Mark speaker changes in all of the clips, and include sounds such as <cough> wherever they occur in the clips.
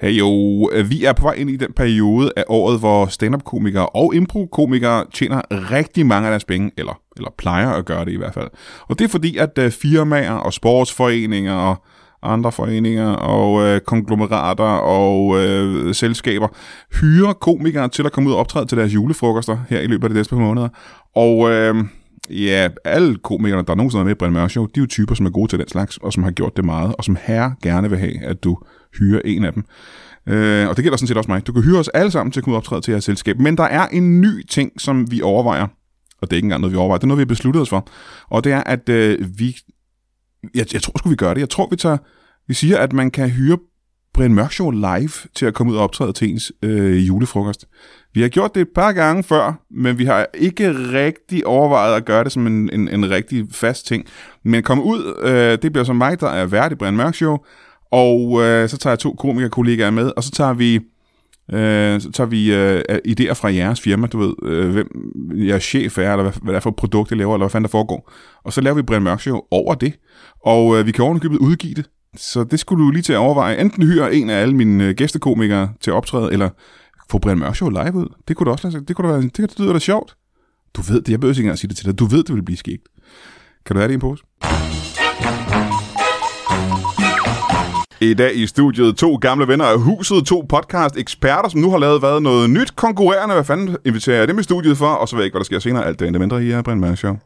Speaker 1: Hey jo, vi er på vej ind i den periode af året, hvor stand-up-komikere og impro-komikere tjener rigtig mange af deres penge, eller, eller plejer at gøre det i hvert fald. Og det er fordi, at øh, firmaer og sportsforeninger og andre foreninger og øh, konglomerater og øh, selskaber hyrer komikere til at komme ud og optræde til deres julefrokoster her i løbet af de næste par måneder. Og øh, ja, alle komikerne, der nogensinde er med i Brian Mørk Show, de er jo typer, som er gode til den slags, og som har gjort det meget, og som herre gerne vil have, at du hyrer en af dem. Øh, og det gælder sådan set også mig. Du kan hyre os alle sammen til at komme ud og optræde til jeres selskab. Men der er en ny ting, som vi overvejer. Og det er ikke engang noget, vi overvejer. Det er noget, vi har besluttet os for. Og det er, at øh, vi... Jeg, jeg tror sgu, vi gør det. Jeg tror, vi tager... Vi siger, at man kan hyre Brian Mørk Show live til at komme ud og optræde til ens øh, julefrokost. Vi har gjort det et par gange før, men vi har ikke rigtig overvejet at gøre det som en, en, en rigtig fast ting. Men komme ud, øh, det bliver som mig, der er vært i Brian Mørk Show, og øh, så tager jeg to komikerkollegaer med, og så tager vi, øh, så tager vi øh, idéer fra jeres firma, du ved, øh, hvem jeres chef er, eller hvad, hvad det er for et produkt, jeg laver, eller hvad fanden der foregår. Og så laver vi Brian Mørk Show over det, og øh, vi kan ovenikøbet udgive det. Så det skulle du lige til at overveje. Enten hyre en af alle mine øh, gæstekomikere til at optræde, eller få Brian Mørk Show live ud. Det kunne da også lade sig. Det, kunne da være, det, det lyder da sjovt. Du ved det. Jeg behøver ikke engang at sige det til dig. Du ved, det vil blive skægt. Kan du have det i en pose? I dag i studiet to gamle venner af huset, to podcast eksperter, som nu har lavet været noget nyt konkurrerende. Hvad fanden inviterer jeg dem i studiet for? Og så ved jeg ikke, hvad der sker senere. Alt det andet mindre i her, Brian Mørk Show.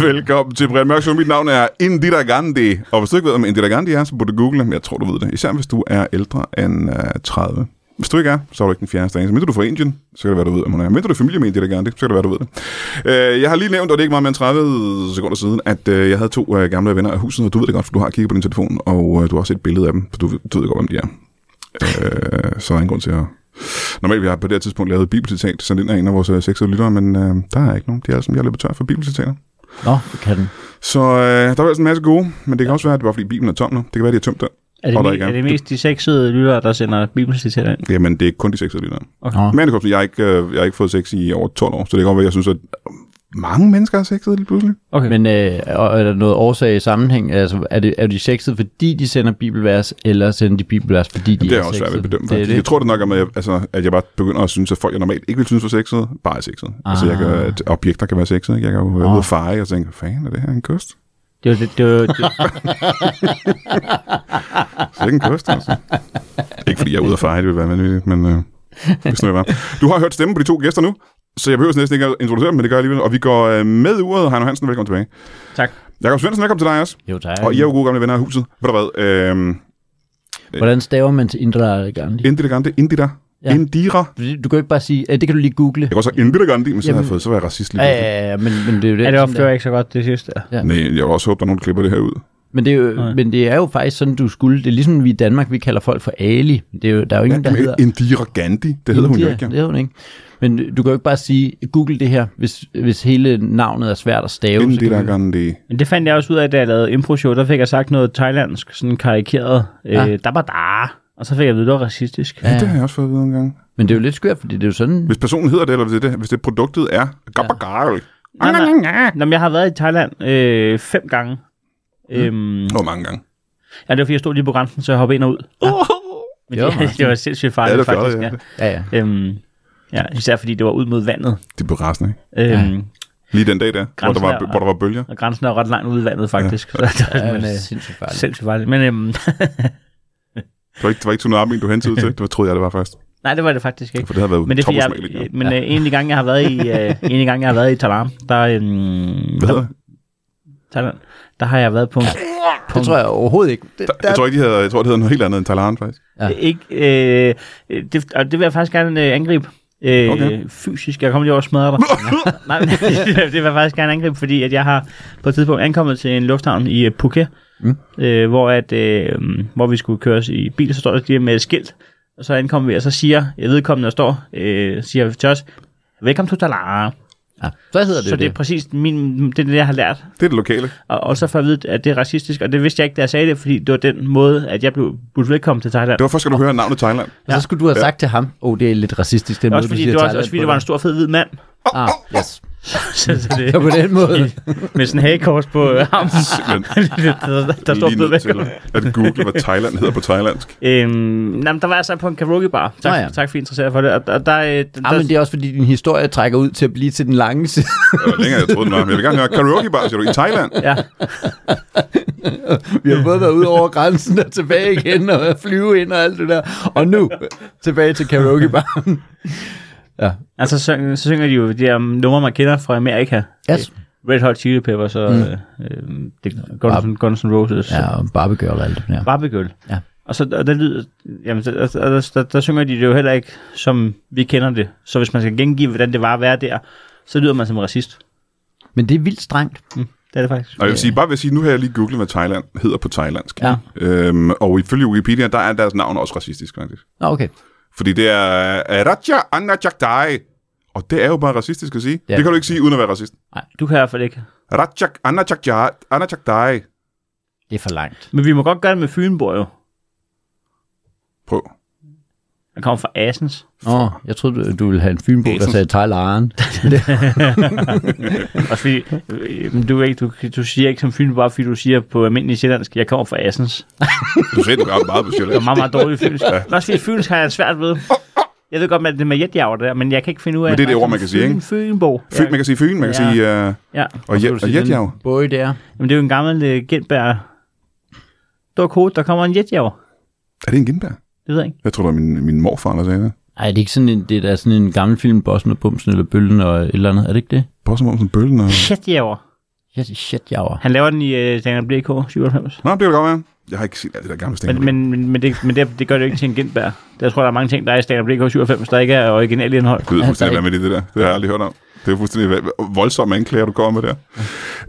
Speaker 1: Velkommen til Brian Mørk Show. Mit navn er Indira Gandhi. Og hvis du ikke ved, om Indira Gandhi er, så burde du google. Men jeg tror, du ved det. Især hvis du er ældre end øh, 30. Hvis du ikke er, så er du ikke den fjerde stand. Så mindre du er fra Indien, så kan det være, du ved, om hun er. Mindre du er familie med Indira Gandhi, så kan det være, du ved det. Øh, jeg har lige nævnt, og det er ikke meget mere end 30 sekunder siden, at øh, jeg havde to øh, gamle venner af huset, og du ved det godt, for du har kigget på din telefon, og øh, du har også set et billede af dem, for du, ved- du ved godt, hvem de er. Øh, så er der ingen grund til at... Normalt vi har på det her tidspunkt lavet et bibelcitat, sendt ind af en af vores øh, seks lyttere, men øh, der er ikke nogen. De er alle sammen, jeg løber tør for bibelcitater.
Speaker 2: Nå, det kan den.
Speaker 1: Så øh, der var altså en masse gode, men det kan ja. også være, at det var, fordi Bibelen er tom nu. Det kan være, de har tømt den.
Speaker 3: Er det,
Speaker 1: Og der
Speaker 3: me-
Speaker 1: ikke er.
Speaker 3: er det mest de sexede lyttere, der sender bibelcitater ind?
Speaker 1: Jamen, det er ikke kun de seks lyttere.
Speaker 2: Okay. Nå,
Speaker 1: Men det kommer, jeg, har ikke, øh, jeg har ikke fået sex i over 12 år, så det kan godt være, jeg synes, at mange mennesker har sexet lige pludselig.
Speaker 3: Okay. Men,
Speaker 2: men øh, og er der noget årsag i sammenhæng? Altså, er, det, er de sexede, fordi de sender bibelvers, eller sender de bibelvers, fordi de
Speaker 1: Det er
Speaker 2: er
Speaker 1: også svært
Speaker 2: sexede?
Speaker 1: at bedømme.
Speaker 2: Det er
Speaker 1: faktisk. Jeg
Speaker 2: det.
Speaker 1: tror det nok, om, at jeg, altså, at jeg bare begynder at synes, at folk, jeg normalt ikke vil synes var sexet, bare er sexet. Ah. Altså, jeg kan, at objekter kan være sexet. Ikke? Jeg kan jo
Speaker 2: Ah.
Speaker 1: være ude og feje og tænke, fanden er det her en kost?
Speaker 3: det var det, det,
Speaker 2: <laughs>
Speaker 3: var, det,
Speaker 1: Det er ikke en kost, altså. Ikke fordi jeg er ude at feje, det vil være vanvittigt, men øh, hvis nu jeg var. Du har hørt stemmen på de to gæster nu, så jeg behøver næsten ikke at introducere dem, men det gør jeg alligevel. Og vi går øh, med uret. Heino Hansen, velkommen tilbage.
Speaker 3: tak.
Speaker 1: Jakob Svendsen, velkommen til dig også.
Speaker 2: Jo, tak.
Speaker 1: Og I er jo gode gamle venner af huset. Ved du hvad? Øh,
Speaker 2: Hvordan staver man til Indra Gandhi?
Speaker 1: Indira Gandhi, Indira. Ja.
Speaker 2: Ja.
Speaker 1: Indira.
Speaker 2: Fordi Du kan jo ikke bare sige, øh, det kan du lige google.
Speaker 1: Jeg kan også have Indira Gandhi, men så havde jeg
Speaker 2: Jamen.
Speaker 1: fået, så var jeg racist lige
Speaker 2: Ja,
Speaker 1: pludselig.
Speaker 2: ja, ja, men, men det er jo det.
Speaker 3: Er det
Speaker 2: sådan
Speaker 3: ofte var ikke så godt det sidste?
Speaker 2: Ja.
Speaker 1: Nej, jeg vil også håbe, der er nogen, der klipper det her ud.
Speaker 2: Men det, er jo, men det er jo faktisk sådan, du skulle. Det er ligesom vi i Danmark, vi kalder folk for Ali. Det er jo, der er jo ingen, der
Speaker 1: Men
Speaker 2: hedder...
Speaker 1: Indira Gandhi, det hedder hun jo
Speaker 2: India,
Speaker 1: ikke.
Speaker 2: Det
Speaker 1: ja.
Speaker 2: hedder hun ikke. Men øh, du kan jo ikke bare sige, google det her, hvis, hvis hele navnet er svært at stave. så kan
Speaker 1: Indira
Speaker 2: du-
Speaker 1: Gandhi.
Speaker 3: Men det fandt jeg også ud af, da jeg lavede impro-show. Der fik jeg sagt noget thailandsk, sådan karikeret. Øh,
Speaker 2: Ja.
Speaker 3: Der var der. Og så fik jeg at vide, det var racistisk.
Speaker 1: Ja. Det har jeg også fået at vide en gang.
Speaker 2: Men det er jo lidt skørt, fordi det er jo sådan...
Speaker 1: Hvis personen hedder det, eller hvis det, hvis det produktet er Gabagal.
Speaker 3: Nej, nej. Nå, men jeg har været i Thailand øh, fem gange.
Speaker 2: Mm.
Speaker 3: Øhm,
Speaker 1: Hvor mange gange?
Speaker 3: ja, det var fordi, jeg stod lige på grænsen, så jeg hoppede ind og ud. Ja. <laughs> Men
Speaker 2: Jo,
Speaker 3: det, det var sindssygt farligt,
Speaker 1: Ja, det er farligt,
Speaker 3: faktisk.
Speaker 1: ja.
Speaker 2: Ja, ja.
Speaker 3: ja. Øhm, ja, især fordi det var ud mod vandet.
Speaker 1: Det blev rasende, ikke?
Speaker 3: Øhm,
Speaker 1: Lige den dag der, hvor der, var,
Speaker 3: Grænsen er-
Speaker 1: hvor der var bølger.
Speaker 3: Og grænsen er ret langt ude i vandet, faktisk. Ja. <laughs> Så der,
Speaker 2: Ja,
Speaker 3: ja,
Speaker 2: men,
Speaker 3: men,
Speaker 2: det er
Speaker 3: øh,
Speaker 2: sindssygt farligt.
Speaker 3: sindssygt farligt. Men øhm, <laughs>
Speaker 1: Det var ikke, det var ikke tsunamien, du hentede til. Det var, troede jeg, det var først.
Speaker 3: nej, det var det faktisk ikke.
Speaker 1: For det havde været
Speaker 3: Men det er fordi, jeg,
Speaker 1: topudsmageligt.
Speaker 3: øh, men ja. øh, en af de gange, jeg har været i, øh, en af de gange, jeg har været i Talam, der, øhm,
Speaker 1: Hvad?
Speaker 3: der, Thailand, der har jeg været på en,
Speaker 2: Det tror jeg overhovedet ikke. Det,
Speaker 1: Jeg tror ikke, de havde, jeg tror, det hedder noget helt andet end Thailand, faktisk.
Speaker 2: Ja.
Speaker 3: ja. ikke, øh, øh, det, og det vil jeg faktisk gerne øh, angribe. Øh,
Speaker 1: Okay.
Speaker 3: okay. Fysisk, jeg kommer lige over og smadrer dig. Nej, men, <laughs> det vil jeg faktisk gerne angribe, fordi at jeg har på et tidspunkt ankommet til en lufthavn i øh, Phuket,
Speaker 2: Mm.
Speaker 3: mm. øh, hvor, at, øh, hvor vi skulle køres i bil, så står der lige med et skilt, og så ankommer vi, og så siger jeg vedkommende, der står, øh, siger til os, velkommen til Talara.
Speaker 2: Ja, så hedder det
Speaker 3: så det er
Speaker 2: det.
Speaker 3: præcis min, det, er det, jeg har lært.
Speaker 1: Det er det lokale.
Speaker 3: Og, og så får jeg at vide, at det er racistisk, og det vidste jeg ikke, da jeg sagde det, fordi det var den måde, at jeg blev budt velkommen til Thailand.
Speaker 1: Det var først, skal du hører navnet Thailand.
Speaker 2: Og så skulle du have sagt til ham, åh, oh, det er lidt racistisk, den
Speaker 3: Det
Speaker 2: måde,
Speaker 3: også
Speaker 2: du
Speaker 3: fordi,
Speaker 2: siger
Speaker 3: det var,
Speaker 2: Thailand
Speaker 3: også fordi,
Speaker 2: på
Speaker 3: det var en
Speaker 2: der.
Speaker 3: stor fed hvid
Speaker 2: <laughs>
Speaker 3: mand. <laughs>
Speaker 2: Ah, yes.
Speaker 3: så, så det,
Speaker 2: Ja, på den måde.
Speaker 3: med sådan en hagekors på øh, armen.
Speaker 2: <laughs>
Speaker 3: <laughs>
Speaker 1: Simpelthen.
Speaker 3: der, der står
Speaker 1: Lige
Speaker 3: fed
Speaker 1: nødt til
Speaker 3: velkommen.
Speaker 1: at google, hvad Thailand hedder på thailandsk.
Speaker 3: Øhm, nej, men der var jeg så på en karaokebar. Tak,
Speaker 2: Nå
Speaker 3: Nå,
Speaker 2: ja.
Speaker 3: ja. tak for at interessere jer for det. Og, og der, øh, der,
Speaker 2: Ah, men det er også fordi, din historie trækker ud til at blive til den lange side.
Speaker 1: Det var længere, jeg troede, den var. Men jeg vil gerne høre karaoke bar, siger du, i Thailand.
Speaker 3: ja,
Speaker 2: Vi har både været ud over grænsen og tilbage igen, og flyve ind og alt det der. Og nu tilbage til karaokebaren.
Speaker 3: altså så, så synger de jo de der numre, man kender fra Amerika.
Speaker 2: Yes.
Speaker 3: Red Hot Chili Peppers og mm. øh, øh, det- Guns, N' Guns N' Roses.
Speaker 2: Ja, og Barbie Girl og alt det der.
Speaker 3: Barbegøl.
Speaker 2: Ja.
Speaker 3: Og så og der, lyder, jamen, der, der, der, der, der, synger de det jo heller ikke, som vi kender det. Så hvis man skal gengive, hvordan det var at være der, så lyder man som en racist.
Speaker 2: Men det er vildt strengt.
Speaker 3: Det er det faktisk.
Speaker 1: Og jeg vil sige, bare vil sige, nu har jeg lige googlet, hvad Thailand hedder på thailandsk.
Speaker 2: Ja.
Speaker 1: Øhm, og ifølge Wikipedia, der er deres navn også racistisk, faktisk.
Speaker 2: Nå, okay.
Speaker 1: Fordi det er øh, Raja Anachakdai. Og det er jo bare racistisk at sige.
Speaker 2: Ja.
Speaker 1: Ja. Det kan du ikke sige, uden at være racist.
Speaker 3: Du kan i hvert fald ikke.
Speaker 1: Raja Anachakdai. Anachakdai.
Speaker 2: Det er for langt.
Speaker 3: Men vi må godt gøre det med Fynborg jo.
Speaker 1: Prøv.
Speaker 3: Han kommer fra Assens.
Speaker 2: Åh, oh, jeg troede, du- du ville have en fynbo, der
Speaker 1: Asens.
Speaker 2: sagde Thailand.
Speaker 3: Også fordi, <laughs> øh, men du, er ikke, du, du siger ikke som Fynborg, bare fordi du siger på almindelig sjællandsk, jeg kommer fra Assens.
Speaker 1: Du sagde, du ramte meget på
Speaker 3: Det er
Speaker 1: sjældent.
Speaker 3: meget, meget dårligt fynsk. Men også fordi fynsk har jeg svært ved. Jeg ved godt, at det er med jetjavre der, men jeg kan ikke finde ud af...
Speaker 1: Men det er det ord, man kan sige, ikke?
Speaker 3: Fynborg.
Speaker 1: Fyn, man kan sige Fyn, man kan
Speaker 3: Ja.
Speaker 1: sige... Øh,
Speaker 3: Ja.
Speaker 1: og jet, og jetjav.
Speaker 2: Både der.
Speaker 3: Jamen, det er jo en gammel uh, genbær. Der er kode, der kommer en jetjager.
Speaker 1: Er det en genbær?
Speaker 3: Det ved jeg ikke.
Speaker 1: Jeg tror, det var min, min morfar, der sagde det.
Speaker 2: Ej, det er ikke sådan en, det er da sådan en gammel film, Bossen og Bumsen eller Bøllen og et eller andet. Er det ikke det?
Speaker 1: Bare som om sådan bølgen og...
Speaker 3: Jetjager.
Speaker 2: Ja, det er shit, javer.
Speaker 3: Han laver den i uh, Daniel BK 97.
Speaker 1: Nå, det kan det godt være. Jeg har ikke set alt det der gamle stand.
Speaker 3: Men, men, men, men, det, men det, det gør det jo ikke til en genbær. Jeg tror, der er mange ting, der er i Daniel BK 97, der ikke er originalt indhold.
Speaker 1: Det lyder
Speaker 2: Ja,
Speaker 1: fuldstændig
Speaker 2: der er
Speaker 1: vanvittigt, det der. Det har jeg aldrig hørt om. Det er jo fuldstændig va- voldsomme anklager, du kommer med der.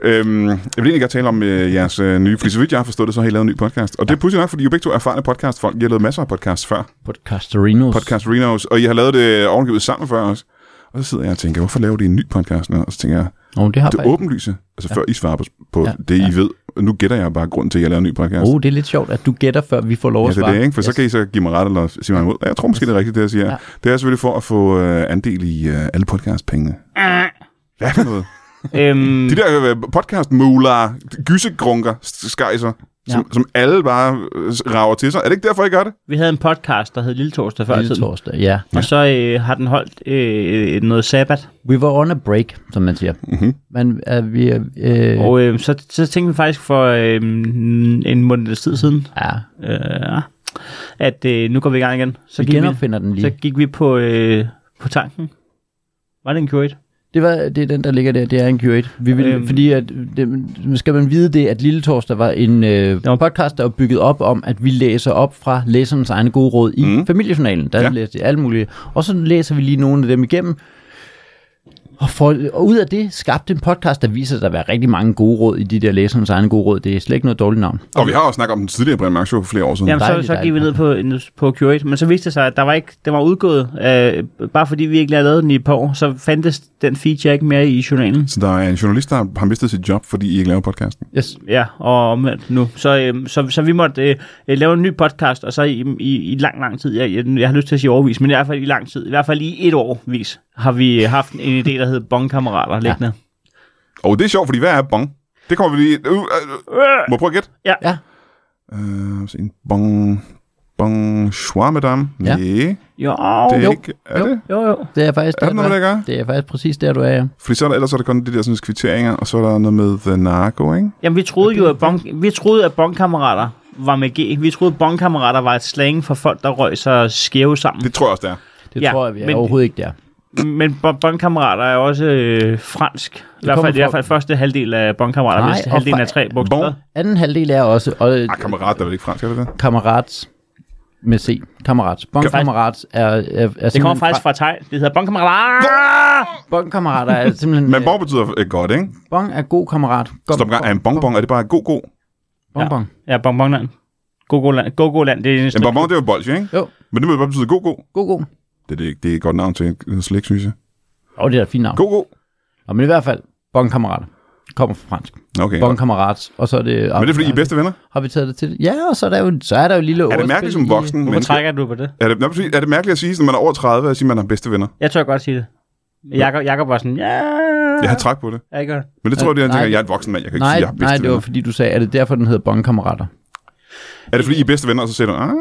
Speaker 1: Øhm, jeg vil egentlig gerne tale om øh, jeres øh, nye, fordi så vidt jeg har forstået det, så har I lavet en ny podcast. Og det er pudsigt nok, fordi I er begge to erfarne podcastfolk. I har lavet masser af podcasts før.
Speaker 2: Podcasterinos.
Speaker 1: Podcast Renos, og I har lavet det ovengivet sammen før os. Og så sidder jeg og tænker, hvorfor laver de en ny podcast nu? Og så tænker jeg,
Speaker 2: Nå, det har
Speaker 1: det
Speaker 2: faktisk.
Speaker 1: åbenlyse, altså ja. før I svarer på, på
Speaker 2: Ja,
Speaker 1: ja. det, I ja. ved. Nu gætter jeg bare grunden til, at jeg laver en ny podcast.
Speaker 2: Åh, oh, det er lidt sjovt, at du gætter, før vi får lov
Speaker 1: Ja,
Speaker 2: at
Speaker 1: det
Speaker 2: svare.
Speaker 1: er det, ikke? For yes. så kan I så give mig ret eller sige mig imod. Jeg tror måske, det er rigtigt, det jeg siger.
Speaker 2: Ja.
Speaker 1: Ja. Det er selvfølgelig for at få øh, andel i øh, alle podcastpengene. Hvad for noget?
Speaker 3: øhm,
Speaker 1: De der øh, podcastmuler, gysegrunker, s- skejser, som, som alle bare øh, rager til sig. Er det ikke derfor, I gør det?
Speaker 3: vi havde en podcast, der hed Lille Torsdag før i
Speaker 2: Lille
Speaker 3: tiden.
Speaker 2: torsdag, ja.
Speaker 3: Og så øh, har den holdt øh, noget sabbat.
Speaker 2: We were on a break, som man siger. Mm-hmm. Men uh, vi er... Øh,
Speaker 3: Og øh, så, så tænkte vi faktisk for øh, en måneds tid siden,
Speaker 2: ja,
Speaker 3: øh, at øh, nu går vi i gang igen. Så
Speaker 2: vi
Speaker 3: gik
Speaker 2: genopfinder den
Speaker 3: Så
Speaker 2: lige.
Speaker 3: gik vi på, øh, på tanken. Var det en Q8?
Speaker 2: Det, var, det er den, der ligger der. Det er en Q8. Vi vil, øhm.
Speaker 3: Øhm.
Speaker 2: Fordi at, det, skal man vide det, at Lille Torsdag var en øh, var en podcast, der var bygget op om, at vi læser op fra læsernes egne gode råd i mm. familiejournalen. Der ja.
Speaker 1: Ja.
Speaker 2: læser de alle mulige. Og så læser vi lige nogle af dem igennem. Og, for, og ud af det skabte en podcast, der viser sig at være rigtig mange gode råd i de der læsernes egne gode råd. Det er slet ikke noget dårligt navn.
Speaker 1: Og vi har også snakket om den tidligere Brian Mørk Show for flere år siden.
Speaker 3: Jamen, så,
Speaker 2: dejligt,
Speaker 3: så gik vi
Speaker 2: dejligt.
Speaker 3: ned på, på Q8, men så viste det sig, at der var ikke, den var udgået. Øh, bare fordi vi ikke havde lavet den i et par år, så fandtes den feature ikke mere i journalen.
Speaker 1: Så der er en journalist, der har mistet sit job, fordi I ikke laver podcasten.
Speaker 2: Yes.
Speaker 3: Ja, og omvendt nu. Så, øh, så, så vi måtte øh, øh, lave en ny podcast, og så i, i, i lang, lang tid, jeg, jeg, jeg har lyst til at sige overvis, men i hvert fald i lang tid, i hvert fald i et årvis, har vi øh, haft en idé, der hedder Bongkammerater liggende.
Speaker 1: Og det er sjovt, fordi hvad er bong? Det kommer vi lige... Øh, øh, øh. Må jeg prøve at gætte?
Speaker 3: Ja.
Speaker 2: Ja.
Speaker 1: Øh, se en bong... Bong... Schwa, madame?
Speaker 2: Ja.
Speaker 1: Ja. Nej, det
Speaker 3: Jo,
Speaker 1: er
Speaker 2: jo.
Speaker 1: ikke... Er det?
Speaker 3: jo, jo.
Speaker 2: Det er faktisk
Speaker 1: Er det noget,
Speaker 2: du
Speaker 1: der gør?
Speaker 2: Det er faktisk præcis der, du er, ja.
Speaker 1: Fordi så er der, ellers er der kun de der sådan, kvitteringer, og så er der noget med The Narco, ikke?
Speaker 3: Jamen, vi troede jo, at, bon, vi troede, at bongkammerater var med G. Vi troede, at bongkammerater var et slang for folk, der røg sig skæve sammen.
Speaker 1: Det tror jeg også, det er.
Speaker 2: Det ja,
Speaker 3: Ja,
Speaker 2: tror jeg, vi er men,
Speaker 3: men-
Speaker 2: overhovedet ikke der.
Speaker 3: Men bon- bongkammerater er jo også øh, fransk. I hvert,
Speaker 2: kommer
Speaker 3: fald, I hvert
Speaker 2: fra-
Speaker 3: fald første halvdel af bongkammerater,
Speaker 2: Nej,
Speaker 3: hvis
Speaker 2: og
Speaker 3: halvdelen
Speaker 2: fra-
Speaker 3: er tre bogstaver.
Speaker 1: Bon.
Speaker 2: Anden halvdel er også, og
Speaker 1: Ah, kammerat, der er vel ikke fransk, er det det?
Speaker 2: kammerats med C. Kammerats. Bonkammerats er, er, er
Speaker 3: Det kommer
Speaker 2: simpelthen
Speaker 3: faktisk fra Thai. Det hedder bongkammerater.
Speaker 1: Ah!
Speaker 2: fra... Bonkammerater er simpelthen...
Speaker 1: Men bong betyder øh, godt, ikke?
Speaker 2: bon er god kammerat. Godt-
Speaker 1: Stop en gang. Er en bonbon, er det bare god, god?
Speaker 2: Bon, bon.
Speaker 3: Ja, bonbonland. Go-go-land. Go-go-land. Det er en
Speaker 1: En
Speaker 3: slik-
Speaker 1: bonbon, det er jo bolsje, ikke?
Speaker 2: Jo.
Speaker 1: Men det vil bare betyde god, god.
Speaker 2: God, god.
Speaker 1: Det er, det, det er et godt navn til en øh, slik, synes jeg.
Speaker 2: Og det er da et fint navn.
Speaker 1: God, god.
Speaker 2: Nå, men i hvert fald, bonkammerater. Kommer fra fransk.
Speaker 1: Okay. godt.
Speaker 2: Bonkammerats. Og så er det...
Speaker 1: Men det er fordi, I er bedste venner?
Speaker 2: Har vi taget det til det? Ja, og så er der jo, så er der jo et lille
Speaker 1: Er det mærkeligt som voksen
Speaker 3: Hvorfor
Speaker 1: menneske?
Speaker 3: trækker du på det?
Speaker 1: Er det, nej, præcis. er det mærkeligt at sige, når man er over 30, at sige, at man har bedste venner?
Speaker 3: Jeg tør godt sige det. Jakob, Jakob var sådan, ja...
Speaker 1: Jeg har træk på det.
Speaker 3: Ja, jeg gør det.
Speaker 1: Men det tror jeg, det er, han
Speaker 2: Nej,
Speaker 1: tænker, at jeg er en voksen mand, jeg kan ikke
Speaker 2: Nej,
Speaker 1: sige, at jeg har bedste
Speaker 2: nej, det var
Speaker 1: venner.
Speaker 2: fordi, du sagde, er det derfor, den hedder bonkammerater?
Speaker 1: Er det fordi, I er bedste venner, og så siger du, ah,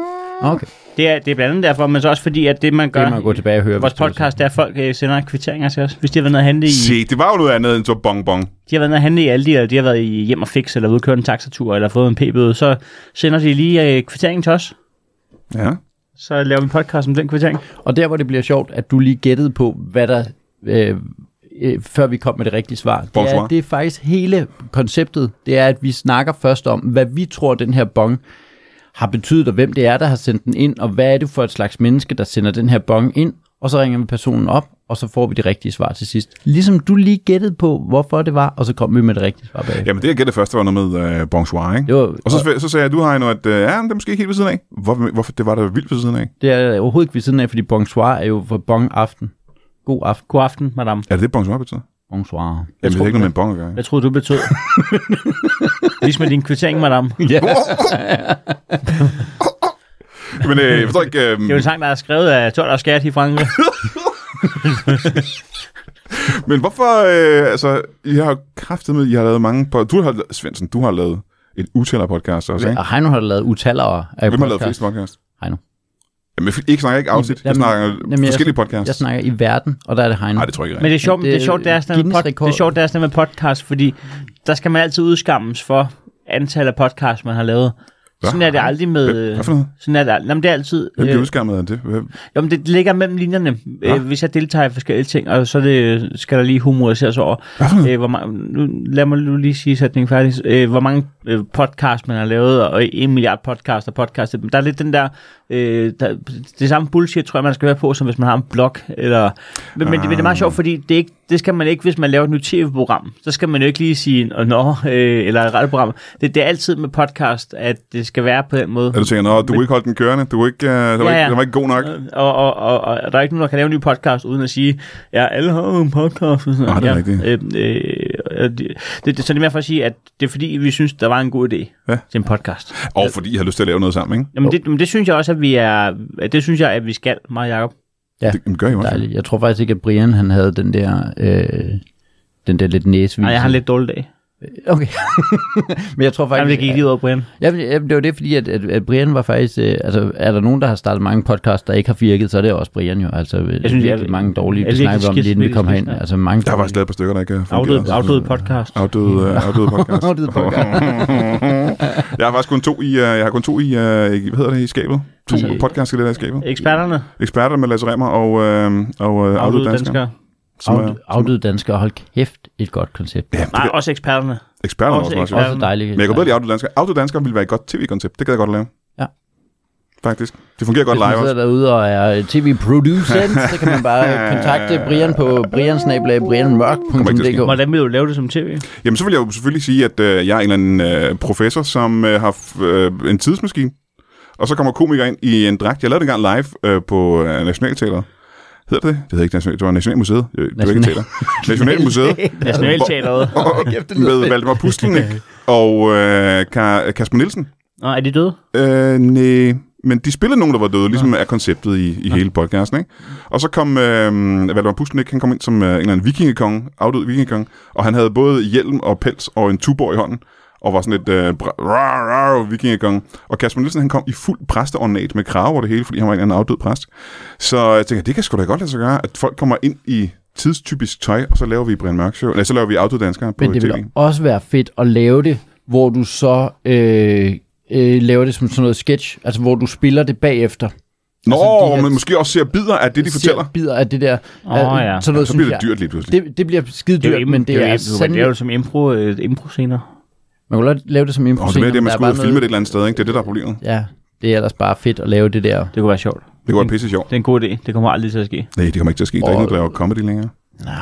Speaker 2: Okay,
Speaker 3: Det er, det er blandt andet derfor, men så også fordi, at det man gør...
Speaker 2: det må jeg gå tilbage og høre.
Speaker 3: Vores
Speaker 2: hvis det var
Speaker 3: podcast, der er, at folk øh, sender kvitteringer til os, hvis de har været nede at handle i...
Speaker 1: se, det var jo noget andet end så bonbon.
Speaker 3: de har været nede at handle i Aldi, eller de har været i hjem og fix, eller ude at køre en taxatur, eller fået en p-bøde, så sender de lige øh, kvitteringen til os.
Speaker 1: Ja.
Speaker 3: Så laver vi en podcast om den kvittering.
Speaker 2: sådan. Og der, hvor det bliver sjovt, at du lige gættede på, hvad der... Øh, øh, før vi kom med det rigtige svar. Det
Speaker 1: Bonsoir.
Speaker 2: er, det er faktisk hele konceptet. Det er, at vi snakker først om, hvad vi tror, den her bong har betydet, og hvem det er, der har sendt den ind, og hvad er det for et slags menneske, der sender den her bong ind, og så ringer vi personen op, og så får vi det rigtige svar til sidst. Ligesom du lige gættede på, hvorfor det var, og så kom vi med det rigtige svar bag.
Speaker 1: Jamen, det jeg gættede først, var noget med øh, bonsoir, ikke?
Speaker 2: Det, var,
Speaker 1: Og så, så sagde jeg, du Heino, at øh, ja, men det er måske ikke helt ved siden af. Hvorfor, hvorfor det var der vildt ved siden af?
Speaker 2: det er overhovedet ikke ved siden af, fordi bonsoir er jo for bon aften. God aften.
Speaker 3: God aften, Mm, madame.
Speaker 1: Er det det, bonsoir betyder?
Speaker 2: Bonsoir.
Speaker 1: Jamen,
Speaker 2: <laughs>
Speaker 1: det
Speaker 3: tror-
Speaker 1: er ikke noget med en bong at gøre.
Speaker 3: Hvad troede du betød? ligesom med din kvittering, madame. Det
Speaker 2: Ja.
Speaker 1: ikke? Men øh, jeg forstår ikke... Øh,
Speaker 3: er jo en sang, der er skrevet af Tort og Skat i Frankrig.
Speaker 1: men hvorfor... Øh, altså, I har jo kraftet med, I har lavet mange... På, du har, lavet- Svendsen, du har lavet et utal af podcasts også, ikke?
Speaker 2: Og Heino har lavet utallere af
Speaker 1: Hvem har lavet
Speaker 2: podcasts.
Speaker 1: flest podcasts?
Speaker 2: Heino.
Speaker 1: Jamen, ikke snakker jeg ikke afsnit. Jeg
Speaker 2: Jamen,
Speaker 1: snakker
Speaker 2: jamen, jeg-
Speaker 1: forskellige podcasts.
Speaker 2: Jeg snakker i verden, og der er det Heino.
Speaker 1: Nej, det tror jeg ikke
Speaker 3: Men
Speaker 1: rigtigt.
Speaker 3: det er sjovt,
Speaker 2: Det
Speaker 3: det,
Speaker 2: er
Speaker 3: det er sjovt, det er sådan noget med, pod,
Speaker 2: Guinness-rekord.
Speaker 3: det er sjovt, det er sådan noget med podcast, fordi der skal man altid udskammes for antallet af podcasts, man har lavet.
Speaker 1: Hva?
Speaker 3: Sådan er det aldrig med...
Speaker 1: Hvad for noget?
Speaker 3: Sådan er det, al- jamen, det er altid...
Speaker 1: Hvem bliver
Speaker 3: øh,
Speaker 1: udskammet af det? Hvem?
Speaker 3: Jo, men det ligger mellem linjerne. Øh, hvis jeg deltager i forskellige ting, og så er det, skal der lige humoriseres over. Øh, hvor mange, nu, lad mig nu lige sige sætningen færdig. Øh, hvor mange øh, podcast man har lavet, og en milliard podcast og podcast. Men der er lidt den der, øh, der... Det samme bullshit, tror jeg, man skal høre på, som hvis man har en blog. Eller, men, men, det, men det er
Speaker 1: Ah.
Speaker 3: meget sjovt, fordi det, er ikke, det skal man ikke, hvis man laver et nyt tv-program. Så skal man jo ikke lige sige, oh, nå, øh, eller et radioprogram. Det, det er altid med podcast, at det skal være på den måde.
Speaker 1: Er du tænker, nå, du kunne ikke holde den kørende, du kunne ikke, øh, den, var
Speaker 3: Ja,
Speaker 1: ikke,
Speaker 3: ja.
Speaker 1: den var ikke god nok.
Speaker 3: Øh, Og, og, og, og der er ikke nogen, der kan lave en ny podcast, uden at sige, ja, alle har jo en podcast. Og sådan
Speaker 1: Nej, det er
Speaker 3: noget. ja,
Speaker 1: rigtigt.
Speaker 3: øh, øh, det, det, det, så det er mere for at sige, at det er fordi, vi synes, der var en god idé
Speaker 1: Ja.
Speaker 3: til en podcast.
Speaker 1: Og fordi I har lyst til at lave noget sammen, ikke?
Speaker 3: Jamen det, men det synes jeg også, at vi er, at det synes jeg, at vi skal, mig og Jacob.
Speaker 2: Ja.
Speaker 1: Det, det gør I også.
Speaker 2: Dejligt. Jeg tror faktisk ikke, at Brian han havde den der, øh, den der lidt næsvis.
Speaker 3: Nej, jeg har en lidt dårlig dag.
Speaker 2: Okay. <laughs> Men jeg tror faktisk...
Speaker 3: Jamen, det gik lige ud over Brian.
Speaker 2: Jamen, jamen, det var det, fordi at, at, at Brian var faktisk... Øh, altså, er der nogen, der har startet mange podcasts, der ikke har virket, så er det også Brian jo. Altså, jeg
Speaker 3: synes,
Speaker 2: synes,
Speaker 3: jeg-
Speaker 2: virkelig mange dårlige,
Speaker 3: jeg
Speaker 2: vi
Speaker 3: synes, det
Speaker 2: snakkede om,
Speaker 3: skidt,
Speaker 2: lige inden vi
Speaker 3: virkelig
Speaker 2: kom
Speaker 3: skidt,
Speaker 2: herind.
Speaker 3: ja.
Speaker 2: Altså, mange
Speaker 1: Der var faktisk lavet et par stykker, der ikke øh, fungerede.
Speaker 3: Afdød, afdød podcast.
Speaker 1: Afdøde, øh, afdøde podcast.
Speaker 2: Afdøde podcast.
Speaker 1: <laughs> jeg har faktisk kun to i, øh, jeg har kun to i, øh, i- hvad hedder det, i skabet? To
Speaker 2: I-
Speaker 1: podcasts i det der i skabet.
Speaker 3: Eksperterne,
Speaker 1: Eksperter med Lasse Remmer og, øh, og øh, afdøde
Speaker 3: afdøde
Speaker 1: danskere.
Speaker 3: danskere.
Speaker 1: Som er,
Speaker 2: afdøde- afdøde danskere. Hold kæft, et godt koncept.
Speaker 1: ja,
Speaker 3: Nej,
Speaker 1: det,
Speaker 3: også eksperterne.
Speaker 1: eksperter er
Speaker 3: også
Speaker 1: også meget sjovt.
Speaker 3: eksperter.
Speaker 2: Også dejligt.
Speaker 1: Men jeg kan bedre lide afdøde danskere. Afdøde danskere ville være et godt tv-koncept. Det gad jeg godt at lave.
Speaker 2: Ja.
Speaker 1: Faktisk. Det fungerer godt live
Speaker 2: Hvis man
Speaker 1: også.
Speaker 2: sidder derude og er tv-producent, så kan man
Speaker 1: <laughs>
Speaker 2: bare kontakte Brian på
Speaker 1: Kommer ikke til at ske.
Speaker 2: briansnabelag.brianmørk.dk.
Speaker 3: Hvordan vil du lave det som tv?
Speaker 1: Jamen, så vil jeg jo selvfølgelig sige, at øh, jeg er en eller anden øh, professor, som øh, har f- øh, en tidsmaskine. Og så kommer komiker ind i en dragt. Jeg lavede det engang live øh, på øh, Nationalteateret. Hedder det det? Det hedder ikke National, det var Nationalmuseet. Øh, Det var ikke et teater. Nationalmuseet.
Speaker 3: Nationalteateret.
Speaker 1: Og- og- med Valdemar Pustelnik og øh, Ka- Kasper Nielsen.
Speaker 3: Nå, er de døde?
Speaker 1: Øh, nej, men de spillede nogen, der var døde, ligesom er konceptet i, i hele podcasten, ikke? Og så kom øh, Valdemar Pustelnik, han kom ind som øh, en eller anden vikingekong, afdød vikingekong, og han havde både hjelm og pels og en tubor i hånden, og var sådan lidt øh, bra- rar, rar, vikingekong. Og Kasper Nielsen, han kom i fuld præsteornat med krave over det hele, fordi han var en eller anden afdød præst. Så jeg tænker, det kan sgu da godt lade sig gøre, at folk kommer ind i tidstypisk tøj, og så laver vi Brian Mørk Show, eller så laver vi afdøde danskere på
Speaker 2: Men det
Speaker 1: TV.
Speaker 2: vil også altså, være fedt at lave det, hvor du så øh, øh, laver det som sådan noget sketch, altså hvor du spiller det bagefter.
Speaker 1: Nå,
Speaker 2: Altså, de
Speaker 1: altså,
Speaker 2: her-
Speaker 1: men måske også ser bidder af det, de fortæller.
Speaker 2: Ser Bidder af det der. Åh
Speaker 3: Åh, ja.
Speaker 2: Sådan noget,
Speaker 1: Så bliver det
Speaker 2: synes jeg.
Speaker 1: dyrt lige pludselig.
Speaker 2: Det, det bliver skide
Speaker 3: Det er jo,
Speaker 2: dyrt,
Speaker 3: im-
Speaker 2: men det, er,
Speaker 3: jo, im- men det er jo
Speaker 2: sandt.
Speaker 3: som impro, øh, impro scener.
Speaker 2: Man kunne godt lave det som impro.
Speaker 1: Og det er mere det, at man
Speaker 2: der
Speaker 1: skal
Speaker 2: er
Speaker 1: ud og
Speaker 2: bare
Speaker 1: filme det et
Speaker 2: noget-
Speaker 1: eller andet sted, ikke? Det er det, der er problemet.
Speaker 2: Ja, det er ellers bare fedt at lave det der.
Speaker 3: Det kunne være sjovt.
Speaker 1: Det går pisse sjovt.
Speaker 3: Det er en god idé. Det kommer aldrig til at ske.
Speaker 1: Nej, det kommer ikke til at ske. Der er ikke nogen, der laver comedy længere.
Speaker 2: Nah,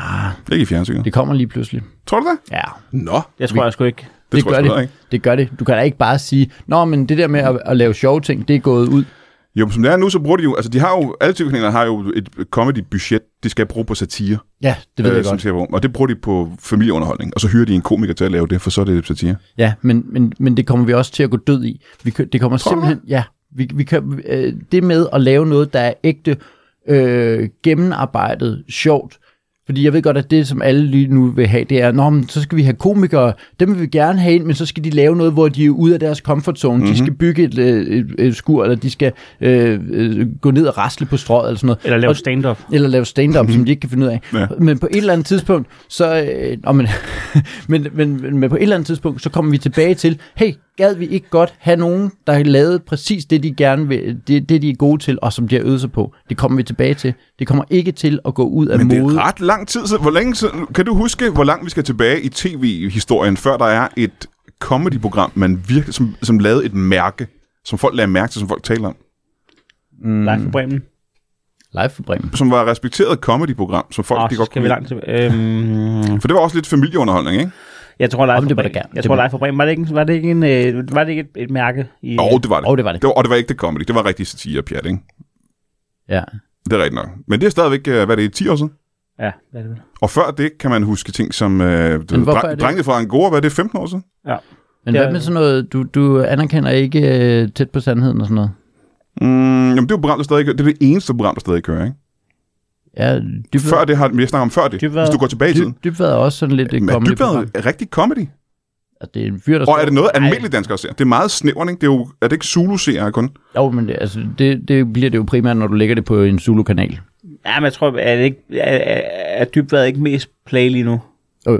Speaker 1: Ikke i fjernsynet.
Speaker 2: det kommer lige pludselig.
Speaker 1: Tror du det?
Speaker 2: Ja,
Speaker 1: Nå,
Speaker 3: Jeg tror jeg sgu ikke.
Speaker 1: det, tror jeg sgu heller ikke.
Speaker 2: det. Det gør det. Du kan da ikke bare sige, nå, men det der med at, at lave sjove ting, det er gået ud.
Speaker 1: Jo, men som det er nu, så bruger de jo... Altså, de har jo... Alle tv-kanaler har jo et comedy-budget, de skal bruge på satire.
Speaker 2: Ja, det ved øh, jeg
Speaker 1: som
Speaker 2: godt.
Speaker 1: ser på. Og det bruger de på familieunderholdning. Og så hyrer de en komiker til at lave det, for så er det satire.
Speaker 2: Ja, men, men, men det kommer vi også til at gå død i. Vi, kø- det kommer
Speaker 1: Tror du
Speaker 2: simpelthen... Ja, vi, vi kan, øh, det med at lave noget, der er ægte, øh, gennemarbejdet, sjovt. Fordi jeg ved godt, at det, som alle lige nu vil have, det er, Nå, men så skal vi have komikere, dem vil vi gerne have ind, men så skal de lave noget, hvor de er ude af deres comfort zone.
Speaker 1: Mhm.
Speaker 2: Mm-hmm. De skal bygge et, øh, et, et skur, eller de skal øh, øh, gå ned og rasle på strået, eller sådan noget.
Speaker 3: Eller lave
Speaker 2: Og-
Speaker 3: stand-up.
Speaker 2: eller lave stand-up, som de ikke kan finde ud af.
Speaker 1: Mhm. Ja.
Speaker 2: Ja. Men på et eller andet tidspunkt, så, øh, nå, men, <laughs> men, men, men, men på et eller andet tidspunkt, så kommer vi tilbage til, hey, gad vi ikke godt have nogen, der lavede præcis det, de gerne vil, det, det de er gode til, og som de har øvet sig på. Det kommer vi tilbage til. Det kommer ikke til at gå ud af
Speaker 1: Men det
Speaker 2: mode.
Speaker 1: er ret lang tid siden. Hvor længe siden, kan du huske, hvor langt vi skal tilbage i tv-historien, før der er et comedy-program, man virkelig, som, som lavede et mærke, som folk lagde mærke til, som folk taler om,
Speaker 3: Mm. Live for Bremen.
Speaker 2: Live for Bremen.
Speaker 1: som var et respekteret comedy-program, som folk
Speaker 3: Åh,
Speaker 1: oh, de
Speaker 3: Ah, så
Speaker 1: godt
Speaker 3: skal
Speaker 1: kunne
Speaker 3: vi
Speaker 1: lide.
Speaker 3: langt tilbage. Øhm,
Speaker 1: For det var også lidt familieunderholdning, ikke?
Speaker 3: jeg tror, Live
Speaker 2: Om
Speaker 3: for
Speaker 2: det var der
Speaker 3: Bremen.
Speaker 2: gerne.
Speaker 3: Jeg
Speaker 2: Det
Speaker 3: tror,
Speaker 2: var-
Speaker 3: Live for Bremen. Var det ikke, en- var det ikke, en, øh, var det ikke et, et mærke? I,
Speaker 1: Jo, det var det.
Speaker 2: Og det var det.
Speaker 1: det var, og det var ikke det comedy, det var rigtig satire og pjat, ikke?
Speaker 2: Ja.
Speaker 1: Det er rigtigt nok. Men det er stadigvæk, øh, hvad er det er, 10 år siden?
Speaker 3: Ja, hvad er det?
Speaker 1: Og før det kan man huske ting som øh, du,
Speaker 2: Men hvorfor er
Speaker 1: dreng,
Speaker 2: det-
Speaker 1: drengene fra Angora, hvad er det, 15 år siden?
Speaker 3: Ja.
Speaker 2: Men
Speaker 3: Ja.
Speaker 2: hvad med sådan noget, du, du anerkender ikke øh, tæt på sandheden og sådan noget?
Speaker 1: Mm, jamen, det er jo et program, der stadig kører. Det er det eneste program, der stadig kører, ikke?
Speaker 2: Ja, dybvad,
Speaker 1: Før det har, men jeg snakker om før det,
Speaker 3: Dybvad-
Speaker 1: hvis du går tilbage i tiden.
Speaker 2: dyb, dybvad er også sådan lidt et
Speaker 1: Men er
Speaker 2: kommende
Speaker 1: dybvad
Speaker 2: program.
Speaker 1: er rigtig comedy?
Speaker 2: Altså, det er en fyr, der
Speaker 1: Og er det noget,
Speaker 2: Ej.
Speaker 1: almindelige danskere ser? Det er meget snævert, ikke? Det er, jo, er det ikke Zulu-serier kun?
Speaker 2: Jo, men det, altså, det, det bliver det jo primært, når du lægger det på en Zulu-kanal.
Speaker 3: Ja, men jeg tror, er, det ikke, er, er, er dybværet ikke mest play lige nu?
Speaker 2: Øh,
Speaker 1: Jamen,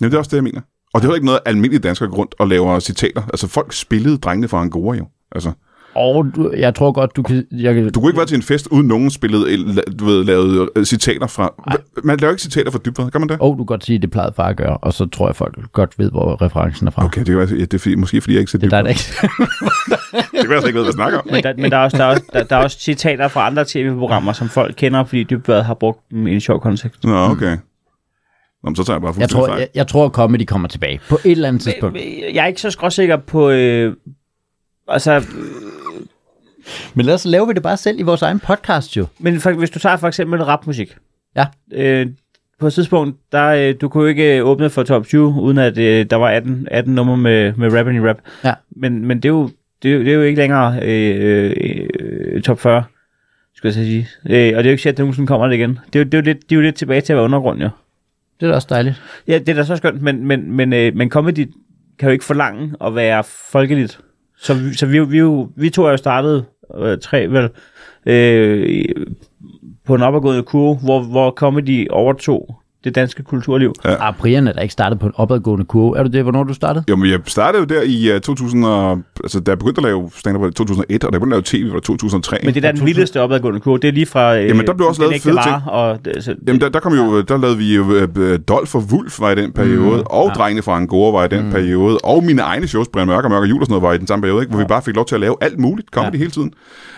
Speaker 1: det er også det, jeg mener. Og det er jo ikke noget, almindelige danskere går rundt og laver citater. Altså, folk spillede drengene fra Angora jo. Altså,
Speaker 2: Og du, jeg tror godt, du kan... Jeg, kan-
Speaker 1: du kunne ikke være til en fest, uden nogen spillede, el- la- du ved, lavede øh, citater fra... Hva- Man laver ikke citater fra dybvad, gør man det?
Speaker 2: Og du kan godt sige, at det plejede far at gøre, og så tror jeg, folk godt ved, hvor referencen er fra.
Speaker 1: Okay, det er, altså- ja, det er fordi, måske fordi jeg ikke ser
Speaker 2: Det er
Speaker 1: dybvad.
Speaker 2: dig, der ikke... <laughs>
Speaker 1: Det kan jeg altså ikke ved, hvad jeg snakker om.
Speaker 3: Men, der, men der, er også, der, er også, der, der er også citater fra andre tv-programmer, som folk kender, fordi dybværet har brugt dem i en sjov kontekst.
Speaker 1: Nå, okay. Nå, men så tager jeg bare
Speaker 2: jeg,
Speaker 1: fuldstændig
Speaker 2: tror,
Speaker 1: fejl.
Speaker 2: jeg, jeg tror, at comedy kommer tilbage på et eller andet tidspunkt.
Speaker 3: Jeg er ikke så skråsikker på... Øh, altså,
Speaker 2: Men lad os lave vi det bare selv i vores egen podcast, jo.
Speaker 3: Men for, hvis du tager for eksempel rapmusik.
Speaker 2: Ja.
Speaker 3: Øh, på et tidspunkt, der, øh, du kunne jo ikke øh, åbne for top 20, uden at øh, der var 18, 18 numre med, med rap i rap.
Speaker 2: Ja.
Speaker 3: Men, men det, er jo, det, er jo, det er jo ikke længere øh, øh, øh, top 40, skulle jeg så sige. Øh, og det er jo ikke sikkert, at det nogensinde kommer det igen. Det er, jo, det, er jo lidt, det er jo lidt tilbage til at være undergrund, jo.
Speaker 2: Det er da også dejligt.
Speaker 3: Ja, det er da så skønt, men, men, men, øh, men comedy kan jo ikke forlange at være folkeligt. Så, vi- så vi, vi, jo- vi to er jo startet, øh, tre vel, øh, i- på en opadgående kurve, hvor, hvor comedy overtog det danske kulturliv.
Speaker 2: Ja. Ah, Brian er da ikke startet på en opadgående kurve. Er du det, hvornår du startede?
Speaker 1: Jo, men jeg startede jo der i uh, 2000, og, altså da jeg begyndte at lave stand-up var det 2001, og da jeg begyndte at lave tv var det 2003.
Speaker 3: Men det der er den vildeste opadgående kurve, det er lige fra øh,
Speaker 1: Jamen, der blev også
Speaker 3: Den
Speaker 1: lavet
Speaker 3: Ægte
Speaker 1: fede
Speaker 3: Vare Og, det- så,
Speaker 1: Jamen, der, der, kom jo, der lavede vi jo øh, øh, Dolf og Wulf var i den periode, mm, og ja. Drengene fra Angora var i den mm. periode, og mine egne shows, Brian Mørk og Mørk og Jul og sådan noget, var i den samme periode, ikke? hvor vi bare fik lov til at lave alt muligt comedy ja. hele tiden.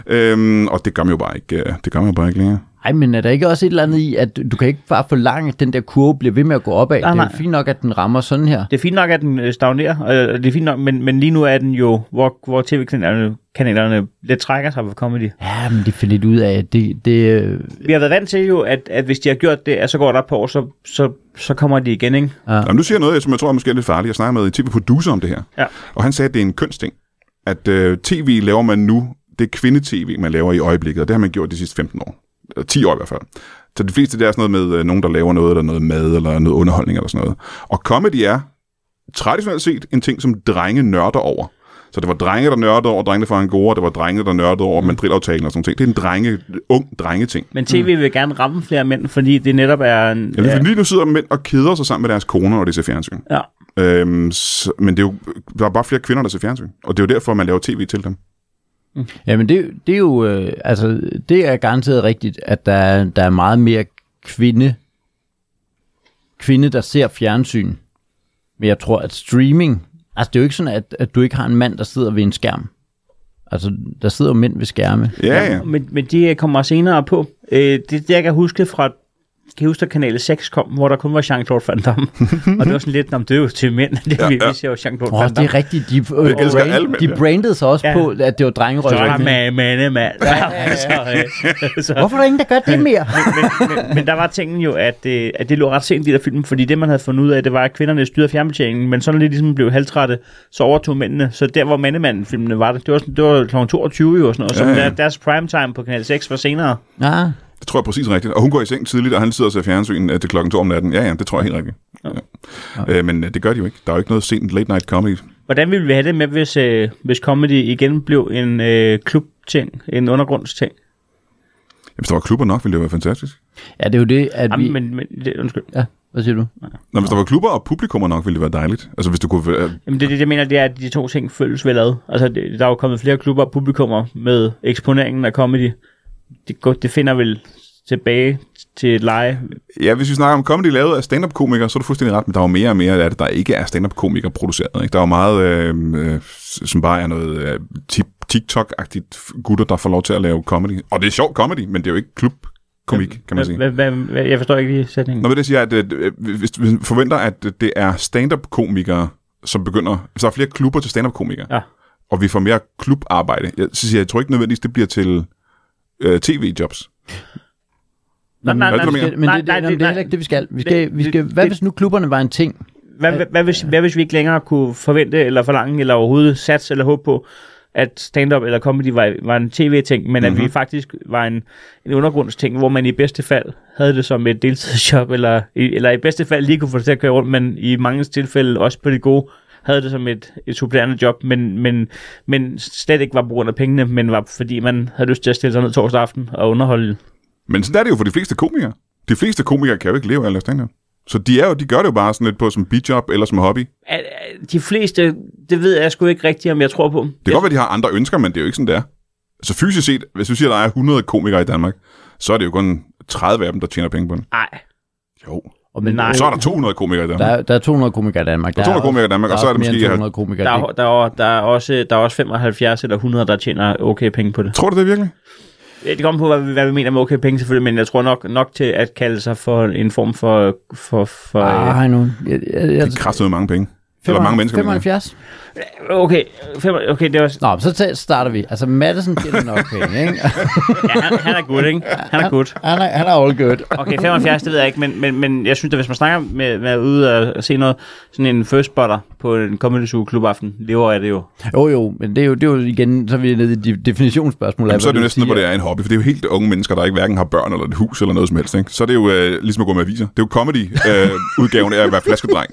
Speaker 1: Øhm, og det gør man jo bare ikke, øh, det gør man jo bare ikke længere.
Speaker 2: Ej, men er der ikke også et eller andet i, at du- du kan ikke bare forlange, at den der kurve bliver ved med at gå opad?
Speaker 3: Nej,
Speaker 2: det er jo
Speaker 3: nej.
Speaker 2: fint nok, at den rammer sådan her.
Speaker 3: Det er fint nok, at den øh, stagnerer, og det er fint nok, men, men lige nu er den jo, hvor, hvor tv-kanalerne kanalerne lidt trækker sig på comedy.
Speaker 2: Ja, men det finder lidt ud af, at det, det, øh,
Speaker 3: Vi har været vant til jo, at, at hvis de har gjort det, at så går der på år, så, så, så kommer de igen, ikke?
Speaker 1: Ja. Jamen, nu siger jeg noget, som jeg tror er måske er lidt farligt. Jeg snakker med en tv-producer om det her,
Speaker 3: Ja.
Speaker 1: og han sagde, at det er en kønsting, at øh, tv laver man nu, det er kvindetv, man laver i øjeblikket, og det har man gjort de sidste 15 år. Eller 10 år i hvert fald. Så de fleste, det er sådan noget med øh, nogen, der laver noget, eller noget mad, eller noget underholdning, eller sådan noget. Og comedy er traditionelt set en ting, som drenge nørder over. Så det var drenge, der nørdede over drengene fra Angora, det var drenge, der nørdede over mandrilaftalen og sådan noget. Det er en drenge, ung drenge-ting.
Speaker 3: Men tv mm. vil gerne ramme flere mænd, fordi det netop er en...
Speaker 1: Ja, ja. Lige nu sidder mænd og keder sig sammen med deres koner, når de ser fjernsyn.
Speaker 3: ja.
Speaker 1: Øhm, så, men det er jo, der er bare flere kvinder, der ser fjernsyn. Og det er jo derfor, man laver tv til dem.
Speaker 2: Jamen det, det er jo, øh, altså det er garanteret rigtigt, at der, er- der er meget mere kvinde, kvinde, der ser fjernsyn. Men jeg tror, at streaming, altså det er jo ikke sådan, at, at du ikke har en mand, der sidder ved en skærm. Altså, der sidder jo mænd ved skærme.
Speaker 1: Ja, ja.
Speaker 3: Men, men de øh, kommer senere på. Øh, det, det, jeg kan huske fra kan I huske, at Kanal 6 kom, hvor der kun var Jean-Claude Van Damme. <laughs> og det var sådan lidt, om det er jo til mænd, <laughs> det ja, vi, vi ser jo Jean-Claude
Speaker 2: Åh,
Speaker 3: Van
Speaker 2: det
Speaker 3: Damme.
Speaker 2: er rigtigt. De, øh,
Speaker 1: elsker
Speaker 2: brand,
Speaker 1: alle mænd,
Speaker 2: de
Speaker 1: ja.
Speaker 2: brandede sig også
Speaker 3: Ja.
Speaker 2: ja. på, at det var
Speaker 3: Så er der
Speaker 2: drengerøv.
Speaker 3: mand, mand, mand. <laughs> øh,
Speaker 2: Hvorfor er der ingen, der gør det mere?
Speaker 3: men, men, men der var tingen jo, at, øh, at det lå ret sent i der film, fordi det, man havde fundet ud af, det var, at kvinderne styrede fjernbetjeningen, men sådan lidt ligesom blev halvtrætte, så overtog mændene. Så der, hvor mandemanden-filmene var, det var, sådan, det var kl. 22 jo og sådan noget, og så
Speaker 1: Ja, ja.
Speaker 3: der, deres primetime på Kanal 6 var senere.
Speaker 2: Ja.
Speaker 1: Det tror jeg er præcis rigtigt. Og hun går i seng tidligt, og han sidder og ser fjernsyn øh, til klokken to om natten. Ja, ja, det tror jeg helt rigtigt. Ja. Øh, men øh, det gør de jo ikke. Der er jo ikke noget sent late night comedy.
Speaker 3: Hvordan ville vi have det med, hvis, øh, hvis comedy igen blev en øh, klubting, en undergrundsting?
Speaker 1: Hvis der var klubber nok, ville det være fantastisk.
Speaker 2: ja, det er jo det, at vi...
Speaker 3: Jamen, men, men det, undskyld.
Speaker 2: Ja, hvad siger du?
Speaker 1: Nå, hvis der var klubber og publikummer nok, ville det være dejligt. Altså, hvis du kunne... Øh,
Speaker 3: Jamen, det, er det, jeg mener, det er, at de to ting følges vel ad. Altså, det, der er jo kommet flere klubber og publikummer med eksponeringen af comedy. Det, går- det finder vel tilbage til et leje.
Speaker 1: ja, hvis vi snakker om comedy lavet af stand-up-komikere, så er du fuldstændig ret, men der er jo mere og mere af det, der ikke er stand-up-komikere produceret. Ikke? Der er jo meget, øh, øh, som bare er noget øh, ti- TikTok-agtigt f- gutter, der får lov til at lave comedy. Og det er sjov comedy, men det er jo ikke klubkomik, kan man sige.
Speaker 3: Hvad, hvad, hvad, jeg forstår ikke lige sætningen.
Speaker 1: Nå, men det siger, at øh, hvis hvis man forventer, at det er stand-up-komikere, som begynder... Hvis der er flere klubber til stand-up-komikere,
Speaker 3: Ja.
Speaker 1: og vi får mere klubarbejde, jeg, så siger jeg, jeg tror ikke nødvendigvis, det bliver til øh, tv-jobs.
Speaker 3: Nej, nej,
Speaker 1: Hvad er det, du
Speaker 3: nej,
Speaker 1: mener?
Speaker 2: Men det, det,
Speaker 3: nej,
Speaker 2: jamen, det er heller ikke det, vi skal. Vi skal,
Speaker 3: Det-
Speaker 2: vi skal
Speaker 3: det-
Speaker 2: hvad
Speaker 3: det-
Speaker 2: hvis nu klubberne var en ting?
Speaker 3: Hvad, hvad, hvad, hvis, hvad hvis vi ikke længere kunne forvente eller forlange eller overhovedet satse eller håbe på, at stand-up eller comedy var, var en tv-ting, men
Speaker 1: Mhm.
Speaker 3: mm-hmm. at vi faktisk var en, en undergrundsting, hvor man i bedste fald havde det som et deltidsjob, eller, i- eller i bedste fald lige kunne få det til at køre rundt, men i mange tilfælde også på det gode, havde det som et, et supplerende job, men, men, men slet ikke var på grund af pengene, men var fordi man havde lyst til at stille sig ned torsdag aften og underholde.
Speaker 1: Men sådan er det jo for de fleste komikere. De fleste komikere kan jo ikke leve af at lave stand-up. Så de, er jo, de gør det jo bare sådan lidt på som bidjob eller som hobby. Det
Speaker 3: At- at De fleste, det ved jeg sgu ikke rigtigt, om jeg tror på.
Speaker 1: kan godt være, de har andre ønsker, men det er jo ikke sådan, det er. Så fysisk set, hvis du siger, at der er 100 komikere i Danmark, så er det jo kun 30 af dem, der tjener penge på den.
Speaker 3: Nej,
Speaker 1: Jo.
Speaker 2: Og
Speaker 3: Men nej.
Speaker 1: Så er der 200 komikere i
Speaker 2: Der,
Speaker 1: Danmark.
Speaker 2: er- der er 200 komikere i Danmark. Der
Speaker 1: 200
Speaker 2: også-
Speaker 1: komikere i Danmark,
Speaker 2: der
Speaker 1: og så er det
Speaker 2: også mere end
Speaker 1: måske-
Speaker 2: 200 komikere.
Speaker 3: Der
Speaker 2: Der
Speaker 3: er, der, er, der, er også, der er også 75 eller 100, der tjener okay penge på det.
Speaker 1: Tror du det virkelig?
Speaker 3: Ja, Det kommer på, hvad, vi- hvad vi mener med okay penge selvfølgelig, men jeg tror nok, nok til at kalde sig for en form for... for, for øh,
Speaker 2: Ej, nu. Jeg, jeg, altså, jeg,
Speaker 1: Det er kraftigt mange penge. Eller mange mennesker. mener jeg.
Speaker 2: 75?
Speaker 3: øh, okay, fem, okay, det var,
Speaker 2: Nå, men så tæ- starter vi. Altså, Madison tjener nok penge, ikke? <laughs>
Speaker 3: ja, han, han er good, ikke? Han er good.
Speaker 2: Han er, han er all good.
Speaker 3: Okay, 75, det ved jeg ikke, men, men, men jeg synes, at hvis man snakker med, med ude og se noget, sådan en first spotter på en comedy zoo klubaften, lever af det jo.
Speaker 2: Jo, jo, men det er jo, det er jo igen, så er vi nede i de- definitionsspørgsmålet. af,
Speaker 1: Jamen, så er
Speaker 2: hvad
Speaker 1: det jo næsten,
Speaker 2: siger.
Speaker 1: hvor det er en hobby, for det er jo helt unge mennesker, der ikke hverken har børn eller et hus eller noget som helst. Ikke? Så er det jo øh, ligesom at gå med aviser. Det er jo comedy-udgaven af at være flaskedreng.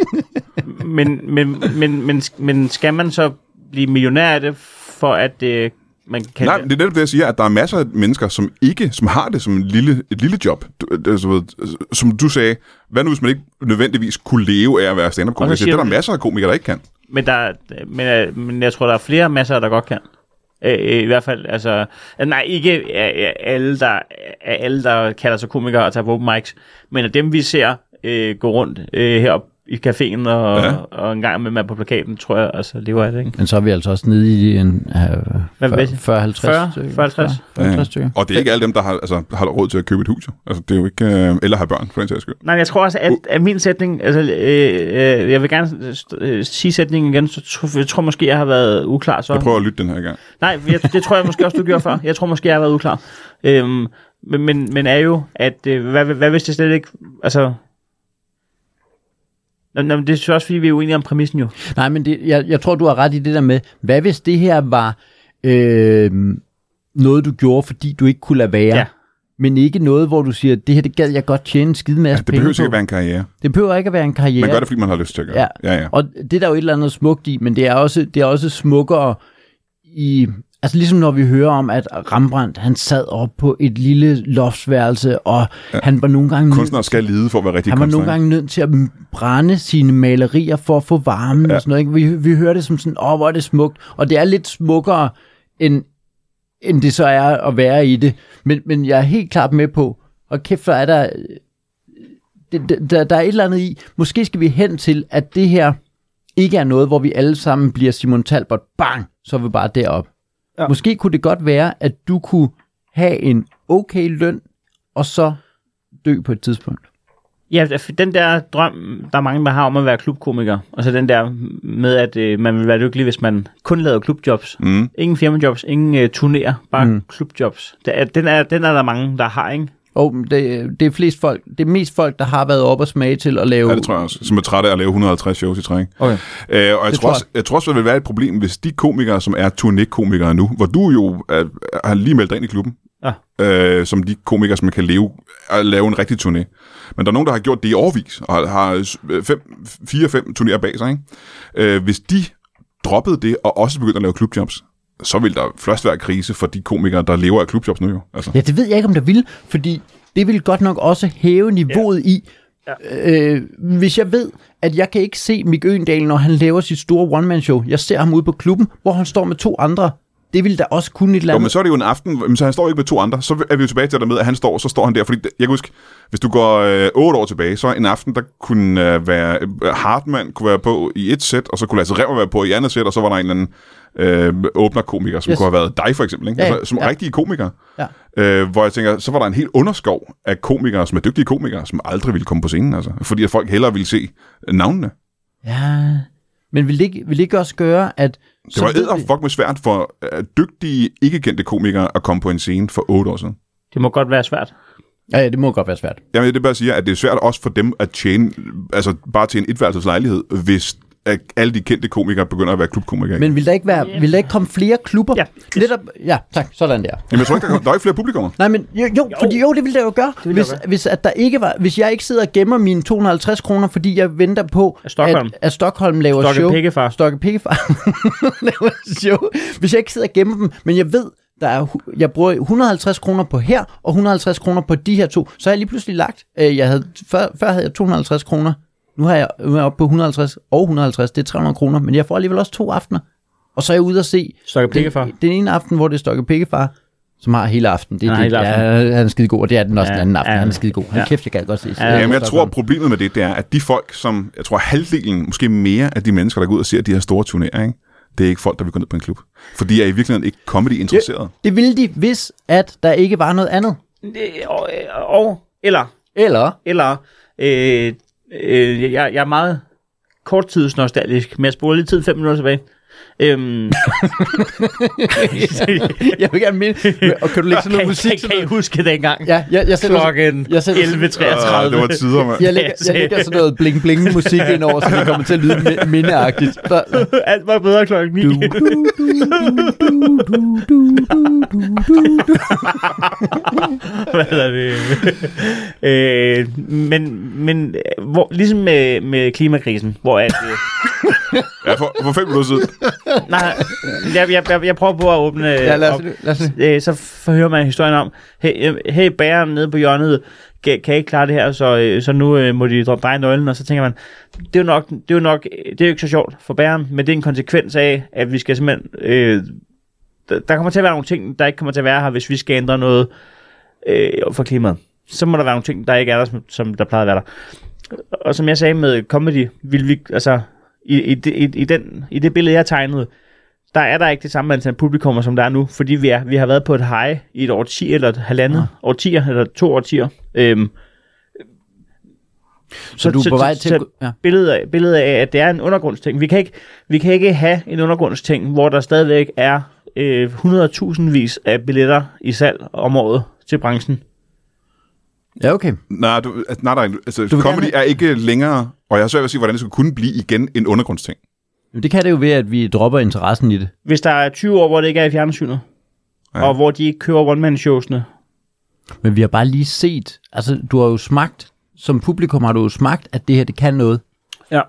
Speaker 3: Men, men, men, men, men skal man så blive millionær af det, for at øh, man kan...
Speaker 1: Nej, men det er netop det, jeg siger, at der er masser af mennesker, som ikke, som har det som en lille, et lille job. Du, øh, så ved, øh, som du sagde, hvad nu hvis man ikke nødvendigvis kunne leve af at være stand-up-komiker?
Speaker 3: Og
Speaker 1: Jeg
Speaker 3: så
Speaker 1: siger, Det
Speaker 3: siger
Speaker 1: er der
Speaker 3: du-
Speaker 1: masser af komikere, der ikke kan.
Speaker 3: Men, der, men, øh, men jeg tror, der er flere masser, der godt kan. Øh, øh, I hvert fald, altså... øh, Nej, ikke øh, øh, alle, der, øh, alle, der kalder sig komikere og tager på open mics, men af dem, vi ser øh, gå rundt øh, heroppe i caféen og,
Speaker 1: Ja.
Speaker 3: ja. og en gang med mig på plakaten, tror jeg, altså lever af det, ikke?
Speaker 2: Men så er vi altså også nede i en
Speaker 3: Hvad- hvad-
Speaker 2: 40-50
Speaker 3: 40, 50.
Speaker 1: Ja.
Speaker 2: stykker.
Speaker 1: Øh, Og det er ikke alle dem, der har, altså, har råd til at købe et hus. jo. Altså, det er jo ikke, øh, eller har børn, for den sags skyld.
Speaker 3: Nej, men jeg tror også,
Speaker 1: Uh.
Speaker 3: at, at min sætning, altså, øh, øh, jeg vil gerne øh, sige sætningen igen, så tr- jeg tror måske, jeg har været uklar så.
Speaker 1: Jeg prøver at lytte den her gang.
Speaker 3: Nej, jeg, det tror jeg måske også, du gjorde før. Jeg tror måske, jeg har været uklar. Øhm, men, men, men er jo, at øh, hvad, hvad hvis det slet ikke... Altså, Nå, nå, men det er også, fordi vi er uenige om præmissen jo.
Speaker 2: Nej, men det, jeg, jeg tror, du har ret i det der med, hvad hvis det her var øh, noget, du gjorde, fordi du ikke kunne lade være,
Speaker 3: Ja.
Speaker 2: ja. men ikke noget, hvor du siger, det her, det gad jeg godt tjene en skide masse ja,
Speaker 1: Altså, Det behøver ikke at
Speaker 2: penge på.
Speaker 1: være en karriere.
Speaker 2: Det behøver ikke at være en karriere.
Speaker 1: Man gør det, fordi man har lyst til at gøre
Speaker 2: Ja.
Speaker 1: det. Ja, ja.
Speaker 2: Og det er der jo et eller andet smukt i, men det er også, det er også smukkere i... Altså ligesom når vi hører om, at Rembrandt, han sad op på et lille loftsværelse, og ja. han var nogle gange... nødt-
Speaker 1: Kunstnere skal lide for at være rigtig
Speaker 2: han var nogle
Speaker 1: kunstnere.
Speaker 2: gange nødt til at brænde sine malerier for at få varmen ja. og sådan noget. Ikke? Vi, vi hører det som sådan, åh, hvor er det smukt. Og det er lidt smukkere, end, end det så er at være i det. Men, men jeg er helt klart med på, og kæft, hvor er der, øh, det- det- der... Der er et eller andet i, måske skal vi hen til, at det her ikke er noget, hvor vi alle sammen bliver Simon Talbot, bang, så er vi bare derop. Ja. Måske kunne det godt være, at du kunne have en okay løn, og så dø på et tidspunkt.
Speaker 3: Ja, den der drøm, der er mange, der har om at være klubkomiker, og så den der med, at øh, man vil være lykkelig, hvis man kun lavede klubjobs.
Speaker 1: Mm.
Speaker 3: Ingen firmajobs, ingen øh, turnéer, bare mm. klubjobs. Der, er- den, er, den er der mange, der har, ikke?
Speaker 2: Og det, det, er flest folk, det er mest folk, der har været op og smage til at lave...
Speaker 1: Ja, det tror jeg også. Som er træt af at lave 150 shows i træk.
Speaker 2: Okay.
Speaker 1: Øh, og jeg
Speaker 2: Det
Speaker 1: tror,
Speaker 2: tror
Speaker 1: også, jeg tror også, det vil være et problem, hvis de komikere, som er turnékomikere nu, hvor du jo er, har lige meldt dig ind i klubben,
Speaker 3: Ja.
Speaker 1: øh, som de komikere, som kan leve, at lave en rigtig turné. Men der er nogen, der har gjort det i årvis, og har øh, 4-5 turnéer bag sig. Ikke? Øh, hvis de droppede det, og også begyndte at lave klubjobs, så vil der først være krise for de komikere, der lever af klubjobs nu jo. Altså.
Speaker 2: Ja, det ved jeg ikke, om der vil, fordi det vil godt nok også hæve niveauet ja. i. Ja. Øh, hvis jeg ved, at jeg kan ikke se Mik Øendal, når han laver sit store one-man-show. Jeg ser ham ude på klubben, hvor han står med to andre. Det vil da også kunne et eller
Speaker 1: Jo, men
Speaker 2: andet.
Speaker 1: så er det jo en aften, men så han står ikke med to andre. Så er vi jo tilbage til det der med, at han står, så står han der. Fordi det- jeg kan huske, hvis du går øh, otte år tilbage, så en aften, der kunne øh, være øh, Hartmann kunne være på i et sæt, og så kunne Lasse Remmer være på i andet sæt, og så var der en eller anden øh, åbner komiker, som yes.
Speaker 2: Yes.
Speaker 1: kunne have været dig for eksempel, ikke?
Speaker 2: Ja,
Speaker 1: altså, som
Speaker 2: ja.
Speaker 1: rigtige komikere.
Speaker 2: Ja.
Speaker 1: Øh, hvor jeg tænker, så var der en helt underskov af komikere, som er dygtige komikere, som aldrig ville komme på scenen, altså. Fordi at folk hellere ville se navnene.
Speaker 2: Ja, men vil det ikke, vil det ikke også gøre, at...
Speaker 1: Det var edderfuck med svært for øh, dygtige, ikke kendte komikere at komme på en scene for otte år siden.
Speaker 3: Det må godt være svært.
Speaker 2: Ja, ja, det må godt være svært.
Speaker 1: Jamen, det er bare at sige, at det er svært også for dem at tjene, altså bare til en etværelseslejlighed, hvis at alle de kendte komikere begynder at være klubkomikere. Men,
Speaker 2: Men vil der ikke, være, vil der ikke komme flere klubber?
Speaker 3: Ja.
Speaker 2: Netop, ja tak. Sådan der.
Speaker 1: Jamen, jeg tror ikke, der, kom, der er ikke flere <laughs> publikummer.
Speaker 2: Nej, men jo, jo, jo. Fordi, jo det ville det jo gøre, det
Speaker 3: ville
Speaker 2: hvis,
Speaker 3: det jo
Speaker 2: hvis, at der ikke var, hvis jeg ikke sidder og gemmer mine 250 kroner, fordi jeg venter på,
Speaker 3: At Stockholm.
Speaker 2: At, at Stockholm laver
Speaker 3: Stokke
Speaker 2: show.
Speaker 3: Pikkefar.
Speaker 2: Stokke Pikkefar <laughs> laver show. Hvis jeg ikke sidder og gemmer dem, men jeg ved, der er, hu- jeg bruger 150 kroner på her, og 150 kroner på de her to, så har jeg lige pludselig lagt, øh, jeg havde, før, før havde jeg 250 kroner, nu, har jeg, nu er jeg oppe på 150 og 150, det er 300 kroner, men jeg får alligevel også to aftener. Og så er jeg ude og se
Speaker 3: Stokke Pikkefar.
Speaker 2: den, den ene aften, hvor det er Stokke Pikkefar, som har hele aften. Det er
Speaker 3: Han har
Speaker 2: det,
Speaker 3: hele aften.
Speaker 2: Ja, han er skide god, og det er den også
Speaker 3: Ja,
Speaker 2: den anden aften.
Speaker 3: ja.
Speaker 2: Han er skide god. Han
Speaker 3: Ja.
Speaker 2: kæft, jeg gad godt se.
Speaker 3: Ja,
Speaker 1: Jamen, jeg tror, problemet med det, det er, at de folk, som, jeg tror halvdelen, måske mere af de mennesker, der går ud og ser de her store turneringer, ikke? det er ikke folk, der vil gå ned på en klub. For de er i virkeligheden ikke comedy-interesserede.
Speaker 2: Det ville de, hvis at der ikke var noget andet.
Speaker 3: Øh, Og, og eller,
Speaker 2: Eller,
Speaker 3: eller øh, øh, jeg, jeg er meget korttidsnostalgisk, men jeg spoler lige tiden fem minutter tilbage.
Speaker 2: <laughs>
Speaker 3: Øhm, <laughs>
Speaker 2: jeg vil gerne minde, og kan du lægge sådan noget <laughs>
Speaker 3: kan,
Speaker 2: musik?
Speaker 3: kan,
Speaker 2: til
Speaker 3: kan I
Speaker 2: noget?
Speaker 3: huske dengang?
Speaker 2: Ja, jeg, jeg sætter,
Speaker 3: Klokken
Speaker 2: jeg sætter-
Speaker 3: 11.33.
Speaker 1: Øh, det var tider, mand.
Speaker 2: jeg, lægger, jeg lægger sådan noget bling-bling musik ind over, så det kommer til at lyde mi- mindeagtigt. Så,
Speaker 3: <laughs> Alt var bedre klokken 9.
Speaker 2: du, du, du, du, du, du, du, du, du.
Speaker 3: <laughs> Hvad hedder det? <laughs> øh, men men øh, hvor, ligesom med, med klimakrisen, hvor at... Øh,
Speaker 1: Ja, for, for fem minutter siden.
Speaker 3: nej, jeg, jeg, jeg, jeg prøver på at åbne øh,
Speaker 2: Ja, lad os,
Speaker 3: op.
Speaker 2: lad os,
Speaker 3: Øh, så forhører man historien om, hey, øh, hey bæren nede på hjørnet, kan, kan ikke klare det her, så, øh, så nu øh, må de droppe dig i nøglen, og så tænker man, det er jo nok, det er jo nok, øh, det er jo ikke så sjovt for bæren, men det er en konsekvens af, at vi skal simpelthen, øh, der, der kommer til at være nogle ting, der ikke kommer til at være her, hvis vi skal ændre noget øh, for klimaet. Så må der være nogle ting, der ikke er der, som, som der plejede at være der. Og som jeg sagde med comedy, vil vi, altså, i, i, det- i, i, den, i det billede, jeg tegnede, der er der ikke det samme antal publikummer, som der er nu, fordi vi, er, vi har været på et high i et årti eller et halvandet
Speaker 2: Ah.
Speaker 3: ja. årtier, eller to årtier. Øhm,
Speaker 2: så du er på vej til... at gå- Ja.
Speaker 3: billedet af, billedet af, at det er en undergrundsting. Vi kan ikke, vi kan ikke have en undergrundsting, hvor der stadigvæk er øh, 100.000 vis af billetter i salg om året til branchen.
Speaker 2: ja, okay.
Speaker 1: Nej, du, altså, nej, nej altså,
Speaker 2: vil
Speaker 1: comedy
Speaker 2: gerne-
Speaker 1: er ikke længere, og jeg har svært ved at sige, hvordan det skulle kunne blive igen en undergrundsting.
Speaker 2: Jamen, Det kan det jo ved, at vi dropper interessen i det.
Speaker 3: Hvis der er 20 år, hvor det ikke er i fjernsynet,
Speaker 1: Ja.
Speaker 3: ja. og hvor de ikke kører one-man-showsene,
Speaker 2: Men vi har bare lige set, altså du har jo smagt, som publikum har du jo smagt, at det her, det kan noget.
Speaker 3: ja.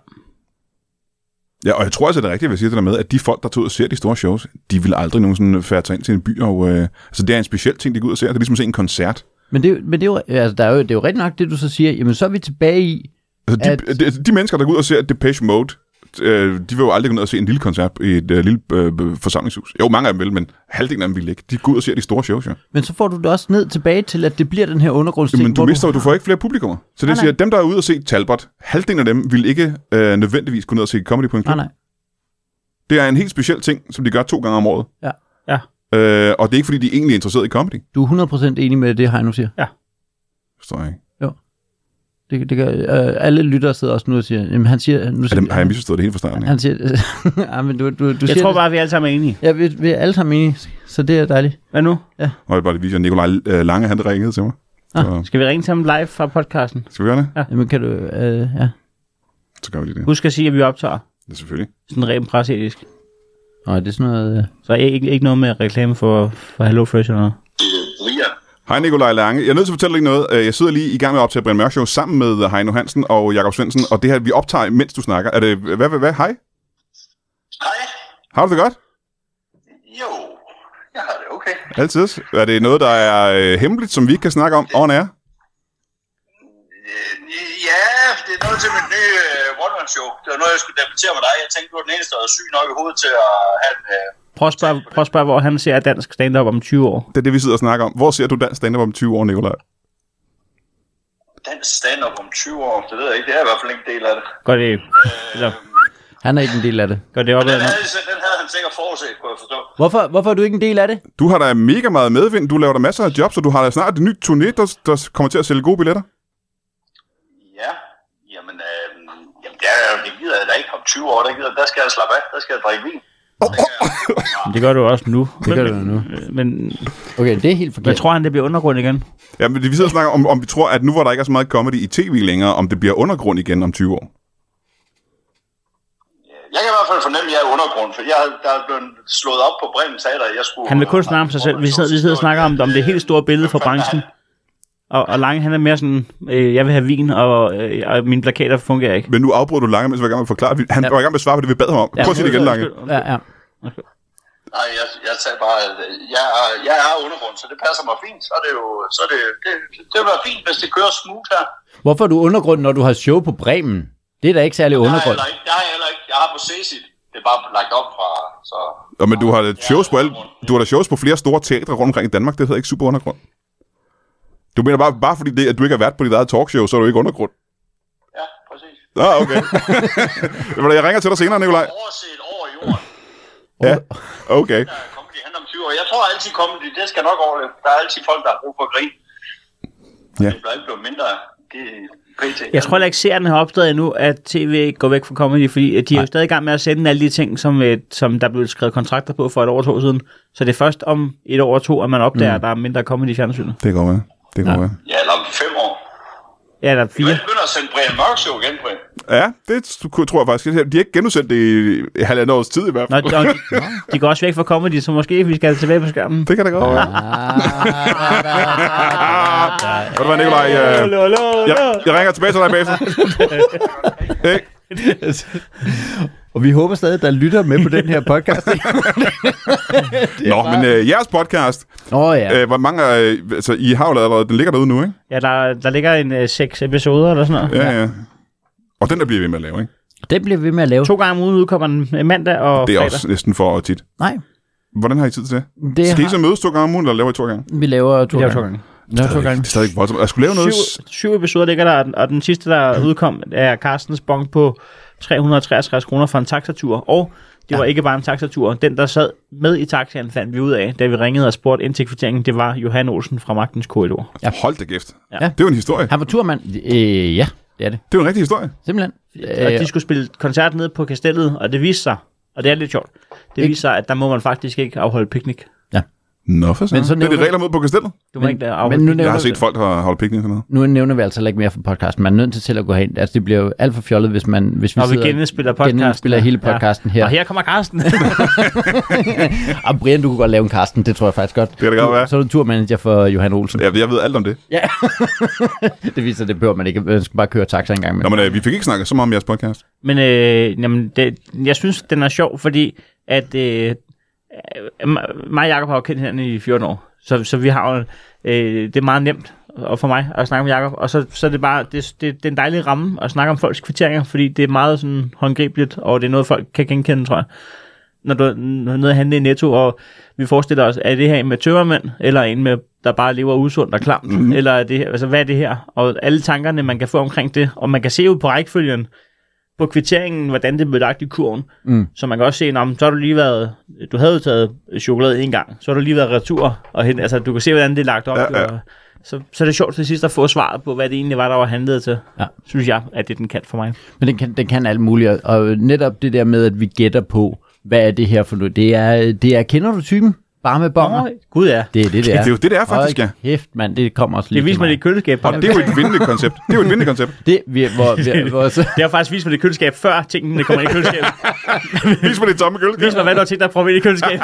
Speaker 1: Ja, og jeg tror altså, det er rigtigt, hvad jeg siger det der med, at de folk, der tager ud og ser de store shows, de vil aldrig nogensinde færde sig ind til en by. Og, øh, altså, det er en speciel ting, de går ud og ser. Det er ligesom at se en koncert.
Speaker 2: Men det, er jo- men det, er, jo, altså, der er jo, det er jo rigtig nok det, du så siger, jamen så er vi tilbage i,
Speaker 1: Altså, de,
Speaker 2: At-
Speaker 1: at... de, de mennesker, der går ud og ser Depeche Mode, øh, de vil jo aldrig gå ned og se en lille koncert i et øh, lille øh, øh, forsamlingshus. Jo, mange af dem vil, men halvdelen af dem vil ikke. De går ud og ser de store shows, ja.
Speaker 2: men så får du det også ned tilbage til, at det bliver den her undergrundsting.
Speaker 1: Men du
Speaker 2: hvor
Speaker 1: mister jo, du får ikke flere publikummer. Så det
Speaker 2: Nej,
Speaker 1: siger, at dem, der er ude og se Talbot, halvdelen af dem vil ikke øh, nødvendigvis gå ned og se comedy på en klub.
Speaker 2: Nej, nej.
Speaker 1: Det er en helt speciel ting, som de gør to gange om året.
Speaker 2: Ja.
Speaker 3: Ja.
Speaker 1: Øh, og det er ikke, fordi de egentlig er interesseret i comedy.
Speaker 2: Du er 100% enig med det, Heino siger.
Speaker 1: Forstår jeg ikke.
Speaker 2: Jo. Det, det gør, øh, alle lyttere sidder også nu og siger, jamen han siger... Nu,
Speaker 1: Er det, har jeg misforstået det helt fra starten? ikke?
Speaker 2: han siger, <laughs> ja, men du, du, du
Speaker 3: Jeg
Speaker 2: siger
Speaker 3: tror
Speaker 2: det-
Speaker 3: bare, vi alle sammen er enige.
Speaker 2: Ja, vi, vi er alle sammen enige, så det er dejligt.
Speaker 3: Hvad nu?
Speaker 1: Og det var det viser, at Nikolaj øh, Lange, han ringede til mig. Så,
Speaker 3: Skal vi ringe til ham live fra podcasten?
Speaker 1: skal vi gøre det?
Speaker 2: Jamen kan du... Øh, ja.
Speaker 1: Så gør vi lige det.
Speaker 3: Husk at sige, at vi optager.
Speaker 1: Ja, selvfølgelig.
Speaker 3: Sådan rent presseetisk.
Speaker 2: Nej, det er sådan noget... Øh.
Speaker 3: Så ikke, ikke noget med reklame for, for Hello Fresh eller noget.
Speaker 1: Hej Nikolaj Lange. Jeg er nødt til at fortælle dig noget. Øh, Jeg sidder lige i gang med at optage Brian Mørk Show sammen med øh, Heino Hansen og Jakob Svendsen, og det her, vi optager, mens du snakker. Er det, hvad, hvad, hvad? Hej?
Speaker 4: Hej.
Speaker 1: Har du det godt?
Speaker 4: Jo, jeg har det okay.
Speaker 1: Altid. Er det noget, der er øh, hemmeligt, som vi ikke kan snakke om on air?
Speaker 4: Øh, Ja, det er noget til mit nye uh, one show Det var noget, jeg skulle debattere med dig. Jeg tænkte, du var den eneste, der var syg nok i hovedet til at have en... Uh...
Speaker 3: Prøv at spørge, prøv at spørge hvor han ser dansk stand-up om 20 år.
Speaker 1: Det er det, vi sidder og snakker om. Hvor ser du dansk stand om 20 år, Nikolaj?
Speaker 4: Den stand-up om 20 år, det ved jeg ikke. Det er i hvert fald ikke en del af det.
Speaker 3: Går det, eller,
Speaker 2: Han er ikke en del af det.
Speaker 3: går det op ad
Speaker 4: Den
Speaker 3: noget?
Speaker 4: havde, den havde han sikkert forudset, kunne jeg forstå.
Speaker 2: Hvorfor, hvorfor er du ikke en del af det?
Speaker 1: Du har da mega meget medvind. Du laver da masser af jobs, og du har da snart et nyt turné, der, der kommer til at sælge gode billetter.
Speaker 4: Ja, jamen, øh, jamen det, er, jo- det gider jeg da ikke om 20 år. Der, gider, der skal jeg slappe af. Der skal jeg drikke vin.
Speaker 3: Det gør du også nu.
Speaker 2: Det gør du nu.
Speaker 3: Men,
Speaker 2: Okay, det er helt
Speaker 3: men
Speaker 2: forkert.
Speaker 3: tror han, det bliver undergrund igen?
Speaker 1: Ja, men vi sidder og snakker om, om vi tror, at nu hvor der ikke er så meget comedy i tv længere, om det bliver undergrund igen om 20 år.
Speaker 4: Jeg kan i hvert fald fornemme, at jeg er i undergrund, for jeg der er blevet slået op på Bremen Teater. Jeg skulle,
Speaker 3: Han vil kun snakke om sig selv. Vi sidder, vi sidder og snakker om, om det helt store billede for branchen. Og, og Lange, han er mere sådan, øh, jeg vil have vin, og, øh, og mine plakater fungerer ikke.
Speaker 1: Men nu afbryder du Lange, mens vi var i gang med at forklare. at vi- Han ja. var i gang med at svare på det, vi bad ham om. Ja, Prøv at sige det igen, Lange.
Speaker 2: Ja, ja.
Speaker 4: <laughs> Nej, jeg, jeg sagde bare, at jeg, er- jeg er undergrund, så det passer mig fint. Så er det jo, så er det, det, det vil være fint, hvis det kører smooth her.
Speaker 2: Hvorfor er du undergrund, når du har show på Bremen? Det er da ikke særlig
Speaker 4: Jeg har
Speaker 2: undergrund.
Speaker 4: heller ikke, jeg har heller ikke, jeg har på Cecil. Det er bare lagt op fra, så...
Speaker 1: Og men du har da shows på, alle,
Speaker 4: undergrund.
Speaker 1: du har da shows på flere store teatre rundt omkring i Danmark. Det hedder ikke super undergrund. Du mener bare, bare fordi det, at du ikke har været på dit eget talkshow, så er du ikke undergrund.
Speaker 4: Ja, præcis.
Speaker 1: Ah, <laughs> okay. Ved du, jeg ringer til dig senere, Nikolaj.
Speaker 4: Overset over jorden.
Speaker 1: Ja, okay.
Speaker 4: Der er comedy, han om 20 år. Jeg tror altid comedy, det skal nok overleve. Der er altid folk, der har brug for grin.
Speaker 1: Ja.
Speaker 4: Ja. Det bliver ikke blevet mindre. Det er pt.
Speaker 3: Jeg tror heller ikke, seerne har opdaget endnu, at tv går væk fra comedy, fordi at de er jo stadig i gang med at sende alle de ting, som, øh, som der blev skrevet kontrakter på for et år og to siden. Så det er først om et år og to, at man opdager, mm. at der er mindre comedy i fjernsynet.
Speaker 1: Det går med. Det går med.
Speaker 4: Ja, eller om fem år.
Speaker 3: Ja, der er
Speaker 4: Ja.
Speaker 3: fire.
Speaker 4: Jeg begynder at sende Brian Mørk show igen, Brian.
Speaker 1: Ja, det tror jeg faktisk. De har ikke genudsendt det i halvandet års tid i hvert
Speaker 3: Nå,
Speaker 1: fald.
Speaker 3: de, de går også væk fra comedy, så måske vi skal tilbage på skærmen.
Speaker 1: Det kan da godt være. Ved du hvad, Nikolaj? øh, Jeg, jeg ringer tilbage til dig
Speaker 3: <laughs>
Speaker 1: bagefter. Hey.
Speaker 2: Og vi håber stadig, at der lytter med på den her <laughs> podcast.
Speaker 1: Nå, men øh, jeres podcast,
Speaker 2: Åh oh, ja.
Speaker 1: øh, hvor mange, øh, altså I har jo lavet allerede, den ligger derude nu, ikke?
Speaker 3: Ja, der, der ligger en øh, seks episoder eller sådan noget. Ja.
Speaker 1: Ja, ja. Og den der bliver vi ved med at lave, ikke?
Speaker 2: Den bliver vi ved med at lave.
Speaker 3: To gange om ugen udkommer den øh, mandag og
Speaker 1: Det er
Speaker 3: fredag.
Speaker 1: også næsten for tit.
Speaker 2: Nej,
Speaker 1: Hvordan har I tid til det?
Speaker 2: det
Speaker 1: Skal I
Speaker 2: har,
Speaker 1: så mødes to gange om ugen, eller laver I to gange?
Speaker 2: vi laver to
Speaker 3: Vi laver to
Speaker 2: gange.
Speaker 3: gange.
Speaker 2: Vi laver to gange.
Speaker 1: Det er stadig voldsomt. Jeg skulle lave noget... s-
Speaker 3: Syv, syv episoder ligger der, og den- og den sidste, der
Speaker 1: Mm.
Speaker 3: udkom, er Carstens bong på 363 kroner for en taxatur. Og det ja. var ikke bare en taxatur. Den, der sad med i taxaen, fandt vi ud af, da vi ringede og spurgte ind til kvitteringen, det var Johan Olsen fra Magtens Korridor.
Speaker 1: Ja. Hold da kæft. Ja.
Speaker 3: Ja.
Speaker 1: Det er jo en historie.
Speaker 2: Han var turmand. Øh, ja, det er det.
Speaker 1: Det er jo en rigtig historie.
Speaker 2: Simpelthen.
Speaker 3: Og
Speaker 2: Øh,
Speaker 3: de skulle spille koncert nede på kastellet, og det viste sig, og det er lidt sjovt, det viste sig, at der må man faktisk ikke afholde piknik.
Speaker 1: Nå, for sådan.
Speaker 2: Men så
Speaker 1: Det er de
Speaker 2: nævner-
Speaker 1: regler mod på kastellet.
Speaker 3: Du må men, ikke øh, afholde
Speaker 2: men nu
Speaker 3: piknik.
Speaker 1: Jeg har
Speaker 2: nævner,
Speaker 1: set folk, der har holdt pikning og sådan noget.
Speaker 2: nu nævner vi altså heller ikke mere for podcasten. Man er nødt til selv at gå hen. Altså, det bliver jo alt for fjollet, hvis, man, hvis vi
Speaker 3: Når vi
Speaker 2: sidder
Speaker 3: genindspiller podcasten.
Speaker 2: genindspiller hele podcasten her.
Speaker 3: Og her kommer Carsten.
Speaker 2: <laughs> Og Brian, du kunne godt lave en Karsten, det tror jeg faktisk godt. Det
Speaker 1: kan det godt være.
Speaker 2: Så er du turmanager for Johan Olsen.
Speaker 1: Jeg, jeg ved alt om det.
Speaker 2: Det viser, at det behøver man ikke. Man skal bare køre taxa en gang med.
Speaker 1: Nå, men øh, vi fik ikke snakket så meget om jeres podcast.
Speaker 3: Men øh, jamen, det, jeg synes, den er sjov, fordi at, øh, øh, mig og Jacob har jo kendt hinanden i 14 år. Så, så vi har jo, øh, det er meget nemt og for mig at snakke med Jacob. Og så, så er det bare, det, det, det er en dejlig ramme at snakke om folks kvitteringer, fordi det er meget sådan håndgribeligt, og det er noget, folk kan genkende, tror jeg. Når du når du er nede og handler i Netto, og vi forestiller os, er det her en med tømmermænd, eller en med, der bare lever usundt og klamt,
Speaker 1: Mhm.
Speaker 3: mm-hmm. eller er det, her- altså, hvad er det her? Og alle tankerne, man kan få omkring det, og man kan se ud på rækkefølgen, på kvitteringen, hvordan det blev lagt i kurven. Mm. Så man kan også se, nå, men så har du lige været, du havde jo taget chokolade en gang, så har du lige været retur, og hen, altså, du kan se, hvordan det er lagt op.
Speaker 1: Ja, ja.
Speaker 3: Og, så, så er det sjovt til sidst at få svaret på, hvad det egentlig var, der var handlet til.
Speaker 2: Ja.
Speaker 3: Synes jeg, at det den kan for mig.
Speaker 2: Men den kan, den kan alt muligt, og- og netop det der med, at vi gætter på, hvad er det her for noget, det er, det er kender du typen? Bare med bonger?
Speaker 3: Nå, Gud ja.
Speaker 2: Det er det, det er.
Speaker 1: Det er jo det, det er faktisk, ja.
Speaker 2: Hold kæft, mand, det kommer også lige
Speaker 3: Det viste mig det i køleskab.
Speaker 1: Og det er jo et vindende koncept. Det er jo et vindende
Speaker 3: <laughs>
Speaker 1: koncept.
Speaker 2: Det, vi, hvor, vi, hvor, så,
Speaker 3: Det har faktisk vist mig det i køleskab, før tingene kommer ind i køleskabet.
Speaker 1: Vis mig det tomme køleskab.
Speaker 3: Vis mig, hvad du har tænkt dig at prøve ind i
Speaker 1: <laughs>
Speaker 3: køleskabet.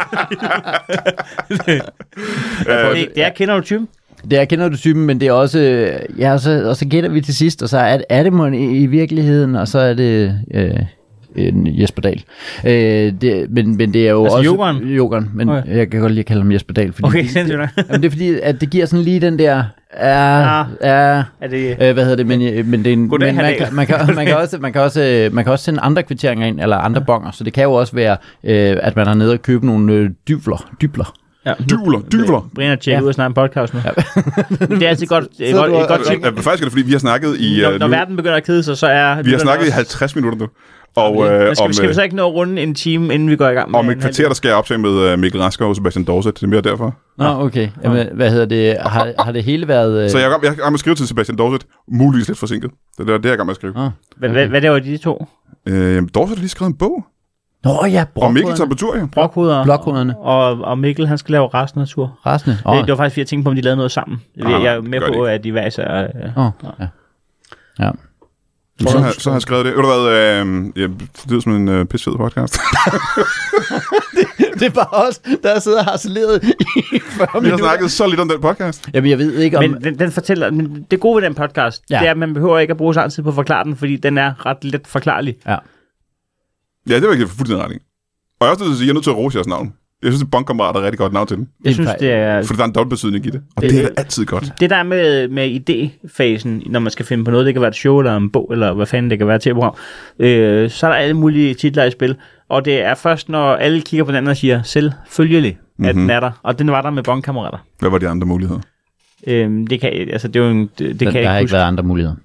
Speaker 3: det, det er kender du typen.
Speaker 2: det er kender du typen, men det er også, øh, ja, og så, og så gætter vi til sidst, og så er, er det mon i, i virkeligheden, og så er det øh, en Jesper Dahl. Øh, det, men, men det er jo
Speaker 3: Altså
Speaker 2: også...
Speaker 3: jokeren?
Speaker 2: Jokeren, men
Speaker 3: Okay.
Speaker 2: okay. jeg kan godt lide at kalde ham Jesper Dahl. Fordi
Speaker 3: Okay,
Speaker 2: det-
Speaker 3: sindssygt nok.
Speaker 2: Jamen, det er fordi, at det giver sådan lige den der... Ja, ja,
Speaker 3: Ah. Er det...
Speaker 2: Øh, hvad hedder det, men, øh, men, det er en,
Speaker 3: Goddag,
Speaker 2: men
Speaker 3: herr
Speaker 2: man,
Speaker 3: Dahl.
Speaker 2: kan, man, kan, man, kan også, man, kan også, øh, man kan også sende andre kvitteringer ind, eller andre bonger, så det kan jo også være, øh, at man er nede og købe nogle øh, dybler. dybler.
Speaker 3: Ja.
Speaker 1: Dyvler, dyvler.
Speaker 3: Brian har tjekket
Speaker 2: Ja.
Speaker 3: ud og snakket en podcast nu. Ja. <laughs> det er altid godt, et
Speaker 2: Så
Speaker 3: godt,
Speaker 2: du-
Speaker 3: et godt ting.
Speaker 1: Ja, men faktisk er det, fordi vi har snakket i... øh,
Speaker 3: Når, når
Speaker 1: nu-
Speaker 3: verden begynder at kede sig, så er...
Speaker 1: Vi har snakket i 50 minutter nu. Og, øh,
Speaker 3: Øh, skal,
Speaker 1: om,
Speaker 3: vi, skal vi så ikke nå at runde en time, inden vi går i gang med...
Speaker 1: om
Speaker 3: en
Speaker 1: et
Speaker 3: halv-
Speaker 1: kvarter, der skal jeg optage med øh, Mikkel Rasker og Sebastian Dorset. Det er mere derfor.
Speaker 2: Nå, okay. Jamen, hvad hedder det? Har, har det hele været... Øh,
Speaker 1: Så jeg er, i gang- jeg er i gang med at skrive til Sebastian Dorset. Muligvis lidt forsinket. Det er det, jeg er i gang med at skrive.
Speaker 2: Ah.
Speaker 3: Hvad, hvad, hvad laver de to?
Speaker 1: Øh, jamen, Dorset har lige skrevet en bog.
Speaker 2: Nå ja,
Speaker 1: Og Mikkel tager
Speaker 2: blokkoderne.
Speaker 1: på tur, ja.
Speaker 3: Brokhoder
Speaker 2: Blokkoderne.
Speaker 3: og, og Mikkel, han skal lave resten af tur.
Speaker 2: Resten.
Speaker 3: Oh.
Speaker 2: Åh,
Speaker 3: Det var faktisk, fordi jeg tænkte på, om de lavede noget sammen. Jeg,
Speaker 1: Ah,
Speaker 3: jeg er med
Speaker 1: gør det
Speaker 3: på,
Speaker 1: ikke.
Speaker 3: at de hver især... Øh,
Speaker 2: åh, ja. ja.
Speaker 1: Så har, så har jeg skrevet det. Ved du hvad, øh, ja, det lyder som en øh, pissefed podcast.
Speaker 2: <laughs>
Speaker 1: <laughs>
Speaker 2: Det er bare os, der sidder og harceleret i 40
Speaker 1: vi har snakket så lidt om den podcast.
Speaker 2: Jamen, jeg ved ikke om...
Speaker 3: Men den, den fortæller, men det gode ved den podcast, ja.
Speaker 2: Ja.
Speaker 3: det er, at man behøver ikke at bruge så lang tid på at forklare den, fordi den er ret let forklarlig.
Speaker 2: Ja.
Speaker 1: Ja, det var ikke fuldstændig ret i. Og jeg er også nødt til at sige, at jeg er nødt til at rose jeres navn. Jeg synes, at Bondkammerat er et rigtig godt navn til den.
Speaker 3: Jeg
Speaker 2: en
Speaker 3: synes,
Speaker 2: fejl.
Speaker 3: det er...
Speaker 1: For der er en dobbeltbetydning i det. Og det,
Speaker 3: Det-
Speaker 1: det er da altid godt.
Speaker 3: Det der med, med idéfasen, når man skal finde på noget, det kan være et show eller en bog, eller hvad fanden det kan være til program, øh, så er der alle mulige titler i spil. Og det er først, når alle kigger på den anden og siger, selvfølgelig, mm-hmm. at den er der. Og den var der med bondkammerater.
Speaker 1: Hvad var de andre muligheder?
Speaker 3: Øh, det kan, altså, det er jo en, det, det
Speaker 2: den,
Speaker 3: kan
Speaker 2: der
Speaker 3: jeg
Speaker 2: har
Speaker 3: ikke
Speaker 2: ikke
Speaker 3: huske.
Speaker 2: været andre muligheder.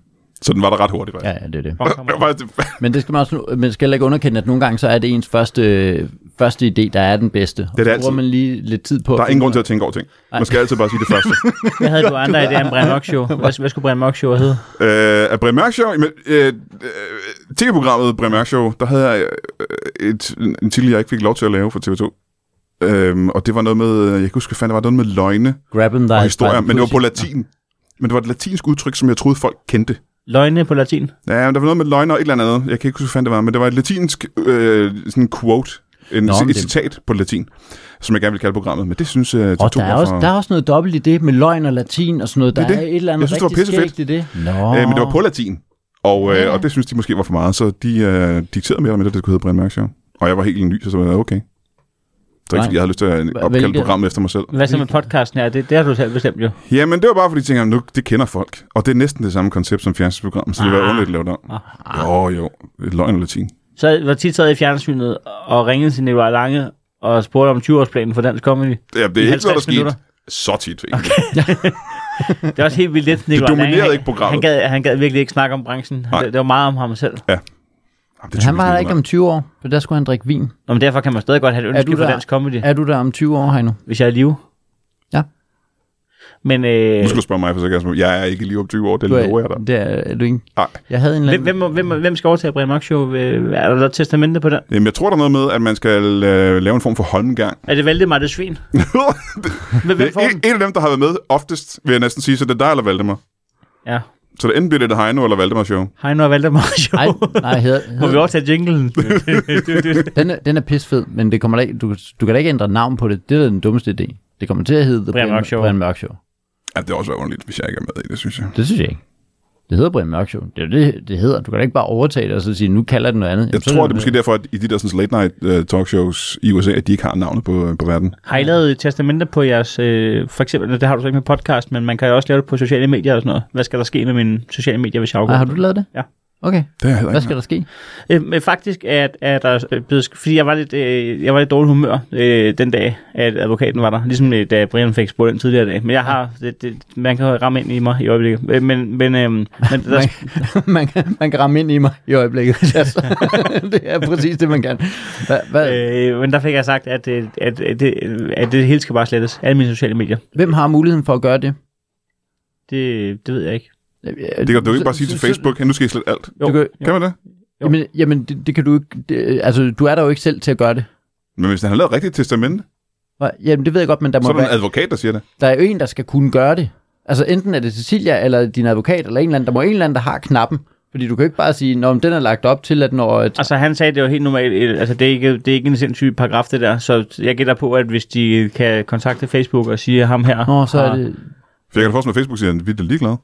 Speaker 1: Så den var der ret hurtigt, faktisk.
Speaker 2: Ja, ja, det er det.
Speaker 1: Ja.
Speaker 3: Bondkammerater.
Speaker 1: faktisk <laughs> det-
Speaker 2: Men det skal man også man skal heller ikke underkende, at nogle gange så er det ens første, øh, første idé, der er den bedste. Og
Speaker 1: det
Speaker 2: så
Speaker 1: altid.
Speaker 2: bruger man lige lidt tid på.
Speaker 1: der er ingen grund til at tænke over ting. Man skal altid bare sige
Speaker 2: <laughs>
Speaker 1: det første.
Speaker 3: Hvad havde du andre idéer end Brian Mørk Show? Hvad, hvad skulle Brian Mørk Show hedde?
Speaker 1: Øh, af Brian Mørk Show, jamen, øh, øh, TV-programmet Brian Mørk Show, der havde jeg øh, et, en titel, jeg ikke fik lov til at lave for TV2. Øhm, og det var noget med, øh, jeg kan ikke huske, hvad fanden, det var noget med løgne
Speaker 2: Grab them
Speaker 1: og
Speaker 2: by-
Speaker 1: historier,
Speaker 2: by
Speaker 1: men det var
Speaker 2: pussy.
Speaker 1: på latin. Men det var et latinsk udtryk, som jeg troede, folk kendte.
Speaker 3: Løgne på latin.
Speaker 1: Ja, men der var noget med løgne og et eller andet. Jeg kan ikke huske, hvad fanden det var, men det var et latinsk øh, sådan quote, en,
Speaker 2: Nå,
Speaker 1: Nå,
Speaker 2: men
Speaker 1: et
Speaker 2: det-
Speaker 1: citat på latin, som jeg gerne ville kalde programmet, men det synes uh, TV2
Speaker 2: Og der er,
Speaker 1: var
Speaker 2: også,
Speaker 1: for-
Speaker 2: der er også noget dobbelt i det med løgn og latin og sådan noget. Der
Speaker 1: Det er
Speaker 2: er
Speaker 1: det.
Speaker 2: et eller andet
Speaker 1: Jeg synes, det var
Speaker 2: rigtig
Speaker 1: pissefedt.
Speaker 2: skægt i det. Nå.
Speaker 1: Øh, men det var på latin, og, øh, og det synes de måske var for meget, så de øh, dikterede mere eller mindre, at det skulle hedde Brian Mørk Show. Og jeg var helt ny, så så var jeg okay. Det var ikke,
Speaker 2: Nej.
Speaker 1: fordi jeg havde lyst til at opkalde
Speaker 2: hvilket-
Speaker 1: programmet efter mig selv.
Speaker 3: Hvad så med podcasten her? Det, det har du selv bestemt jo.
Speaker 1: Jamen, det var bare, fordi jeg tænkte, nu, det kender folk. Og det er næsten det samme koncept som fjernsynsprogrammet, så det
Speaker 2: Ah.
Speaker 1: var underligt at lave det om. Jo, jo. Løgn og latin.
Speaker 3: Så var tit sad i fjernsynet og ringede til Nicolai Lange og spurgte om 20-årsplanen for dansk comedy.
Speaker 1: Ja, det er ikke noget, der
Speaker 3: 50
Speaker 1: skete
Speaker 3: minutter.
Speaker 1: så tit. Okay.
Speaker 3: Det er også helt vildt lidt, Nicolai
Speaker 1: dominerede
Speaker 3: Lange, han-
Speaker 1: ikke programmet.
Speaker 3: Han gad, han gad virkelig ikke snakke om branchen.
Speaker 1: Nej.
Speaker 3: Det, det, var meget om ham selv.
Speaker 1: Jamen,
Speaker 2: Men
Speaker 1: det
Speaker 2: Han var der ikke om 20 år, for der skulle han drikke vin.
Speaker 3: Nå, men derfor kan man stadig godt have et
Speaker 2: Er du
Speaker 3: ønske for
Speaker 2: der?
Speaker 3: dansk comedy,
Speaker 2: Er du der om 20 år, Heino?
Speaker 3: hvis jeg er i live.
Speaker 2: Ja.
Speaker 3: Men øh,
Speaker 1: Du skulle spørge mig for sikkerheds Jeg er ikke lige om 20 år, det lover jeg dig.
Speaker 2: det er, er du ikke?
Speaker 1: Nej.
Speaker 2: Jeg havde en eller
Speaker 3: hvem,
Speaker 2: anden...
Speaker 3: hvem, hvem, hvem skal overtage Brian Mørk Show? Øh, Er der testamente på den?
Speaker 1: Jamen, jeg tror, der er noget med, at man skal øh, lave en form for holmgang. <laughs>
Speaker 3: Er det Valdemar det svin? Hvem, hvem
Speaker 1: det
Speaker 3: får
Speaker 1: er
Speaker 3: den?
Speaker 1: en, en af dem, der har været med oftest, vil jeg næsten sige, så det er dig eller Valdemar.
Speaker 3: Ja,
Speaker 1: Så det enten bliver det det Heino eller Valdemar show.
Speaker 3: Heino og Valdemar Show.
Speaker 2: Nej, nej, hedder,
Speaker 3: <laughs> Må vi
Speaker 2: hedder,
Speaker 3: overtage
Speaker 1: <laughs>
Speaker 3: jinglen?
Speaker 2: den, er, den er pissfed, men det kommer da ikke, du, du kan da ikke ændre navn på det. Det er da den dummeste idé. Det kommer til at hedde The
Speaker 3: Brian Mørk Show.
Speaker 2: Brian Mørk Show.
Speaker 1: Ja, det er også være underligt, hvis jeg ikke er med i det, synes jeg.
Speaker 2: Det synes jeg ikke. Det hedder Brian Mørk Show. Det er jo det, det hedder. Du kan da ikke bare overtage det og så sige, nu kalder den noget andet.
Speaker 1: Jeg tror, det er måske derfor, at i de der sådan, late night uh, talkshows i USA, at de ikke har navnet på, på verden.
Speaker 3: Har I lavet et testamente på jeres, øh, for eksempel, det har du så ikke med podcast, men man kan jo også lave det på sociale medier og sådan noget. Hvad skal der ske med mine sociale medier, hvis jeg afgår?
Speaker 2: Nej, Ah, har du lavet det?
Speaker 3: Ja.
Speaker 2: Okay.
Speaker 1: Det er heller
Speaker 2: Hvad
Speaker 1: ikke
Speaker 2: skal der ske?
Speaker 3: Øh, men faktisk er, er der øh, blevet, fordi jeg var lidt, øh, jeg var lidt dårlig humør øh, den dag, at advokaten var der, ligesom øh, da Brian fik spurgt den tidligere dag. Men jeg har, det, det, man kan ramme ind i mig i øjeblikket. Øh, men, men, øh,
Speaker 2: <laughs>
Speaker 3: men der,
Speaker 2: Man, man, <laughs> kan, man kan ramme ind i mig i
Speaker 1: <laughs>
Speaker 2: øjeblikket. Altså, det er præcis det, man kan. Hva, hva, øh.
Speaker 3: øh, men der fik jeg sagt, at, øh, at, at, det, at det hele skal bare slettes. Alle mine sociale medier.
Speaker 2: Hvem har muligheden for at gøre det? Øh,
Speaker 3: Det, det ved jeg ikke.
Speaker 1: Det kan du ikke bare sige til Facebook, at nu skal I slet alt.
Speaker 2: Du kan,
Speaker 1: Kan man det?
Speaker 2: jamen, jamen det, det kan du ikke... Det, altså, du er der jo ikke selv til at gøre det.
Speaker 1: Men hvis han har lavet et rigtigt testament,
Speaker 2: Hva? Jamen, det ved jeg godt, men der
Speaker 1: så
Speaker 2: må
Speaker 1: er der en
Speaker 2: være,
Speaker 1: advokat, der siger det.
Speaker 2: der er jo en, der skal kunne gøre det. Altså, enten er det Cecilia, eller din advokat, eller en eller anden. Der må en eller anden, der har knappen. Fordi du kan jo ikke bare sige, når den er lagt op til, at når... Et,
Speaker 3: Altså han sagde, at det var helt normalt. øh, Altså det er ikke, det er ikke en sindssyg paragraf, det der. Så jeg gætter på, at hvis de kan kontakte Facebook og sige at ham her.
Speaker 2: Nå, så er
Speaker 3: har-
Speaker 2: det...
Speaker 1: For jeg kan da forstå, at Facebook siger, at vi er da ligeglade.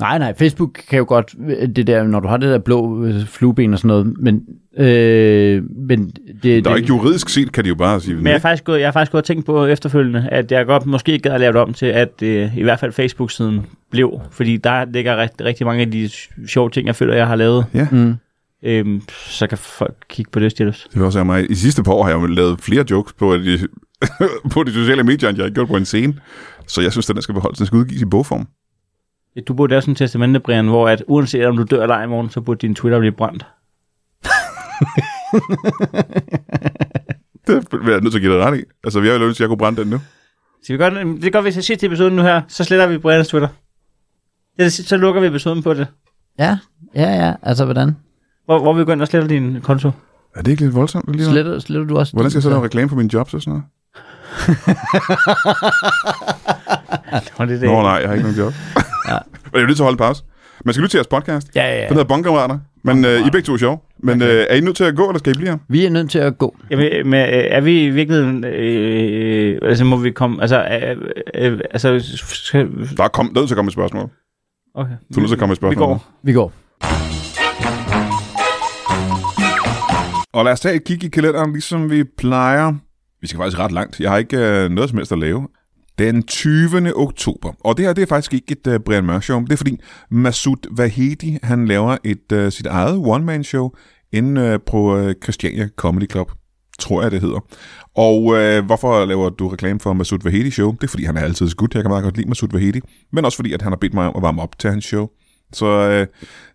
Speaker 2: Nej, nej, Facebook kan jo godt, øh, det der, når du har det der blå øh, flueben og sådan noget, men, øh, men det,
Speaker 1: Der er
Speaker 2: det,
Speaker 1: ikke juridisk set, kan de jo bare sige,
Speaker 3: Men jeg har
Speaker 1: nej.
Speaker 3: faktisk gået, jeg har faktisk gået og tænkt på efterfølgende, at jeg godt måske gad at lave det om til, at øh, i hvert fald Facebook-siden blev, fordi der ligger rigtig, rigtig mange af de sjove ting, jeg føler, jeg har lavet.
Speaker 1: Ja.
Speaker 2: Mm.
Speaker 3: Øhm, så kan folk kigge på det stilles.
Speaker 1: Det vil også være mig. I sidste par år har jeg jo lavet flere jokes på de, <laughs> på de sociale medier, end jeg har gjort på en scene. Så jeg synes, den der skal beholdes. Den skal udgives i bogform.
Speaker 3: Du burde lave sådan en testamente, Brian, hvor at uanset om du dør eller ej i morgen, så burde din Twitter blive brændt.
Speaker 1: <laughs> Det bliver jeg nødt til at give dig ret i. Altså, jeg ville ønske, at jeg kunne brænde den nu.
Speaker 3: Skal vi godt, det er godt, hvis jeg sidste episoden nu her, så sletter vi Brians Twitter. Det, så lukker vi episoden på det.
Speaker 2: ja, ja, ja, altså hvordan?
Speaker 3: Hvor, hvor vi går ind og sletter din konto.
Speaker 1: Er det ikke lidt voldsomt? Lige
Speaker 2: Sletter, sletter du også?
Speaker 1: Hvordan skal jeg så lave reklame for mine jobs og sådan noget?
Speaker 3: Nå, det er det.
Speaker 1: Nå nej, jeg har ikke
Speaker 3: <laughs>
Speaker 1: nogen job. ja. <laughs> Men jeg er nødt til at holde pause. Man skal lytte til jeres podcast.
Speaker 2: Ja, ja,
Speaker 1: Den
Speaker 2: ja.
Speaker 1: hedder Bonkammerater. Men øh, I er begge to er sjove. Men øh, er I nødt til at gå, eller skal I blive her?
Speaker 2: Vi er nødt til at gå.
Speaker 3: Jamen, men, øh, er vi i virkeligheden... Øh, altså, må vi komme... Altså, øh, øh, altså... Skal,
Speaker 1: Der er, kom, der er nødt til at komme et spørgsmål.
Speaker 3: okay.
Speaker 1: Du er nødt til at komme et
Speaker 3: Vi
Speaker 1: spørgsmål.
Speaker 3: går.
Speaker 2: Vi går.
Speaker 1: Og lad os tage et kig i kalenderen, ligesom vi plejer. Vi skal faktisk ret langt. Jeg har ikke øh, noget som helst at lave. Den 20. oktober. Og det her, det er faktisk ikke et øh, Brian Mørk show. Det er fordi Masud Vahedi, han laver et øh, sit eget one-man show inde øh, på øh, Christiania Comedy Club. Tror jeg, det hedder. Og øh, hvorfor laver du reklame for Masud Vahedi show? Det er fordi, han er altid så godt. Jeg kan meget godt lide Masud Vahedi. Men også fordi, at han har bedt mig om at varme op til hans show. Så øh,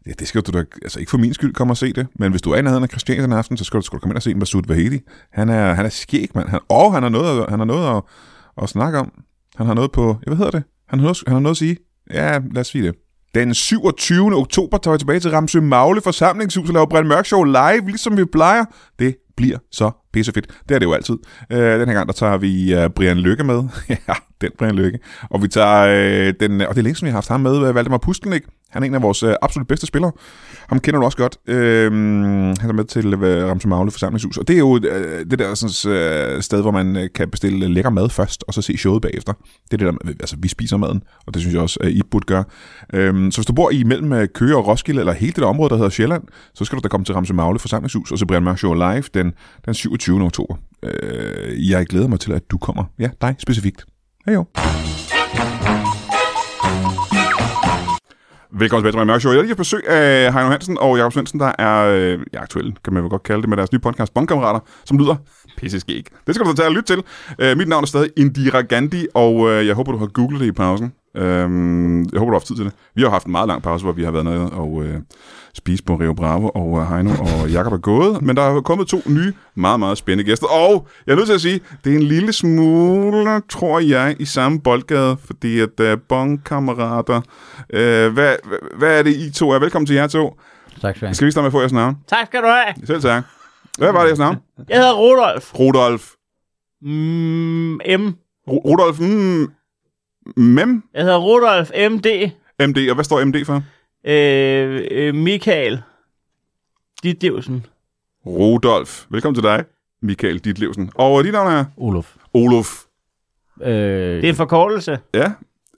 Speaker 1: Ja, det skal du da, altså ikke for min skyld komme og se det, men hvis du er i nærheden af Christiania den aften, så skal du, skal du komme ind og se Masud Vahedi. Han er, han er skæg, mand. Han, og han har noget, at- han har noget at, at, snakke om. Han har noget på, ja, hvad hedder det? Han har, noget, han har noget at sige. Ja, lad os sige det. Den 27. oktober tager vi tilbage til Ramsø Magle forsamlingshus og laver Brian Mørk Show live, ligesom vi plejer. Det bliver så pissefedt. Det er det jo altid. Øh, den her gang, der tager vi øh, Brian Lykke med. <laughs> ja, den Brian Lykke. Og vi tager øh, den, og det er længe, siden vi har haft ham med, øh, Valdemar Pustelnik. Han er en af vores øh, absolut bedste spillere. Ham kender du også godt. Øh, han er med til øh, Ramsø Magle forsamlingshus. Og det er jo øh, det der sådan, øh, sted, hvor man øh, kan bestille lækker mad først, og så se showet bagefter. Det er det der, altså vi spiser maden, og det synes jeg også, øh, I burde gøre. Øhm, så hvis du bor imellem øh, Køge og Roskilde, eller hele det der område, der hedder Sjælland, så skal du da komme til Ramse Magle forsamlingshus, og så Brian Mørk Show live den, den 27. oktober. Øh, jeg glæder mig til, at du kommer. Ja, dig specifikt. Hej jo. Velkommen tilbage til Brian Mørk Show. Jeg har lige haft besøg af Heino Hansen og Jakob Svendsen, der er øh, ja, aktuelle, kan man vel godt kalde det, med deres nye podcast, Bondkammerater, som lyder pisseskæg. Det skal du da tage og lytte til. Øh, mit navn er stadig Indira Gandhi, og øh, jeg håber, du har googlet det i pausen. Øhm, jeg håber, du har haft tid til det. Vi har haft en meget lang pause, hvor vi har været nede og øh, spise på Rio Bravo, og øh, Heino og Jakob er gået. Men der er kommet to nye, meget, meget spændende gæster. Og jeg er nødt til at sige, det er en lille smule, tror jeg, i samme boldgade, fordi at øh, bongkammerater... Øh, hvad, hvad- hvad er det, I to er? Velkommen til jer to.
Speaker 2: Tak skal du have.
Speaker 1: Skal vi starte med at få jeres navn?
Speaker 3: Tak skal du have.
Speaker 1: Selv tak. Hvad var det, jeres navn?
Speaker 3: Jeg hedder Rudolf.
Speaker 1: Rudolf.
Speaker 3: Mm, M.
Speaker 1: Ru- Rudolf, mm, Mem?
Speaker 3: Jeg hedder Rudolf M.D.
Speaker 1: MD, og hvad står MD for?
Speaker 3: Øh, øh, Michael. Dit Divsen.
Speaker 1: Rudolf. Velkommen til dig, Michael Ditlevsen. Og dit navn er
Speaker 2: Olof.
Speaker 1: Olof.
Speaker 2: Øh,
Speaker 3: Det er en
Speaker 2: det,
Speaker 3: forkortelse.
Speaker 1: Ja.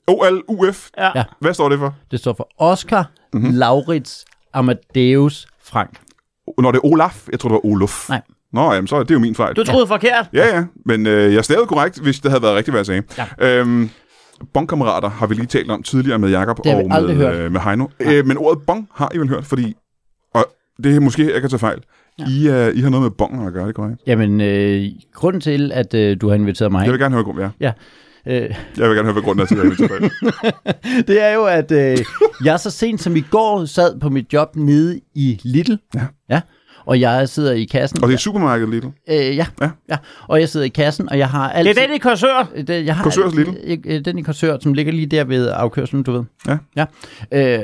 Speaker 1: OLUF.
Speaker 3: Ja.
Speaker 2: Ja.
Speaker 3: ja.
Speaker 1: Hvad står det for?
Speaker 2: det står for Oscar,
Speaker 1: Mhm.
Speaker 2: mm-hmm. Laurits, Amadeus, Frank.
Speaker 1: Når det er Olaf. Jeg tror, det var Olof.
Speaker 2: Nej.
Speaker 1: Nå, jamen, så er det jo min fejl.
Speaker 3: Du troede forkert.
Speaker 1: Ja, ja. Men øh, jeg stavede korrekt, hvis det havde været rigtigt, hvad jeg sagde. Ja. Øhm, Bongkammerater har vi lige talt om tidligere med Jakob
Speaker 2: Det har
Speaker 1: og
Speaker 2: vi aldrig
Speaker 1: med,
Speaker 2: hørt.
Speaker 1: øh, med Heino. Øh, men ordet bong har I vel hørt, fordi Det er måske, jeg kan tage fejl. Ja. I, uh, I har noget med bongen at gøre, det korrekt?
Speaker 2: Jamen, øh, grunden til, at øh, du har inviteret mig
Speaker 1: Jeg
Speaker 2: herind,
Speaker 1: vil gerne høre, grund, ja.
Speaker 2: ja, øh, <laughs>
Speaker 1: Jeg vil gerne høre, hvad grunden er til, at jeg <laughs> er
Speaker 2: det er jo, at øh, jeg så sent som i går sad på mit job nede i Lidl.
Speaker 1: Ja.
Speaker 2: ja og jeg sidder i kassen.
Speaker 1: Og det er supermarkedet, Lidl.
Speaker 2: Øh, ja,
Speaker 1: Ja.
Speaker 2: ja. ja. Og jeg sidder i kassen, og jeg har
Speaker 3: Det
Speaker 2: altid...
Speaker 3: er den i Korsør.
Speaker 2: det, jeg har,
Speaker 1: Korsørs Lidl?
Speaker 2: Øh, øh, Den i Korsør, som ligger lige der ved afkørselen, du ved.
Speaker 1: Ja.
Speaker 2: ja.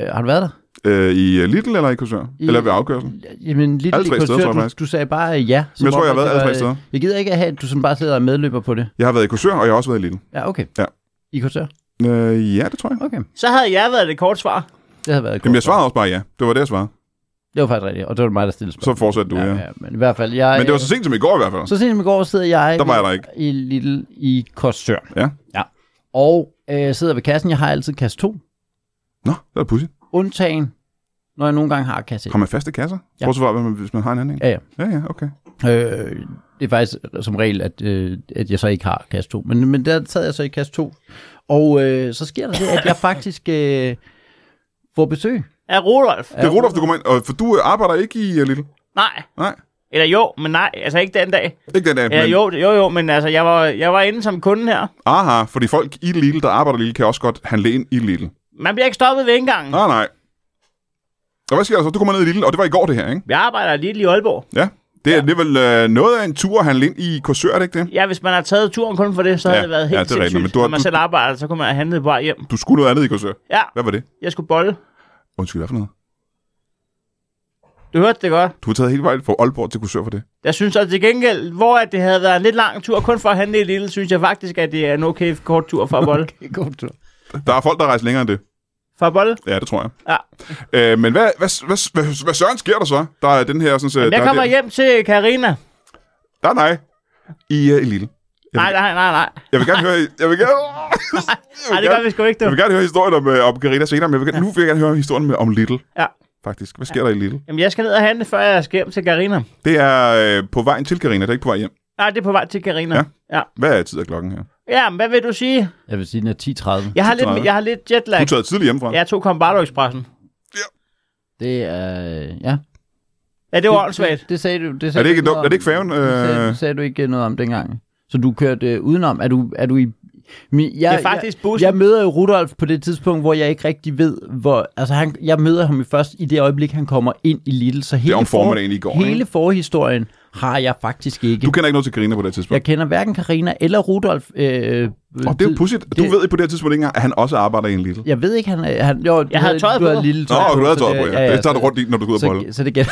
Speaker 2: Øh, har du været der?
Speaker 1: Øh, I øh, Lidl eller i Korsør?
Speaker 2: I-
Speaker 1: Eller ved afkørselen?
Speaker 2: Jamen, lidt
Speaker 1: Alle tre
Speaker 2: i
Speaker 1: steder, tror
Speaker 2: Korsør,
Speaker 1: jeg
Speaker 2: du,
Speaker 1: faktisk.
Speaker 2: du sagde bare øh, ja. som
Speaker 1: jeg tror,
Speaker 2: om,
Speaker 1: jeg har
Speaker 2: at
Speaker 1: været alle
Speaker 2: det
Speaker 1: tre
Speaker 2: var, øh,
Speaker 1: steder.
Speaker 2: Jeg gider ikke have, at du sådan bare sidder og medløber på det.
Speaker 1: Jeg har været i Korsør, og jeg har også været i Lidl.
Speaker 2: Ja, okay.
Speaker 1: Ja.
Speaker 2: I Korsør?
Speaker 1: Øh, ja, det tror jeg.
Speaker 2: Okay.
Speaker 3: Så havde jeg været det korte svar.
Speaker 2: Det havde været et
Speaker 1: Jamen,
Speaker 2: godt
Speaker 1: jeg svarede også bare ja. Det var det, jeg svarede.
Speaker 2: svar. Det var faktisk rigtigt, og det var mig, der stillede
Speaker 1: Så
Speaker 2: spørgsmål.
Speaker 1: fortsatte du, ja.
Speaker 2: ja, ja. Men i hvert fald, jeg... øh,
Speaker 1: Men det var så sent som i går i hvert fald.
Speaker 2: Så sent som i går sidder jeg,
Speaker 1: Der var jeg der ikke.
Speaker 2: i Lille i Korsør.
Speaker 1: Ja.
Speaker 2: ja. Og øh, sidder ved kassen. Jeg har altid kasse 2.
Speaker 1: Nå, det var pudsigt.
Speaker 2: Undtagen, når jeg nogle gange har kasse 1.
Speaker 1: Har man faste kasser? Ja.
Speaker 2: Ja.
Speaker 1: Prøv at svare, hvad man- hvis man har en anden en.
Speaker 2: Ja, ja.
Speaker 1: Ja, ja, okay.
Speaker 2: Øh, det er faktisk som regel, at, øh, at jeg så ikke har kasse 2. Men, men der sad jeg så i kasse 2. Og øh, så sker der det, at jeg faktisk øh, får besøg.
Speaker 3: Af Rudolf.
Speaker 1: Det er Rudolf, du kommer ind, og for du øh, arbejder ikke i øh, Lidl.
Speaker 3: Nej.
Speaker 1: Nej,
Speaker 3: Eller jo, men nej. Altså ikke den dag.
Speaker 1: ikke den dag.
Speaker 3: Ja,
Speaker 1: men-
Speaker 3: jo, det- jo, jo, men altså, jeg var, jeg var inde som kunde her.
Speaker 1: Aha, fordi folk i Lidl, der arbejder i Lidl, kan også godt handle ind i Lidl.
Speaker 3: Man bliver ikke stoppet ved indgangen.
Speaker 1: Nej, nej. Og hvad sker der så? Du kommer ned i Lidl, og det var i går det her, ikke?
Speaker 3: Jeg arbejder lige i Aalborg.
Speaker 1: Ja. Det er ja. alligevel øh, noget af en tur at handle ind i Korsør, er det ikke det?
Speaker 3: Ja, hvis man har taget turen kun for det, så ja,
Speaker 1: Ja,
Speaker 3: havde det været helt
Speaker 1: ja,
Speaker 3: ja,
Speaker 1: det er
Speaker 3: det
Speaker 1: rigtigt,
Speaker 3: sindssygt.
Speaker 1: men du har-
Speaker 3: Når man
Speaker 1: du-
Speaker 3: selv arbejder, så kunne man have handlet på vej hjem.
Speaker 1: Du skulle noget andet i Korsør.
Speaker 3: Ja,
Speaker 1: Hvad var det?
Speaker 3: jeg skulle bolle.
Speaker 1: Undskyld, hvad for noget?
Speaker 3: Du hørte det godt.
Speaker 1: Du har taget hele vejen fra Aalborg til Korsør for det.
Speaker 3: Jeg synes også til gengæld, hvor at det havde været en lidt lang tur, kun for at handle i Lille, synes jeg faktisk, at det er en okay kort tur for at bolle.
Speaker 2: <laughs> God tur.
Speaker 1: Der er folk, der rejser længere end det.
Speaker 3: For at bolle?
Speaker 1: Ja, det tror jeg.
Speaker 3: Ja.
Speaker 1: Øh, men hvad, hvad, hvad, hvad, hvad, søren sker der så? Der er den her... Sådan, så,
Speaker 3: Jeg
Speaker 1: der
Speaker 3: kommer
Speaker 1: er der.
Speaker 3: hjem til Karina.
Speaker 1: Nej, nej. I, uh, i Lille.
Speaker 3: Nej, nej, nej, nej.
Speaker 1: Jeg vil gerne høre... Jeg vil gerne... jeg, vil
Speaker 3: Nej, det gør
Speaker 1: gerne
Speaker 3: vi sgu ikke,
Speaker 1: jeg
Speaker 3: du.
Speaker 1: vil gerne høre historien om, øh, om Carina senere, men jeg vil, gerne- nu vil jeg gerne høre historien med, om Little,
Speaker 3: Ja.
Speaker 1: faktisk. Hvad sker der i Little?
Speaker 3: Jamen, jeg skal ned og handle, før jeg skal hjem til Karina.
Speaker 1: Det er øh, på vejen til Carina, det er ikke på vej hjem.
Speaker 3: Nej, det er på vej til Karina.
Speaker 1: Ja.
Speaker 3: Ja. ja.
Speaker 1: Hvad er tid af klokken her?
Speaker 3: Ja, men hvad vil du sige?
Speaker 2: Jeg vil sige, den er 10.30.
Speaker 3: Jeg har,
Speaker 1: 10:30.
Speaker 3: lidt, jeg har lidt
Speaker 1: Du
Speaker 3: jetlag.
Speaker 1: tager tidligt hjemmefra.
Speaker 3: Jeg tog Combardo Expressen.
Speaker 2: Det er... øh, Ja.
Speaker 3: Ja, det var åndssvagt.
Speaker 2: Det, det sagde du. Det sagde
Speaker 1: Er det ikke,
Speaker 2: du
Speaker 1: dumt? er det ikke færgen?
Speaker 2: Øh... Det sagde,
Speaker 1: Øh,
Speaker 2: sagde du ikke noget om dengang. Så du kørte øh, udenom. Er du, er du i... Mi, jeg,
Speaker 3: Det er faktisk
Speaker 2: jeg,
Speaker 3: bussen.
Speaker 2: jeg møder jo Rudolf på det tidspunkt, hvor jeg ikke rigtig ved, hvor... Altså, han, jeg møder ham i først i det øjeblik, han kommer ind i Lidl. Så hele
Speaker 1: om formiddagen i går, ikke?
Speaker 2: Hele forhistorien har jeg faktisk ikke.
Speaker 1: du
Speaker 2: Du...
Speaker 1: kender ikke noget til Carina på det her tidspunkt.
Speaker 2: Jeg kender hverken Karina eller Rudolf. Øh,
Speaker 1: Og det er jo pudsigt. Du
Speaker 2: det-
Speaker 1: ved ikke på det her tidspunkt ikke engang, at han også arbejder i en Little.
Speaker 2: Jeg ved ikke, han... er- han jo, du
Speaker 3: havde tøjet
Speaker 2: du
Speaker 3: på.
Speaker 2: Havde lille
Speaker 1: Nå,
Speaker 2: tøj
Speaker 1: du havde
Speaker 2: så
Speaker 1: tøjet på, ja. Det tager du
Speaker 2: så-
Speaker 1: rundt i, når du går ud og bolle.
Speaker 2: så, så det gætter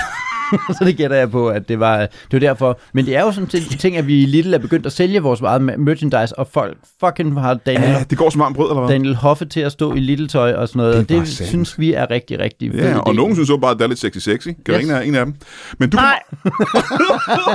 Speaker 2: så det gætter <laughs> jeg på, at det var, det var derfor. Men det er jo sådan en ting, at vi i Lidl er begyndt at sælge vores eget ma- merchandise, og folk fucking har Daniel,
Speaker 1: Ja, det går som varmt brød, eller hvad?
Speaker 2: Daniel Hoffe til at stå i Lidl-tøj og sådan noget.
Speaker 1: Det er
Speaker 2: Det, det
Speaker 1: bare sandt.
Speaker 2: synes vi er rigtig, rigtig fed
Speaker 1: Ja, og
Speaker 2: idé.
Speaker 1: nogen synes jo bare, at det er lidt sexy-sexy. Karina yes. er en af dem. Men du,
Speaker 3: Nej,
Speaker 1: <laughs>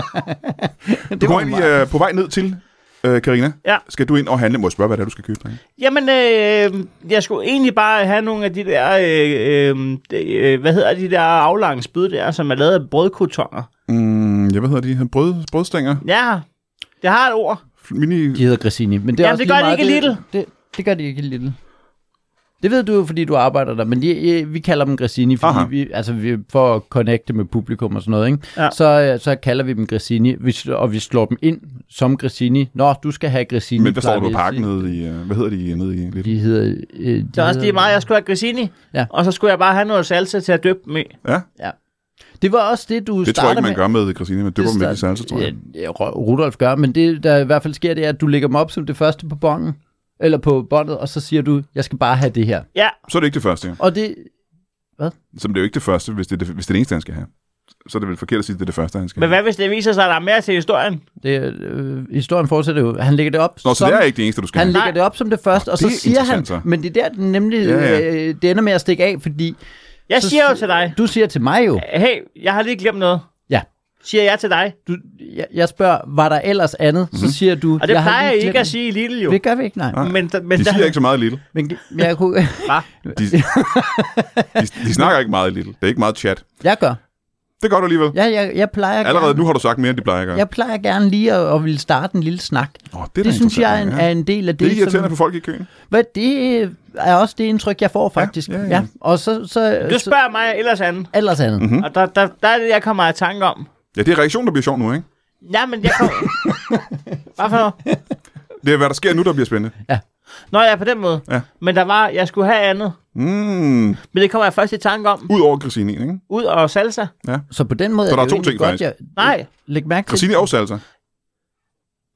Speaker 1: du går
Speaker 2: var
Speaker 1: ind i,
Speaker 2: mig.
Speaker 1: øh, på vej ned til øh, Karina.
Speaker 3: Ja.
Speaker 1: Skal du ind og handle? Må jeg spørge, hvad det er, du skal købe? Drenge?
Speaker 3: jamen, øh, jeg skulle egentlig bare have nogle af de der, øh, øh, de, øh, hvad hedder de der aflange spyd der, som er lavet af brødkutonger.
Speaker 1: Mm, ja, hvad hedder de? her? Brød, brødstænger?
Speaker 3: Ja, det har et ord.
Speaker 1: Mini...
Speaker 2: De hedder Grissini. Men det, er
Speaker 3: Jamen,
Speaker 2: også
Speaker 3: det gør
Speaker 2: lige
Speaker 3: de
Speaker 2: meget-
Speaker 3: ikke i
Speaker 2: det, Det, det gør de ikke i Lidl. Det ved du jo, fordi du arbejder der, men de, øh, vi kalder dem Grissini, fordi
Speaker 1: Aha.
Speaker 2: vi, altså vi, for at connecte med publikum og sådan noget, ikke?
Speaker 3: Ja.
Speaker 2: Så, øh, så kalder vi dem Grissini, vi sl- og vi slår dem ind som Grissini. Nå, du skal have Grissini.
Speaker 1: Men hvad står
Speaker 2: plejer
Speaker 1: der på
Speaker 2: vi at
Speaker 1: pakken
Speaker 2: sige.
Speaker 1: nede i... øh, Hvad hedder de nede i? Lidt?
Speaker 2: De hedder... Øh, de
Speaker 3: Det er også lige
Speaker 2: hedder-
Speaker 3: meget, jeg skulle have grissini,
Speaker 2: Ja.
Speaker 3: og så skulle jeg bare have noget salsa til at døbe dem i.
Speaker 1: Ja,
Speaker 2: Det var også det,
Speaker 1: det
Speaker 2: du
Speaker 1: tror jeg
Speaker 2: starter
Speaker 1: ikke, man
Speaker 2: med.
Speaker 1: gør med Christine, men dypper dem lidt i
Speaker 2: Det start-
Speaker 1: salsa, tror jeg.
Speaker 2: Ja, Ru- Rudolf gør, men det, der i hvert fald sker, det er, at du lægger dem op som det første på bongen, eller på båndet, og så siger du, jeg skal bare have det her.
Speaker 3: Ja,
Speaker 1: Så er det ikke det første, ja.
Speaker 2: Og det,
Speaker 1: Så det er jo ikke det første, hvis det er det, hvis det, er det eneste, han skal have. Så er det vel forkert at sige, at det er det første, han skal
Speaker 3: men
Speaker 1: have.
Speaker 3: hvad hvis det viser sig, at der er mere til historien?
Speaker 2: Det, er- øh, historien fortsætter jo. Han lægger det op
Speaker 1: Nå, så
Speaker 2: som,
Speaker 1: det er ikke det eneste, du skal
Speaker 2: han
Speaker 1: have.
Speaker 2: lægger det op som det første, og så
Speaker 1: det er
Speaker 2: siger han,
Speaker 1: interessant, så.
Speaker 2: men det er der, den nemlig,
Speaker 1: Ja, ja.
Speaker 2: Øh, det ender med at stikke af, fordi...
Speaker 3: Jeg
Speaker 2: så
Speaker 3: siger jo
Speaker 2: si-
Speaker 3: til dig,
Speaker 2: Du siger til mig jo.
Speaker 3: hey, jeg har lige glemt noget.
Speaker 2: Ja.
Speaker 3: Siger jeg til dig.
Speaker 2: Du, jeg, jeg spørger, var der ellers andet? Så siger du...
Speaker 3: Og det
Speaker 2: jeg har
Speaker 3: plejer
Speaker 2: lige
Speaker 3: jeg ikke
Speaker 2: glemt
Speaker 3: at sige i Lille jo.
Speaker 2: det. Det gør vi ikke, nej.
Speaker 1: Mhm. Nej.
Speaker 3: Men, men
Speaker 1: De
Speaker 3: der-
Speaker 1: siger ikke så meget i Little.
Speaker 2: Men men jeg, kunne, <laughs>
Speaker 3: Hva?
Speaker 1: De, de, de snakker ikke meget i Little. Det er ikke meget chat.
Speaker 2: jeg gør.
Speaker 1: Det gør du alligevel.
Speaker 2: Ja, jeg, jeg plejer
Speaker 1: Allerede
Speaker 2: gerne,
Speaker 1: nu har du sagt mere, end de plejer at gøre.
Speaker 2: Jeg plejer gerne lige at, at ville starte en lille snak.
Speaker 1: Åh, det, er
Speaker 2: Det,
Speaker 1: da
Speaker 2: det synes jeg er en,
Speaker 1: interessant,
Speaker 2: er en del af
Speaker 1: Det
Speaker 2: det.
Speaker 1: er irriterende
Speaker 2: som,
Speaker 1: for folk i køen.
Speaker 2: hvad, det er også det indtryk, jeg får faktisk.
Speaker 1: ja, ja.
Speaker 2: Og så, så,
Speaker 3: Du
Speaker 2: så
Speaker 3: spørger mig ellers anden,
Speaker 2: ellers andet. Mm-hmm.
Speaker 1: Mm.
Speaker 3: og der, der, der er det, jeg kommer i tanke om.
Speaker 1: Ja, det er reaktionen, der bliver sjov nu, ikke?
Speaker 3: Ja, men jeg kommer...
Speaker 1: <laughs>
Speaker 3: Hvad for noget?
Speaker 1: Det er, hvad der sker nu, der bliver spændende.
Speaker 3: Nå, ja, på den måde.
Speaker 1: Ja.
Speaker 3: Men der var, jeg skulle have andet.
Speaker 1: Mm.
Speaker 3: Men det kommer jeg først i tanke om.
Speaker 1: Udover Christine, ikke?
Speaker 3: Ud og salsa.
Speaker 2: Så på den måde
Speaker 1: Så
Speaker 2: er
Speaker 1: der er
Speaker 2: det
Speaker 1: to
Speaker 2: jo egentlig
Speaker 1: ting,
Speaker 2: godt,
Speaker 1: faktisk.
Speaker 2: jeg
Speaker 3: Nej,
Speaker 2: lægger mærke til.
Speaker 1: Christine og Salsa. Det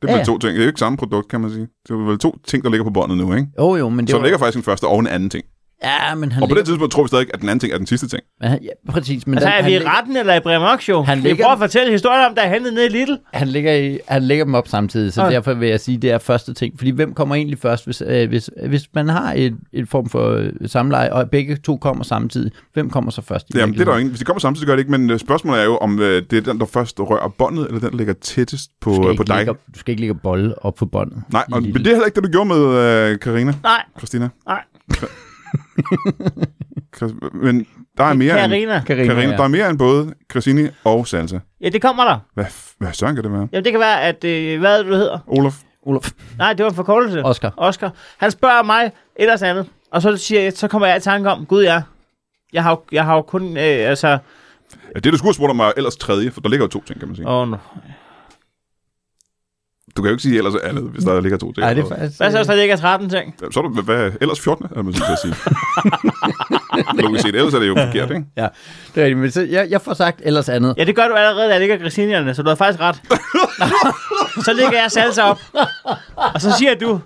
Speaker 1: er
Speaker 2: Ja,
Speaker 1: vel
Speaker 2: ja.
Speaker 1: to ting. Det er jo ikke samme produkt, kan man sige. Det er vel to ting, der ligger på båndet nu, ikke?
Speaker 2: Jo, jo, men det
Speaker 1: Så
Speaker 2: var,
Speaker 1: der ligger faktisk en første og en anden ting.
Speaker 2: Ja, men han
Speaker 1: Og på
Speaker 2: ligger...
Speaker 1: det tidspunkt tror vi stadig, at den anden ting er den sidste ting.
Speaker 2: Men han, ja, præcis, men
Speaker 3: altså
Speaker 2: den,
Speaker 3: er
Speaker 2: han,
Speaker 3: vi i
Speaker 2: ligger,
Speaker 3: retten eller i Bremok Show?
Speaker 2: Han
Speaker 3: Han ligger...
Speaker 2: ligger-
Speaker 3: prøver at fortælle historien om, der er hentet ned i Lidl.
Speaker 2: han, ligger i, han ligger dem op samtidig, så
Speaker 3: Ja.
Speaker 2: derfor vil jeg sige, det er første ting. Fordi hvem kommer egentlig først, hvis, øh, hvis, hvis man har et, et form for øh, samleje, og begge to kommer samtidig, hvem kommer så først? i
Speaker 1: Jamen, det er der jo
Speaker 2: virkeligheden?
Speaker 1: ingen. Hvis de kommer samtidig, så gør det ikke. Men øh, spørgsmålet er jo, om øh, det er den, der først rører båndet, eller den, der ligger tættest på,
Speaker 2: Du skal
Speaker 1: øh, på
Speaker 2: ikke
Speaker 1: dig.
Speaker 2: lægge op- Du skal ikke ligge og bolle op på båndet.
Speaker 1: Nej, og,
Speaker 2: I
Speaker 1: men
Speaker 2: lille-
Speaker 1: det er heller ikke det, du gjorde med øh, Karina,
Speaker 3: Nej,
Speaker 1: Christina.
Speaker 3: nej.
Speaker 1: Chris- Men der er mere end,
Speaker 3: Karina.
Speaker 2: Karina,
Speaker 1: Karina,
Speaker 2: ja.
Speaker 1: der er mere end både Christine og Salsa.
Speaker 3: Ja, det kommer der.
Speaker 1: Hvad, f- hvad søren kan det være?
Speaker 3: Jamen, det kan være, at... Øh, hvad er det, du hedder?
Speaker 1: Olof?
Speaker 2: Olof.
Speaker 3: Nej, det var en forkortelse.
Speaker 2: Oscar.
Speaker 3: Oscar. Han spørger mig ellers andet. Og så siger jeg, så kommer jeg i tanke om, gud ja, jeg har jo, jeg har jo kun, øh, altså...
Speaker 1: Ja, det, du skulle have spurgt om, var ellers tredje, for der ligger jo to ting, kan man sige.
Speaker 3: Åh, oh, no.
Speaker 1: Du kan jo ikke sige ellers andet, hvis der ligger to ting.
Speaker 2: Nej, det er faktisk...
Speaker 3: Hvad så, hvis der ikke er 13 ting?
Speaker 1: Ja, Så er der, hvad, ellers 14, er man sådan til at
Speaker 2: <laughs>
Speaker 1: sige. Logisk set, ellers er det jo forkert, ikke?
Speaker 2: Ja, det er rigtigt, men så, jeg, jeg får sagt ellers andet.
Speaker 3: Ja, det gør du allerede, at det ikke er Christinierne, så du har faktisk
Speaker 1: <laughs>
Speaker 3: ret. så lægger jeg salsa op. Og så siger du,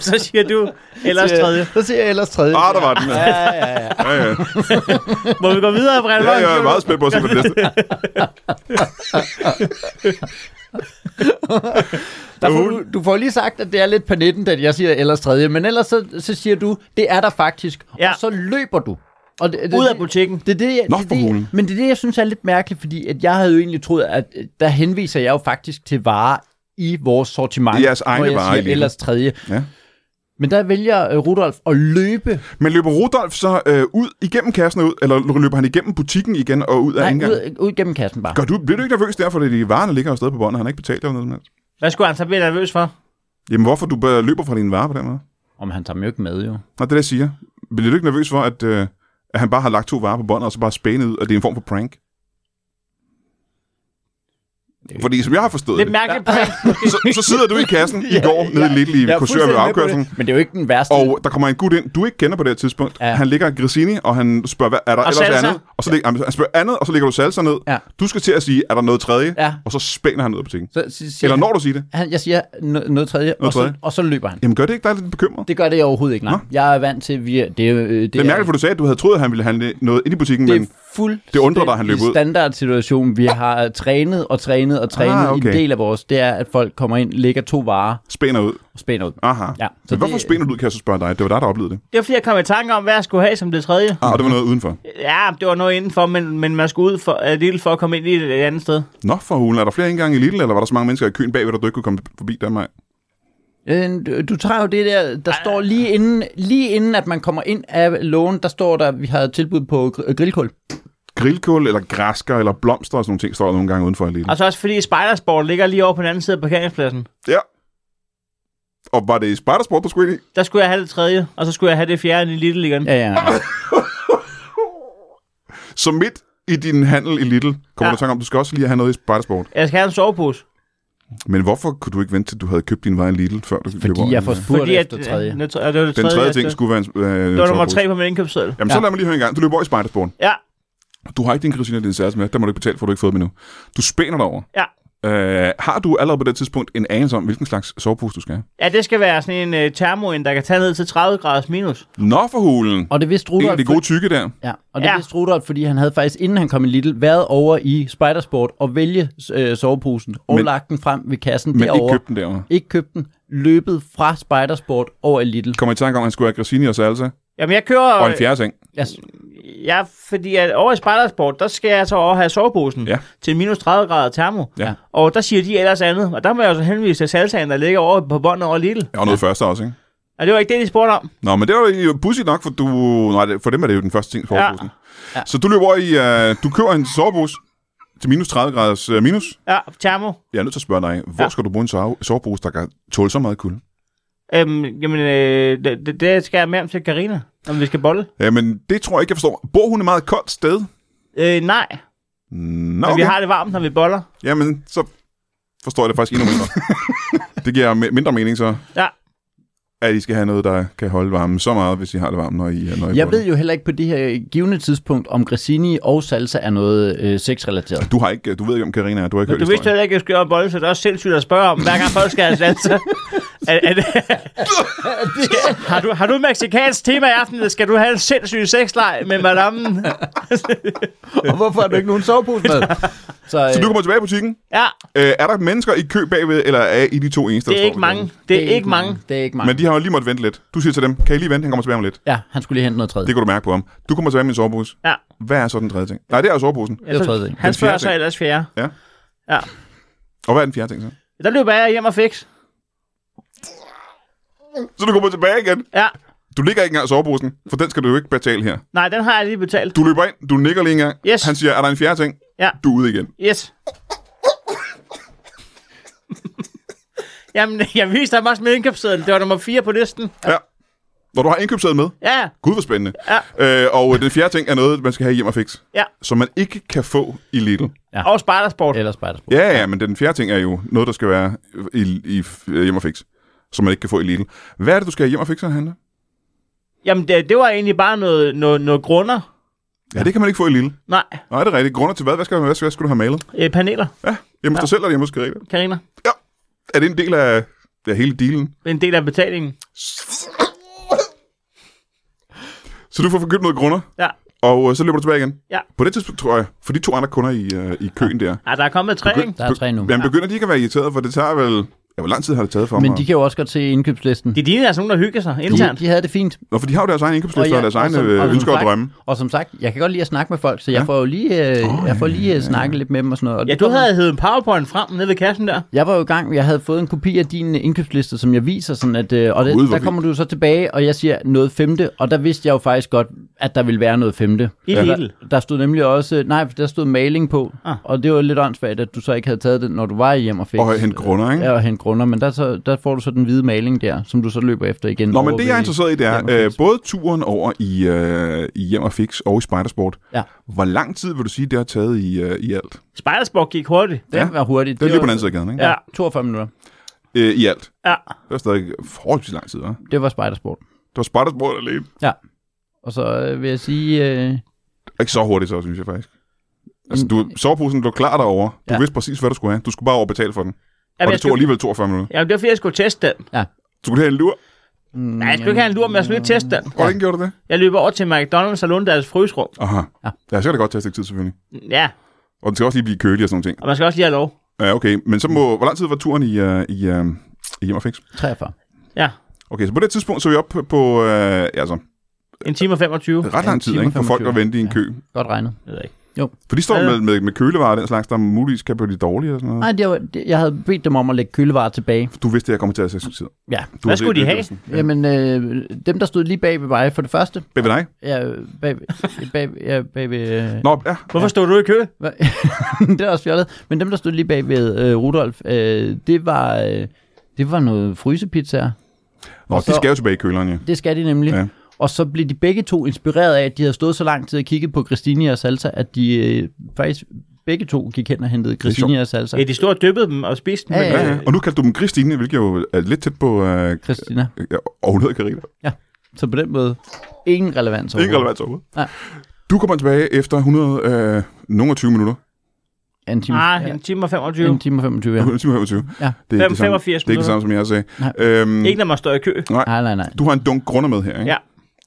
Speaker 3: så siger du, ellers tredje.
Speaker 2: Så siger jeg ellers tredje.
Speaker 1: Ah, der var den. Ja,
Speaker 2: Ja, ja, ja.
Speaker 1: ja, ja.
Speaker 3: Må vi gå videre, Brian?
Speaker 1: ja jeg er meget spændt på at se på det næste.
Speaker 2: Der får, du, du får lige sagt, at det er lidt på 19, da jeg siger ellers tredje, men ellers så, så siger du, det er der faktisk,
Speaker 3: Ja.
Speaker 2: og så løber du. Og det, det,
Speaker 3: Ud af
Speaker 2: det,
Speaker 3: butikken.
Speaker 2: det, er det, jeg-
Speaker 1: Nå,
Speaker 2: det,
Speaker 1: for
Speaker 2: er det,
Speaker 1: hulen.
Speaker 2: jeg- men det er det, jeg synes er lidt mærkeligt, fordi at jeg havde jo egentlig troet, at øh, der henviser jeg jo faktisk til varer i vores sortiment,
Speaker 1: Det er jeres egne
Speaker 2: når jeg
Speaker 1: varer i
Speaker 2: siger
Speaker 1: livet.
Speaker 2: ellers tredje.
Speaker 1: Ja.
Speaker 2: Men der vælger øh, Rudolf at løbe
Speaker 1: Men løber Rudolf så øh, ud igennem kassen og ud, eller løber han igennem butikken igen og ud af
Speaker 2: nej,
Speaker 1: indgangen?
Speaker 2: øh, ud, ud gennem kassen bare.
Speaker 1: Gør du, bliver du ikke nervøs derfor, at de varerne ligger jo stadig på båndet, og han har ikke betalt eller noget som helst?
Speaker 3: Hvad skulle han så blive nervøs for?
Speaker 1: Jamen, hvorfor du bare løber fra dine varer på den måde?
Speaker 2: Om han tager dem jo ikke med, jo.
Speaker 1: Nå, det er det, jeg siger. Bliver du ikke nervøs for, at, øh, at han bare har lagt to varer på båndet, og så bare spænet ud, og det er en form for prank? Fordi som jeg har forstået
Speaker 3: Lidt
Speaker 1: det,
Speaker 3: mærkeligt prank.
Speaker 1: så, så sidder du i
Speaker 2: <laughs>
Speaker 1: kassen i går nede i Lidl i
Speaker 2: Jeg er
Speaker 1: Korsør ved
Speaker 2: fuldstændig med på det,
Speaker 1: afkørselen,
Speaker 2: Men det er jo ikke den værste.
Speaker 1: og der kommer en gut ind, du ikke kender på det her tidspunkt. Ja.
Speaker 2: Ja.
Speaker 1: Han ligger i grissini, og han spørger, hvad, er der
Speaker 3: Og
Speaker 1: ellers
Speaker 3: salsa.
Speaker 1: andet? Og så ligger, jamen, han spørger andet, og så ligger du salsa ned.
Speaker 2: Ja.
Speaker 1: Du skal til at sige, er der noget tredje?
Speaker 2: Ja.
Speaker 1: Og så spænder han ud af butikken.
Speaker 2: så, siger
Speaker 1: Eller
Speaker 2: han-
Speaker 1: når du siger det.
Speaker 2: Han, jeg siger no- noget tredje, noget og, så,
Speaker 1: tredje.
Speaker 2: og så løber han.
Speaker 1: Jamen gør det ikke dig lidt bekymret?
Speaker 2: Det gør det jeg overhovedet ikke, nej.
Speaker 1: Nå.
Speaker 2: Jeg er vant til, vi er, det, er jo, øh, det,
Speaker 1: Det er mærkeligt, for du sagde, at du havde troet, at han ville handle noget ind i butikken,
Speaker 2: det
Speaker 1: men...
Speaker 2: er fuld
Speaker 1: det undrer dig, at han løb ud.
Speaker 2: standardsituation, vi har trænet og trænet og trænet
Speaker 1: Ah,
Speaker 2: ah, okay.
Speaker 1: okay.
Speaker 2: en del af vores, det er, at folk kommer ind, lægger to varer
Speaker 1: spænder ud.
Speaker 2: og spænder ud.
Speaker 1: Aha.
Speaker 2: Ja,
Speaker 1: Ja,
Speaker 2: så
Speaker 1: så men hvorfor
Speaker 2: det-
Speaker 1: spænder du ud, kan jeg så spørge dig? Det var dig, der oplevede det.
Speaker 3: Det var fordi, jeg kom i tanke om, hvad jeg skulle have som det tredje.
Speaker 1: Ah. Og det var noget udenfor.
Speaker 3: Ja, det var noget indenfor, men, men man skulle ud for, uh, Lidl for at komme ind i et andet sted.
Speaker 1: Nå for hulen, er der flere indgange i Lidl, eller var der så mange mennesker i køen bagved, at du ikke kunne komme forbi der mig?
Speaker 2: Øh, Du, du tager jo det der, der står
Speaker 3: Ah.
Speaker 2: lige inden, lige inden, at man kommer ind af lågen, der står der, vi har et tilbud på gr- grillkul.
Speaker 1: Grillkål, eller græsker, eller blomster og sådan nogle ting, står der nogle gange udenfor i Lidl.
Speaker 3: Og så også fordi Spidersport ligger lige over på den anden side af parkeringspladsen.
Speaker 1: Ja. Og var det i Spidersport, du skulle ind i?
Speaker 3: Der skulle jeg have det tredje, og så skulle jeg have det fjerde i Lidl igen.
Speaker 2: Ja, ja.
Speaker 1: Ah. Så midt i din handel i Lidl, kommer
Speaker 3: Ja.
Speaker 1: ja. du i tanke om, du skal også lige have noget i Spidersport.
Speaker 3: Jeg skal have en sovepose.
Speaker 1: Men hvorfor kunne du ikke vente til, du havde købt din vej i Lidl, før du købte
Speaker 2: Fordi jeg får spurgt
Speaker 3: Fordi at,
Speaker 2: efter tredje.
Speaker 3: øh, det var det
Speaker 1: Den tredje
Speaker 3: tredje,
Speaker 1: ting
Speaker 3: jeg-
Speaker 1: skulle være en... Øh,
Speaker 3: Det var nummer tre på min indkøbsseddel.
Speaker 1: Jamen, så lad mig lige høre en gang. Du løber over i Spidersport.
Speaker 3: Ja,
Speaker 1: Du har ikke din Christina og din særelse med. Der må du ikke betale for, du har ikke fået dem endnu. Du spænder dig over.
Speaker 3: ja.
Speaker 1: Øh, har du allerede på det tidspunkt en anelse om, hvilken slags sovepose du skal have?
Speaker 3: Ja, det skal være sådan en øh, termo, der kan tage ned til 30 graders minus.
Speaker 1: Nå for hulen!
Speaker 2: Og det vidste
Speaker 1: En
Speaker 2: Rudolf,
Speaker 1: af de gode tykke der.
Speaker 2: Ja, og det
Speaker 3: Ja.
Speaker 2: ja. vidste Rudolf, fordi han havde faktisk, inden han kom i Lidl, været over i Spidersport og vælge øh, soveposen og
Speaker 1: Men-
Speaker 2: men, lagt den frem ved kassen
Speaker 1: Men
Speaker 2: derovre.
Speaker 1: ikke købt den derovre.
Speaker 2: Ikke købt den. Løbet fra Spidersport over i Lidl.
Speaker 1: Kommer i tanke om, at han skulle have Grassini og salsa
Speaker 3: Jamen, jeg kører...
Speaker 1: og en fjerde seng.
Speaker 2: Jeg,
Speaker 3: Ja, fordi at over i Spejdersport, der skal jeg så over have soveposen
Speaker 1: Ja.
Speaker 3: til minus 30 grader termo.
Speaker 1: Ja.
Speaker 3: Og der siger de ellers andet. Og der må jeg jo så henvise til salsaen, der ligger over på båndet over Lidl.
Speaker 1: Og noget ja. første også, ikke?
Speaker 3: Og det var ikke det, de spurgte om.
Speaker 1: Nå, men det var jo pudsigt nok, for, du... Nej, det- for dem er det jo den første ting i soveposen. Ja.
Speaker 2: Ja.
Speaker 1: Så du løber over i... Uh, du køber en sovepose. til minus 30 graders øh, minus.
Speaker 3: Ja, termo.
Speaker 1: Jeg er nødt til at spørge dig, hvor ja.
Speaker 3: Ja.
Speaker 1: skal du bruge en sove- sovepose, der kan tåle så meget kulde?
Speaker 3: Øhm, jamen, øh, det, det- det, skal jeg med om til Karina, om vi skal bolle.
Speaker 1: Jamen, det tror jeg ikke, jeg forstår. Bor hun et meget koldt sted?
Speaker 3: Øh, nej,
Speaker 1: Nå,
Speaker 3: men
Speaker 1: okay.
Speaker 3: vi har det varmt, når vi boller.
Speaker 1: Jamen, så forstår jeg det faktisk endnu mindre. det giver mi- mindre mening så,
Speaker 3: Ja,
Speaker 1: at I skal have noget, der kan holde varmen så meget, hvis I har det varmt, når I er når I
Speaker 2: Jeg
Speaker 1: bor der.
Speaker 2: ved jo heller ikke på det her givende tidspunkt, om Grissini og salsa er noget øh, sexrelateret.
Speaker 1: Du har ikke, du ved ikke, om Karina er. Du har ikke
Speaker 3: men du
Speaker 1: hørt
Speaker 3: vidste
Speaker 1: historien.
Speaker 3: heller ikke, at jeg skulle gøre bolle, så det er også sindssygt at spørge om, hver gang folk skal have salsa. er, er det, skal, har, du, har du mexikansk tema i aften? Skal du have en sindssyg sexleg med madammen?
Speaker 2: <laughs> Og hvorfor har du ikke nogen sovepose med? <laughs> Så, øh,
Speaker 1: Så du kommer tilbage i butikken.
Speaker 3: Ja,
Speaker 1: Øh, er der mennesker i kø bagved, eller er I de to eneste,
Speaker 3: det
Speaker 1: der står
Speaker 3: er ikke
Speaker 1: ved
Speaker 3: mange.
Speaker 1: døren?
Speaker 3: Det er ikke mange.
Speaker 2: Det er ikke mange.
Speaker 1: Men de har jo lige måttet vente lidt. Du siger til dem, kan I lige vente, han kommer tilbage om lidt.
Speaker 2: Ja, han skulle lige hente noget tredje.
Speaker 1: Det
Speaker 2: Det,
Speaker 1: kan du mærke på ham. Du kommer tilbage med en sovepose.
Speaker 3: Ja.
Speaker 1: Hvad er så den tredje ting? Nej, det er jo soveposen.
Speaker 2: det var tredje ting.
Speaker 3: Han
Speaker 1: Den
Speaker 3: spørger
Speaker 1: fjerde
Speaker 3: så
Speaker 1: ting.
Speaker 3: ellers fjerde.
Speaker 1: Ja.
Speaker 3: Ja.
Speaker 1: Og hvad er den fjerde ting så?
Speaker 3: Der løber jeg hjem og fix.
Speaker 1: Så du kommer tilbage igen.
Speaker 3: Ja.
Speaker 1: Du ligger ikke engang i soveposen, for den skal du jo ikke betale her.
Speaker 3: Nej, den har jeg lige betalt.
Speaker 1: Du løber ind, du nikker lige engang.
Speaker 3: Yes.
Speaker 1: Han siger, er der en fjerde ting?
Speaker 3: Ja.
Speaker 1: Du er ude igen.
Speaker 3: Yes. Jamen, jeg viste ham også med indkøbssedlen. Det var nummer 4 på listen.
Speaker 1: Ja. Når du har indkøbssedlen med.
Speaker 3: Ja,
Speaker 1: Gud, hvor spændende.
Speaker 3: Ja.
Speaker 1: Øh, og den fjerde ting er noget, man skal have hjem og fikse.
Speaker 3: ja.
Speaker 1: Som man ikke kan få i Lidl.
Speaker 2: Ja.
Speaker 3: Og Spartasport.
Speaker 2: Eller spejderspor.
Speaker 1: Ja, ja, men den fjerde ting er jo noget, der skal være i, i, i hjem og fikse. Som man ikke kan få i Lidl. Hvad er det, du skal have hjem og fikse og handle?
Speaker 3: Jamen, det, det var egentlig bare noget, noget, noget grunder.
Speaker 1: Ja, det kan man ikke få i Lidl.
Speaker 3: Nej,
Speaker 1: Nej, det er rigtigt. Grunder til hvad? Hvad skal, hvad skal, hvad skal du have malet?
Speaker 3: øh, paneler,
Speaker 1: Ja, hjemme hos dig selv eller hjemme hos Carina?
Speaker 3: Karina.
Speaker 1: Er det en del af ja, hele dealen?
Speaker 3: En del af betalingen.
Speaker 1: Så du får forkøbt noget grunder,
Speaker 3: Ja.
Speaker 1: og øh, så løber du tilbage igen?
Speaker 3: Ja.
Speaker 1: På det tidspunkt, tror jeg, for de to andre kunder i, øh, i køen der,
Speaker 3: Ah, der er kommet tre, ikke?
Speaker 2: Der er tre nu.
Speaker 1: men begynder de ikke at være irriteret, for det tager vel... Ja, hvor lang tid har det taget for
Speaker 2: Men
Speaker 1: mig?
Speaker 2: de kan jo også godt se indkøbslisten.
Speaker 3: De ligner altså nogen, der hygger sig
Speaker 2: De,
Speaker 3: internt.
Speaker 2: de havde det fint.
Speaker 1: Nå, for de har jo deres egne indkøbslister og, ja, og deres egne
Speaker 2: som-
Speaker 1: og
Speaker 2: som
Speaker 1: ønsker og
Speaker 2: sagt-
Speaker 1: drømme.
Speaker 2: Og som sagt, jeg kan godt lide at snakke med folk, så jeg får jo lige, øh, jeg får lige øh, snakket lidt med dem og sådan noget. Og
Speaker 3: Ja,
Speaker 2: det
Speaker 3: du
Speaker 2: var-
Speaker 3: havde hævet en powerpoint frem nede ved kassen der.
Speaker 2: Jeg var jo i gang, jeg havde fået en kopi af din øh, indkøbsliste, som jeg viser, sådan at, øh, og det,
Speaker 1: Gud, hvor
Speaker 2: der kommer du så tilbage, og jeg siger noget femte, og der vidste jeg jo faktisk godt, at der ville være noget femte. Altså,
Speaker 3: I
Speaker 1: Ja.
Speaker 3: Lidl.
Speaker 2: Der stod nemlig også, øh, nej, for der stod maling på,
Speaker 3: Ah.
Speaker 2: og det var lidt åndssvagt, at du så ikke havde taget den, når du var hjem og fik.
Speaker 1: Og hente grunder, ikke?
Speaker 2: Ja, og hente grunder, men der, så, der får du så den hvide maling der, som du så løber efter igen.
Speaker 1: Nå,
Speaker 2: over
Speaker 1: men det,
Speaker 2: ved-
Speaker 1: jeg er interesseret i, det
Speaker 2: Hjem og
Speaker 1: er
Speaker 2: Fix.
Speaker 1: øh, både turen over i, øh, i Hjem og Fix og i Spidersport.
Speaker 2: Ja.
Speaker 1: Hvor lang tid vil du sige, det har taget i, øh, i alt?
Speaker 3: Spejdersport gik hurtigt.
Speaker 2: Den
Speaker 1: Ja.
Speaker 2: ja. var hurtigt.
Speaker 1: Det er lige
Speaker 2: var-
Speaker 1: på den anden side af gaden, ikke?
Speaker 2: Ja, 42 minutter.
Speaker 1: Øh, I alt.
Speaker 3: Ja.
Speaker 1: Det var stadig forholdsvis lang tid, hva'?
Speaker 2: Det var spejdersport.
Speaker 1: Det var Spidersport alene.
Speaker 2: Ja. Og så øh, vil jeg sige, øh,
Speaker 1: Ikke så hurtigt så, synes jeg faktisk. Altså, du, soveposen lå klar derovre. Du ja.
Speaker 2: Ja.
Speaker 1: vidste præcis, hvad du skulle have. Du skulle bare over og betale for den.
Speaker 3: Jamen,
Speaker 1: og det
Speaker 3: jeg
Speaker 1: tog
Speaker 3: skulle,
Speaker 1: alligevel 42 minutter.
Speaker 3: jamen, det var fordi, jeg skulle teste den.
Speaker 1: Du skulle have en lur.
Speaker 2: Mm,
Speaker 3: Nej, jeg skulle ikke have en lur, men jeg skulle lige teste den.
Speaker 1: Hvordan ja. gjorde du det?
Speaker 3: Jeg løber over til McDonald's og låner deres frysrum.
Speaker 1: Aha. Ja.
Speaker 2: Ja.
Speaker 1: ja så kan det godt tage et stykke tid, selvfølgelig.
Speaker 3: Ja,
Speaker 1: Og den skal også lige blive kølig og sådan nogle ting.
Speaker 3: og man skal også lige have lov.
Speaker 1: Ja, okay. Men så må... Hvor lang tid var turen i, uh, i, uh, i Hjem og Fix?
Speaker 2: 43.
Speaker 3: Ja,
Speaker 1: Okay, så på det tidspunkt så er vi oppe på... Uh, ja, altså,
Speaker 3: en time og 25. Det
Speaker 1: ret
Speaker 2: Ja,
Speaker 1: lang
Speaker 2: en
Speaker 1: tid,
Speaker 2: time og
Speaker 1: ikke? For folk at
Speaker 2: 25.
Speaker 1: vente i en kø.
Speaker 2: Godt regnet.
Speaker 3: ved jeg ikke.
Speaker 1: For de står
Speaker 3: Ja, ja.
Speaker 1: med, med, med kølevarer og den slags, der muligvis kan blive lidt dårlige og sådan noget.
Speaker 2: Nej, det var, det, jeg havde bedt dem om at lægge kølevarer tilbage.
Speaker 1: Du vidste, at jeg kommer til at tage tid.
Speaker 2: Ja.
Speaker 1: Du
Speaker 3: Hvad skulle de have?
Speaker 2: ja. Jamen, øh, dem der stod lige bag ved mig, for det første.
Speaker 1: Bag ved dig?
Speaker 2: Ja, bag, bag, ja, bag ved... Øh,
Speaker 1: Nå, ja.
Speaker 3: Hvorfor stod du i kø?
Speaker 2: hvad? <laughs> det er også fjollet. Men dem der stod lige bag ved øh, Rudolf, øh, det var... Øh, det var noget frysepizzaer.
Speaker 1: Nå, de
Speaker 2: så-
Speaker 1: skal jo tilbage i køleren, ja.
Speaker 2: Det skal de nemlig.
Speaker 1: Ja.
Speaker 2: Ja. Og så blev de begge to inspireret af, at de havde stået så lang tid og kigget på Christine og Salsa, at de øh, faktisk begge to gik hen og hentede Christine og Salsa.
Speaker 3: Ja, de stod og dyppede dem og spiste dem.
Speaker 2: Ja,
Speaker 3: men,
Speaker 1: Ja,
Speaker 2: ja.
Speaker 1: ja. Og nu kaldte du dem Christine, hvilket jo er lidt tæt på... Øh,
Speaker 2: Christina.
Speaker 1: ja, og hun hedder Carina.
Speaker 2: Så på den måde, ingen relevans
Speaker 1: Ingen
Speaker 2: overhovedet.
Speaker 1: relevans overhovedet.
Speaker 2: Nej.
Speaker 1: Du kommer tilbage efter 100, øh, nogle og 20 minutter.
Speaker 2: En time,
Speaker 3: Ah,
Speaker 2: ja,
Speaker 3: en time og 25.
Speaker 2: en time og
Speaker 1: <laughs>
Speaker 2: 25, ja.
Speaker 1: 100 timer 25.
Speaker 2: Ja.
Speaker 1: Det er, ikke det, samme,
Speaker 3: 85
Speaker 1: det er ikke det samme, som jeg sagde.
Speaker 2: Nej.
Speaker 1: Øhm,
Speaker 3: Ikke når man står i kø.
Speaker 2: Nej, nej, nej.
Speaker 1: du har en dunk grunder med her, ikke?
Speaker 3: Ja.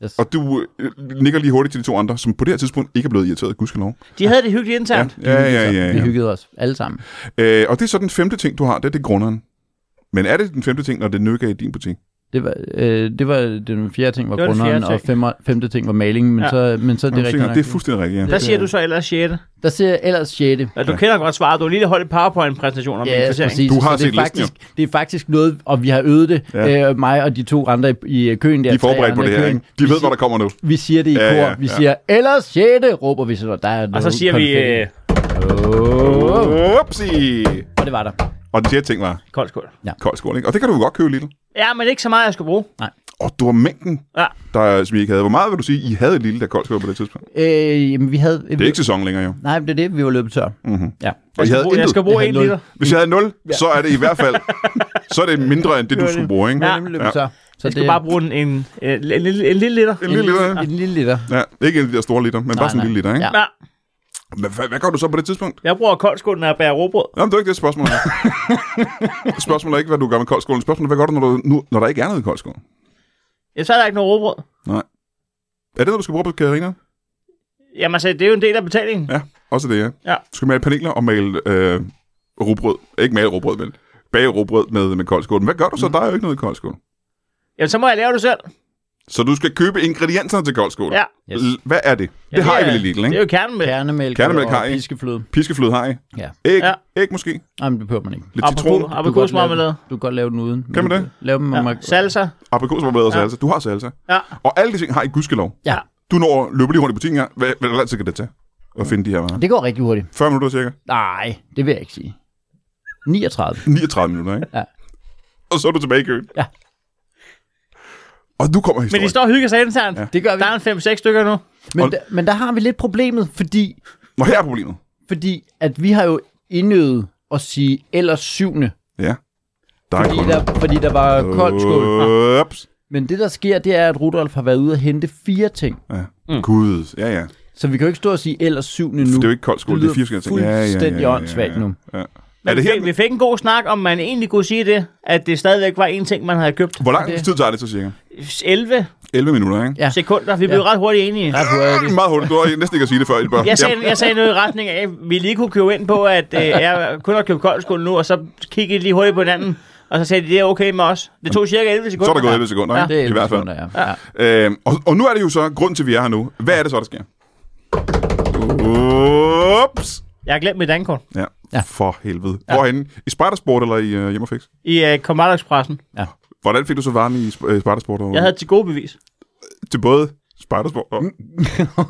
Speaker 2: Yes.
Speaker 1: Og du øh, nikker lige hurtigt til de to andre, som på det her tidspunkt ikke er blevet irriteret, gudskelov.
Speaker 3: De havde det hyggeligt internt.
Speaker 1: ja, ja, ja.
Speaker 2: Vi
Speaker 1: ja.
Speaker 2: hyggede os alle sammen.
Speaker 1: Øh, og det er så den femte ting, du har, det er det er grunderen. Men er det den femte ting, når det nykker i din butik?
Speaker 2: Det var, øh, det var den fjerde ting var
Speaker 3: Det var den
Speaker 2: grunderen,
Speaker 3: fjerde
Speaker 2: og
Speaker 3: ting.
Speaker 2: femmer, femte ting var malingen, men,
Speaker 3: Ja.
Speaker 2: ja. så, men så er det
Speaker 1: Nå,
Speaker 2: rigtigt nok.
Speaker 1: det er fuldstændig rigtigt, ja.
Speaker 3: Hvad siger du så ellers, 6.
Speaker 2: Der ser jeg ellers sjette.
Speaker 3: Ja, du kender godt svaret. Du har lige holdt PowerPoint-præsentation om min placering.
Speaker 1: Du har
Speaker 2: Så
Speaker 1: set
Speaker 2: det er
Speaker 1: listen,
Speaker 2: faktisk, Det er faktisk noget, og vi har øvet det,
Speaker 1: Ja.
Speaker 2: ja. øh, mig og de to andre i, i køen der.
Speaker 1: De er forberedt
Speaker 2: tre
Speaker 1: på
Speaker 2: andre
Speaker 1: det
Speaker 2: i
Speaker 1: her,
Speaker 2: køen.
Speaker 1: ikke? De
Speaker 2: vi
Speaker 1: ved,
Speaker 2: siger,
Speaker 1: hvad
Speaker 3: øh,
Speaker 1: der
Speaker 2: Oh.
Speaker 1: Upsi!
Speaker 2: Og det var der.
Speaker 1: Og den sjette ting var
Speaker 3: Kold skål.
Speaker 1: kold skål, ikke? Og det kan du jo godt købe, Lille.
Speaker 3: Ja, men ikke så meget, jeg skulle bruge.
Speaker 1: Og det var mængden,
Speaker 3: Ja.
Speaker 1: der, som I ikke havde. Hvor meget vil du sige, I havde Lille, der kold skål på det tidspunkt?
Speaker 2: Øh, jamen, vi havde...
Speaker 1: Det er ikke sæson længere, jo.
Speaker 2: Nej, men det er det, vi var løbet tør.
Speaker 1: Mhm.
Speaker 2: Mm-hmm. Ja.
Speaker 1: Og I havde
Speaker 3: Brug- Jeg
Speaker 1: intet.
Speaker 3: skal bruge
Speaker 2: Jeg
Speaker 3: en
Speaker 2: havde
Speaker 3: liter.
Speaker 1: Hvis jeg havde 0, så er det i hvert fald så er det mindre end det, du skulle bruge, ikke?
Speaker 2: Vi var nemlig løbet
Speaker 1: Ja.
Speaker 2: tør. Så
Speaker 3: Jeg skal bare bruge en, en, en, en, lille- en lille liter.
Speaker 1: En lille liter, ja.
Speaker 2: en lille liter.
Speaker 1: ja. Ikke en af de der store liter, men bare sådan en lille liter, ikke?
Speaker 2: Ja.
Speaker 3: Ja.
Speaker 1: Men hvad, hvad gør du så på det tidspunkt?
Speaker 3: Jeg bruger kold skål, når jeg bærer råbrød.
Speaker 1: Jamen, det er ikke det spørgsmål. spørgsmålet er ikke, hvad du gør med koldskålen. Spørgsmålet er, hvad gør du, når, du, nu, når der ikke er noget koldskål?
Speaker 3: Ja, så er der ikke noget råbrød.
Speaker 1: Er det noget, du skal bruge på Karina?
Speaker 3: Jamen altså, det er jo en del af betalingen.
Speaker 1: Ja, også det, ja.
Speaker 3: Ja.
Speaker 1: Du skal male paneler og male øh, rugbrød. Ikke male rugbrød, men bage rugbrød med, med koldskål. Men Hvad gør du så? Der er jo ikke noget i koldskål.
Speaker 3: Jamen, så må jeg lave det selv.
Speaker 1: Så du skal købe ingredienserne til koldskål.
Speaker 3: Ja.
Speaker 2: Yes.
Speaker 1: L- Hvad er det?
Speaker 3: Ja,
Speaker 1: det har I
Speaker 3: er-
Speaker 1: vel i Lidl,
Speaker 3: Det
Speaker 1: ikke?
Speaker 3: er jo kernen med.
Speaker 2: Kernemælk,
Speaker 1: Kernemælk har
Speaker 2: og
Speaker 1: I.
Speaker 2: piskefløde.
Speaker 1: Piskefløde har I.
Speaker 2: Ja.
Speaker 1: Æg,
Speaker 3: Ja.
Speaker 1: æg måske.
Speaker 2: Nej, men det behøver man ikke.
Speaker 1: Lidt citron.
Speaker 2: Du kan godt lave
Speaker 3: Aprikosmarmelade.
Speaker 2: den- Du kan godt lave den uden.
Speaker 1: Kan man det?
Speaker 2: Lave dem
Speaker 3: Ja.
Speaker 2: med
Speaker 3: Salsa.
Speaker 1: Aprikosmarmelade og salsa. Du har salsa.
Speaker 3: Ja.
Speaker 1: Og alle de ting har I gudskelov.
Speaker 2: Ja.
Speaker 1: Du når løber lige rundt i butikken her. Hvad, hvad lang tid kan det tage at finde de her varer?
Speaker 2: Det går rigtig hurtigt.
Speaker 1: 40 minutter cirka.
Speaker 2: Nej, det vil jeg ikke sige. 39.
Speaker 1: 39 minutter, ikke?
Speaker 2: Ja.
Speaker 1: Og så er du tilbage i køen.
Speaker 2: Ja.
Speaker 1: Og nu kommer
Speaker 3: Men
Speaker 1: historien.
Speaker 3: de står og hygger sig internt.
Speaker 2: Det gør vi.
Speaker 3: Der er en 5-6 stykker nu.
Speaker 2: Men,
Speaker 1: Og-
Speaker 2: der, men der har vi lidt problemet, fordi,
Speaker 1: Nå, her er problemet.
Speaker 2: fordi at vi har jo indøvet at sige ellers syvende,
Speaker 1: Ja. Der
Speaker 2: fordi der, fordi der var
Speaker 1: Øh.
Speaker 2: koldt skål. Ah.
Speaker 1: Ups.
Speaker 2: Men det, der sker, det er, at Rudolf har været ude og hente fire ting.
Speaker 1: Ja. Mm. Gud, ja, ja.
Speaker 2: Så vi kan jo ikke stå og sige ellers syvende nu.
Speaker 1: Det er jo ikke koldt skole, det, er fire forskellige ting. Ja, ja, ja, ja,
Speaker 2: fuldstændig
Speaker 1: ja, ja,
Speaker 2: åndssvagt nu.
Speaker 1: Ja.
Speaker 3: Men
Speaker 1: Er det her,
Speaker 3: vi, fik, vi fik en god snak, om man egentlig kunne sige det, at det stadigvæk var en ting, man havde købt.
Speaker 1: hvor lang tid tager det så cirka?
Speaker 3: 11
Speaker 1: 11 minutter, ikke?
Speaker 2: Ja.
Speaker 3: sekunder. Vi blev
Speaker 2: Ja.
Speaker 3: ret hurtigt enige.
Speaker 2: Ret hurtigt.
Speaker 1: Det er meget hurtigt. Du har næsten ikke at sige det før, I bare.
Speaker 3: Jeg sagde, jeg sagde noget i retning af, at vi lige kunne købe ind på, at øh, jeg kun har købt koldskål nu, og så kiggede de lige hurtigt på hinanden, og så sagde de, det er okay med os. Det tog cirka 11 sekunder.
Speaker 1: så er der gået 11 sekunder,
Speaker 3: Ja.
Speaker 1: ikke?
Speaker 2: Det er
Speaker 1: I hvert fald.
Speaker 2: Ja. Ja.
Speaker 1: Øhm, og, og nu er det jo så grund til, at vi er her nu. Hvad er det så, der sker? Ups.
Speaker 3: Jeg har glemt mit dankort
Speaker 1: Ja.
Speaker 2: Ja.
Speaker 1: For helvede. Hvorhenne? I Spejdersport eller i uh, Hjemmefix?
Speaker 3: i øh, Kommandokspressen.
Speaker 1: Hvordan fik du så varme i sp- øh, Spejdersport? Og,
Speaker 3: Jeg havde til gode bevis.
Speaker 1: Til både Spejdersport og,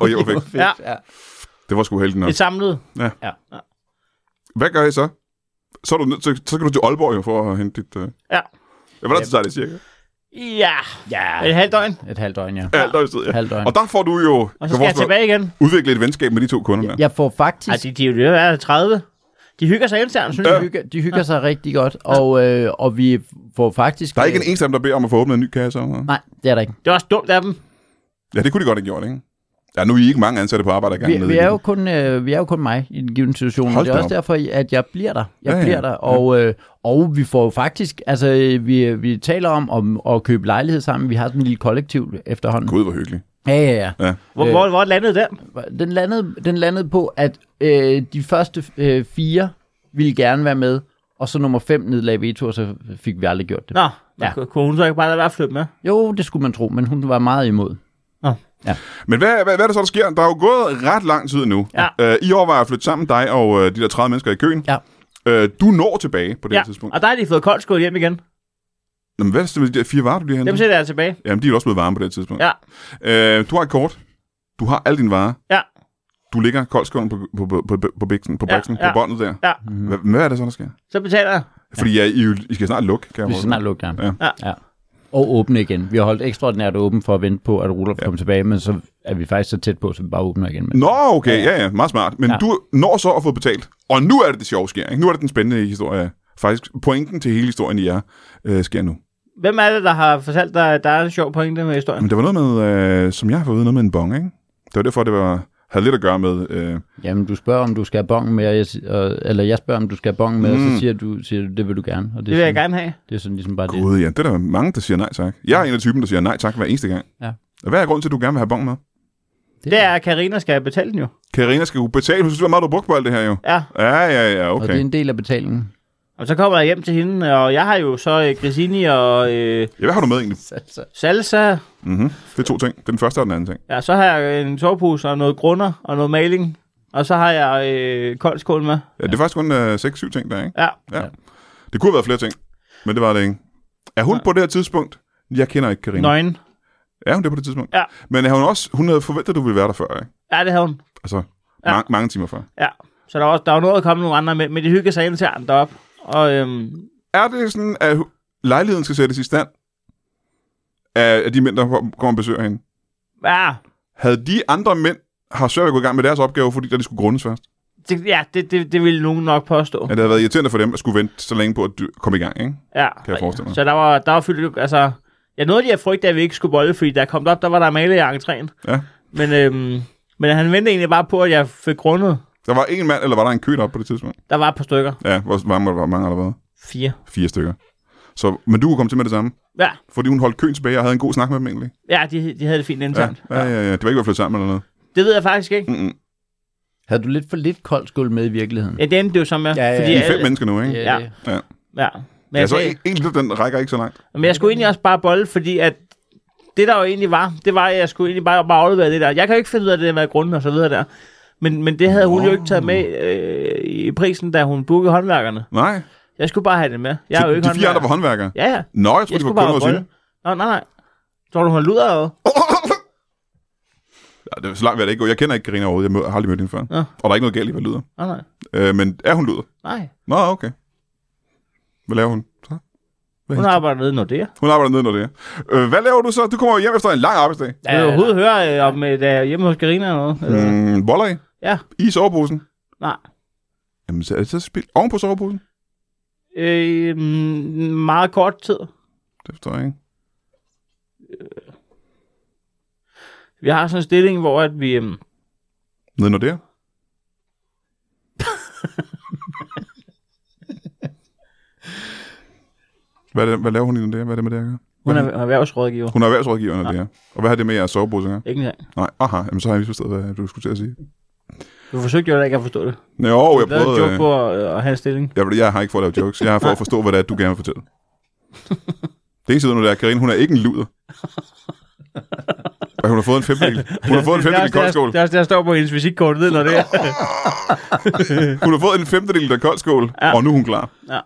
Speaker 1: og Hjemmefix.
Speaker 3: Ja.
Speaker 2: ja.
Speaker 1: Det var sgu heldigt nok.
Speaker 3: Et samlet.
Speaker 1: Hvad gør I så? Så, er du nødt til, så skal du til Aalborg jo for at hente dit... Øh...
Speaker 3: Ja.
Speaker 1: Ja, hvor lang tid tager det cirka?
Speaker 3: Ja,
Speaker 2: ja.
Speaker 3: et halvt døgn.
Speaker 2: Et halvt døgn, ja.
Speaker 1: Ja, der er tid, ja.
Speaker 2: Halvt døgn.
Speaker 1: Og der får du jo...
Speaker 3: Og
Speaker 1: kan
Speaker 3: så skal
Speaker 1: vores-
Speaker 3: jeg tilbage igen.
Speaker 1: Udvikle et venskab med de to kunder der.
Speaker 2: Jeg får faktisk...
Speaker 3: Ej, de, de, er jo ved at være 30. De hygger sig internt, synes
Speaker 2: De
Speaker 3: jeg.
Speaker 2: hygger, de hygger sig rigtig godt, og, øh, og vi får faktisk...
Speaker 1: Der er ikke en eneste af dem, der beder om at få åbnet en ny kasse. Eller? noget.
Speaker 2: Nej, det er der ikke.
Speaker 3: Det er også dumt af dem.
Speaker 1: Ja, det kunne de godt have gjort, ikke? Ja, nu er I ikke mange ansatte på arbejde, der gerne
Speaker 2: Vi, vi, er jo kun, øh, vi er jo kun mig i den givende situation,
Speaker 1: Hold
Speaker 2: og det er
Speaker 1: da
Speaker 2: også derfor, at jeg bliver der. Jeg
Speaker 1: Ja, ja,
Speaker 2: bliver der, og, øh, og vi får jo faktisk... Altså, øh, vi, vi taler om, om at købe lejlighed sammen. Vi har sådan en lille kollektiv efterhånden.
Speaker 1: Gud, hvor hyggeligt.
Speaker 2: Ja, ja, ja.
Speaker 1: Ja.
Speaker 3: Hvor,
Speaker 2: Øh.
Speaker 3: hvor, hvor landede den?
Speaker 2: Den landede, den landede på, at øh, de første øh, fire ville gerne være med, og så nummer fem nedlagde veto, og så fik vi aldrig gjort det.
Speaker 3: Nå,
Speaker 2: Ja.
Speaker 3: ja. kunne hun så ikke bare lade være at flytte med?
Speaker 2: Jo, det skulle man tro, men hun var meget imod.
Speaker 1: Men hvad, hvad, hvad er det så, der sker? Der er jo gået ret lang tid nu.
Speaker 3: Ja.
Speaker 1: Øh, I overvejer at flytte sammen, dig og øh, de der 30 mennesker i køen.
Speaker 2: Ja.
Speaker 1: Øh, du når tilbage på det
Speaker 3: Ja,
Speaker 1: her tidspunkt.
Speaker 3: og der har de fået koldt skål hjem igen.
Speaker 1: Nå, men hvad er det så med de der fire varer, du lige har
Speaker 3: Dem
Speaker 1: hentet?
Speaker 3: sætter jeg tilbage.
Speaker 1: Jamen, de er jo også blevet varme på det her tidspunkt.
Speaker 3: Ja.
Speaker 1: Øh, du har et kort. Du har alle dine varer.
Speaker 3: Ja.
Speaker 1: Du ligger koldskålen på, på, på, på, på biksen, på
Speaker 3: Ja,
Speaker 1: biksen,
Speaker 3: ja.
Speaker 1: på båndet der.
Speaker 3: Ja.
Speaker 1: Hvad, hvad er det så, der sker?
Speaker 3: Så betaler jeg.
Speaker 1: Fordi ja, I, jo- I skal snart lukke, kan jeg
Speaker 2: Vi
Speaker 1: forstå.
Speaker 2: skal snart lukke
Speaker 1: Ja.
Speaker 2: den.
Speaker 3: Ja.
Speaker 2: ja. Og åbne igen. Vi har holdt ekstraordinært åben for at vente på, at Rudolf ja. kommer tilbage, men så er vi faktisk så tæt på, så vi bare åbner igen. Men...
Speaker 1: Nå, okay, ja, ja, meget smart. Men ja.
Speaker 2: Ja.
Speaker 1: du når så at få betalt, og nu er det det sjove sker, ikke? Nu er det den spændende historie. Faktisk pointen til hele historien i jer øh, sker nu.
Speaker 3: Hvem er det, der har fortalt dig, at der er en sjov pointe med historien?
Speaker 1: Men det var noget med, øh, som jeg har fået noget med en bong, ikke? Det var derfor, det var, havde lidt at gøre med... Øh,
Speaker 2: Jamen, du spørger, om du skal have bongen med, og jeg, si- og, eller jeg spørger, om du skal have bongen med, mm. og
Speaker 1: Mm.
Speaker 2: så siger du, siger du, det vil du gerne. Og det,
Speaker 3: Det
Speaker 2: er
Speaker 3: vil jeg
Speaker 2: sådan,
Speaker 3: gerne have.
Speaker 2: Det er sådan ligesom bare det.
Speaker 1: Gud, ja, det er der mange, der siger nej tak. Jeg er en af typen, der siger nej tak hver eneste gang.
Speaker 2: Ja.
Speaker 1: Og hvad er grunden til, at du gerne vil have bong med?
Speaker 3: Det er, at Karina skal betale den jo.
Speaker 1: Karina skal jo betale. Hun synes, hvor meget du har brugt på alt det her, jo.
Speaker 3: Ja,
Speaker 1: Ja, ja, ja,
Speaker 2: Og det er
Speaker 1: okay.
Speaker 2: en del af
Speaker 3: <laughs>
Speaker 2: betalingen.
Speaker 3: og så kommer jeg hjem til hende, og jeg har jo så øh, Grisini og øh,
Speaker 1: Ja, hvad har du med egentlig?
Speaker 2: Altså.
Speaker 3: salsa.
Speaker 1: Mm-hmm. Det er to ting. Det er den første og den anden ting.
Speaker 3: Ja, så har jeg en sovepose og noget grunder og noget maling. Og så har jeg øh, kold skål med.
Speaker 1: Ja, det er faktisk kun øh, 6-7 ting, der er, ikke?
Speaker 3: Ja,
Speaker 1: Det kunne have været flere ting, men det var det ikke. Er hun ja. på det her tidspunkt? Jeg kender ikke Karina.
Speaker 3: nøgen.
Speaker 1: Er hun det på det tidspunkt?
Speaker 3: Ja.
Speaker 1: Men er hun også, hun havde forventet, at du ville være der før, ikke?
Speaker 3: Ja, det havde hun.
Speaker 1: Altså, ja.
Speaker 3: Ja.
Speaker 1: mange, mange timer før.
Speaker 3: Ja. Så der er, også, der er jo noget at komme nogle andre med, men de hygger sig internt deroppe. Og øhm,
Speaker 1: Er det sådan, at hu- lejligheden skal sættes i stand? Af af de mænd, der kom- kommer og besøger hende.
Speaker 3: ja,
Speaker 1: Havde de andre mænd har svært ved at gå i gang med deres opgave, fordi der de skulle grundes først?
Speaker 3: det, ja det, det, det ville nogen nok påstå.
Speaker 1: Ja, det havde været irriterende for dem at skulle vente så længe på at dy- komme i gang, ikke?
Speaker 3: Ja,
Speaker 1: Kan jeg forestille mig.
Speaker 3: Så der var, der var fyldt, altså... Jeg nåede lige at frygte, at vi ikke skulle bolle, fordi da jeg kom op, der var der malet i entréen.
Speaker 1: Ja.
Speaker 3: Men, øhm, men han ventede egentlig bare på, at jeg fik grundet.
Speaker 1: Der var en mand, eller var der en kø op på det tidspunkt?
Speaker 3: Der var et par stykker.
Speaker 1: Ja, hvor hvor mange var mange allerede?
Speaker 3: Fire.
Speaker 1: Fire stykker. Så, men du kunne komme til med det samme,
Speaker 3: Ja,
Speaker 1: fordi hun holdt køen tilbage og havde en god snak med dem egentlig.
Speaker 3: ja de, de havde det fint
Speaker 1: Ja,
Speaker 3: internt.
Speaker 1: ja, ja, ja. Det var ikke ved at flytte sammen eller noget.
Speaker 3: Det ved jeg faktisk ikke.
Speaker 1: Mm-mm.
Speaker 2: Havde du lidt for lidt koldt skuld med i virkeligheden? Øh,
Speaker 3: Ja, det endte det jo som med.
Speaker 2: Ja, ja,
Speaker 1: I
Speaker 2: ja.
Speaker 1: er fem mennesker nu, ikke?
Speaker 3: Ja.
Speaker 2: det-
Speaker 3: Ja. Men,
Speaker 1: Ja,
Speaker 3: jeg,
Speaker 1: så
Speaker 3: sagde,
Speaker 1: en, en lille, den rækker ikke så langt.
Speaker 3: men jeg skulle egentlig også bare bolle, fordi at det der jo egentlig var, det var, at jeg skulle egentlig bare, bare aflevere det der. Jeg kan jo ikke finde ud af det der med grunden og så videre der. Men, men det havde hun jo ikke taget med øh, i prisen, da hun bookede håndværkerne.
Speaker 1: Nej,
Speaker 3: Jeg skulle bare have det med. Jeg er jo
Speaker 1: de,
Speaker 3: ikke
Speaker 1: de fire andre var håndværkere.
Speaker 3: Ja, ja.
Speaker 1: Nå, jeg
Speaker 3: Jeg
Speaker 1: troede, de
Speaker 3: skulle
Speaker 1: var
Speaker 3: bare have
Speaker 1: kunder og
Speaker 3: bolle. Nå, nej, nej. Tror du, hun luder af?
Speaker 1: Ja, det er så langt vil jeg da ikke gå. Jeg kender ikke Karina overhovedet. Jeg mød, har aldrig mødt hende før.
Speaker 3: Ja.
Speaker 1: Og der er ikke noget galt i, hvad lyder.
Speaker 3: Nej, nej.
Speaker 1: Øh, men er hun lyder?
Speaker 3: Nej,
Speaker 1: Nå, okay. Hvad laver hun så?
Speaker 3: hun arbejder nede i Nordea.
Speaker 1: Hun arbejder nede, når det er. Øh, hvad laver du så? Du kommer jo hjem efter en lang arbejdsdag.
Speaker 3: Ja, Vil du overhovedet høre øh, om, øh, da jeg er hjemme hos Karina eller noget? Eller? Mm.
Speaker 1: Mm, boller i?
Speaker 3: Ja,
Speaker 1: I soveposen?
Speaker 3: nej.
Speaker 1: Jamen, så er det så spildt oven på soveposen?
Speaker 3: Øh, mm, meget kort tid.
Speaker 1: Det forstår jeg ikke.
Speaker 3: Vi har sådan en stilling, hvor at vi... Øh,
Speaker 1: Nede, når det er. hvad, er det, hvad laver hun i den der? Hvad er det med det, jeg gør?
Speaker 3: hun er erhvervsrådgiver.
Speaker 1: Hun er erhvervsrådgiver, når det er. Og hvad har det med jeres sovepose at gøre?
Speaker 3: Ikke engang.
Speaker 1: Nej, aha, jamen, så har jeg misforstået, hvad du skulle til at sige.
Speaker 3: Du forsøgte jo heller ikke at forstå det.
Speaker 1: Jo, jeg
Speaker 3: Du lavede
Speaker 1: prøvede...
Speaker 3: en joke
Speaker 1: øh,
Speaker 3: på at, øh, at have en stilling.
Speaker 1: Jeg, jeg har ikke for at lave jokes. Jeg har for at forstå, hvad det er, du gerne vil fortælle. Det eneste, jeg ved nu, det er, at Karine, hun er ikke en
Speaker 3: <laughs>
Speaker 1: luder. Og hun har fået en femtedel. Hun har fået en
Speaker 3: Det er
Speaker 1: femtedel
Speaker 3: også det, der-
Speaker 1: koldskål.
Speaker 3: det er også det, der står på hendes visitkort nede, når
Speaker 1: <laughs>
Speaker 3: det er.
Speaker 1: Hun har fået en femtedel af koldskål,
Speaker 3: Ja.
Speaker 1: og nu er hun klar.
Speaker 3: Ja.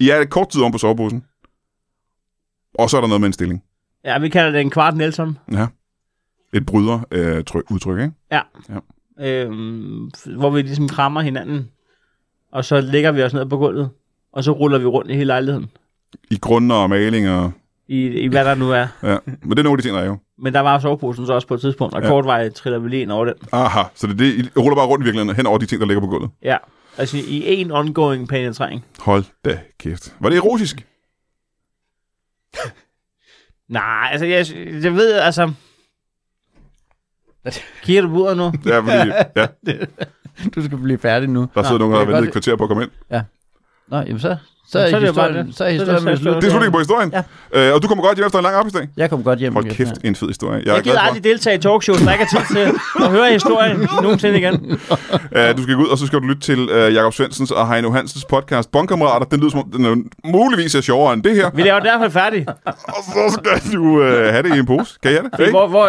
Speaker 1: I er kort tid om på soveposen. Og så er der noget med en stilling.
Speaker 3: Ja, vi kalder det en kvart Nelson.
Speaker 1: Ja. Et bryder øh, tryk, udtryk, ikke?
Speaker 3: Ja.
Speaker 1: Ja.
Speaker 3: Øhm, f- hvor vi ligesom krammer hinanden, og så lægger vi os ned på gulvet, og så ruller vi rundt i hele lejligheden,
Speaker 1: I grunder og malinger.
Speaker 3: i, i hvad der nu er.
Speaker 1: Ja. Men det er nogle af de ting, der er jo.
Speaker 3: Men der var soveposen så også på et tidspunkt, og
Speaker 1: Ja.
Speaker 3: ja. kort vej triller vi lige ind over den.
Speaker 1: Aha, så det er det, I ruller bare rundt i virkeligheden hen over de ting, der ligger på gulvet.
Speaker 3: Ja, altså i en ongoing penetrering.
Speaker 1: Hold da kæft. Var det erotisk?
Speaker 3: Nej, altså jeg, jeg ved, altså... Kigger du på uret nu?
Speaker 1: Ja, fordi, ja,
Speaker 2: <laughs> Du skal blive færdig nu.
Speaker 1: der sidder nogen, der
Speaker 2: jeg
Speaker 1: har
Speaker 2: kan
Speaker 1: ventet
Speaker 2: godt-
Speaker 1: et kvarter på at komme ind.
Speaker 2: Nå, jamen så, så,
Speaker 3: Jamen, så
Speaker 2: er,
Speaker 3: er det jo bare
Speaker 2: historien,
Speaker 3: det.
Speaker 2: så er
Speaker 3: Så er det- så er
Speaker 2: historien blevet
Speaker 3: det-
Speaker 2: slut.
Speaker 1: Det er slutningen på historien. Ja.
Speaker 2: Ja.
Speaker 1: Øh, og du kommer godt hjem efter en lang arbejdsdag.
Speaker 2: Jeg kom godt hjem.
Speaker 1: Hold
Speaker 2: igen.
Speaker 1: kæft, en fed historie. Jeg, er
Speaker 3: Jeg gider
Speaker 1: glad
Speaker 3: aldrig deltage i talkshows, der ikke er tid til at høre historien nogensinde igen.
Speaker 1: for. Øh, du skal gå ud, og så skal du lytte til øh, Jakob Svensens og Heino Hansens podcast Bonkammerater. Den lyder som om, den er muligvis er sjovere end det her.
Speaker 3: Vi laver den i hvert fald færdig.
Speaker 1: Og så skal du øh, have det i en pose. Kan jeg det? Ikke?
Speaker 3: Hvor, hvor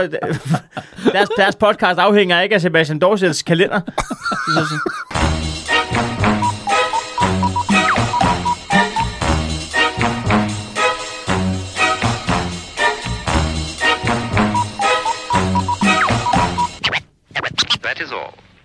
Speaker 3: deres, deres podcast afhænger ikke af Sebastian Dorsets kalender.
Speaker 5: That is all.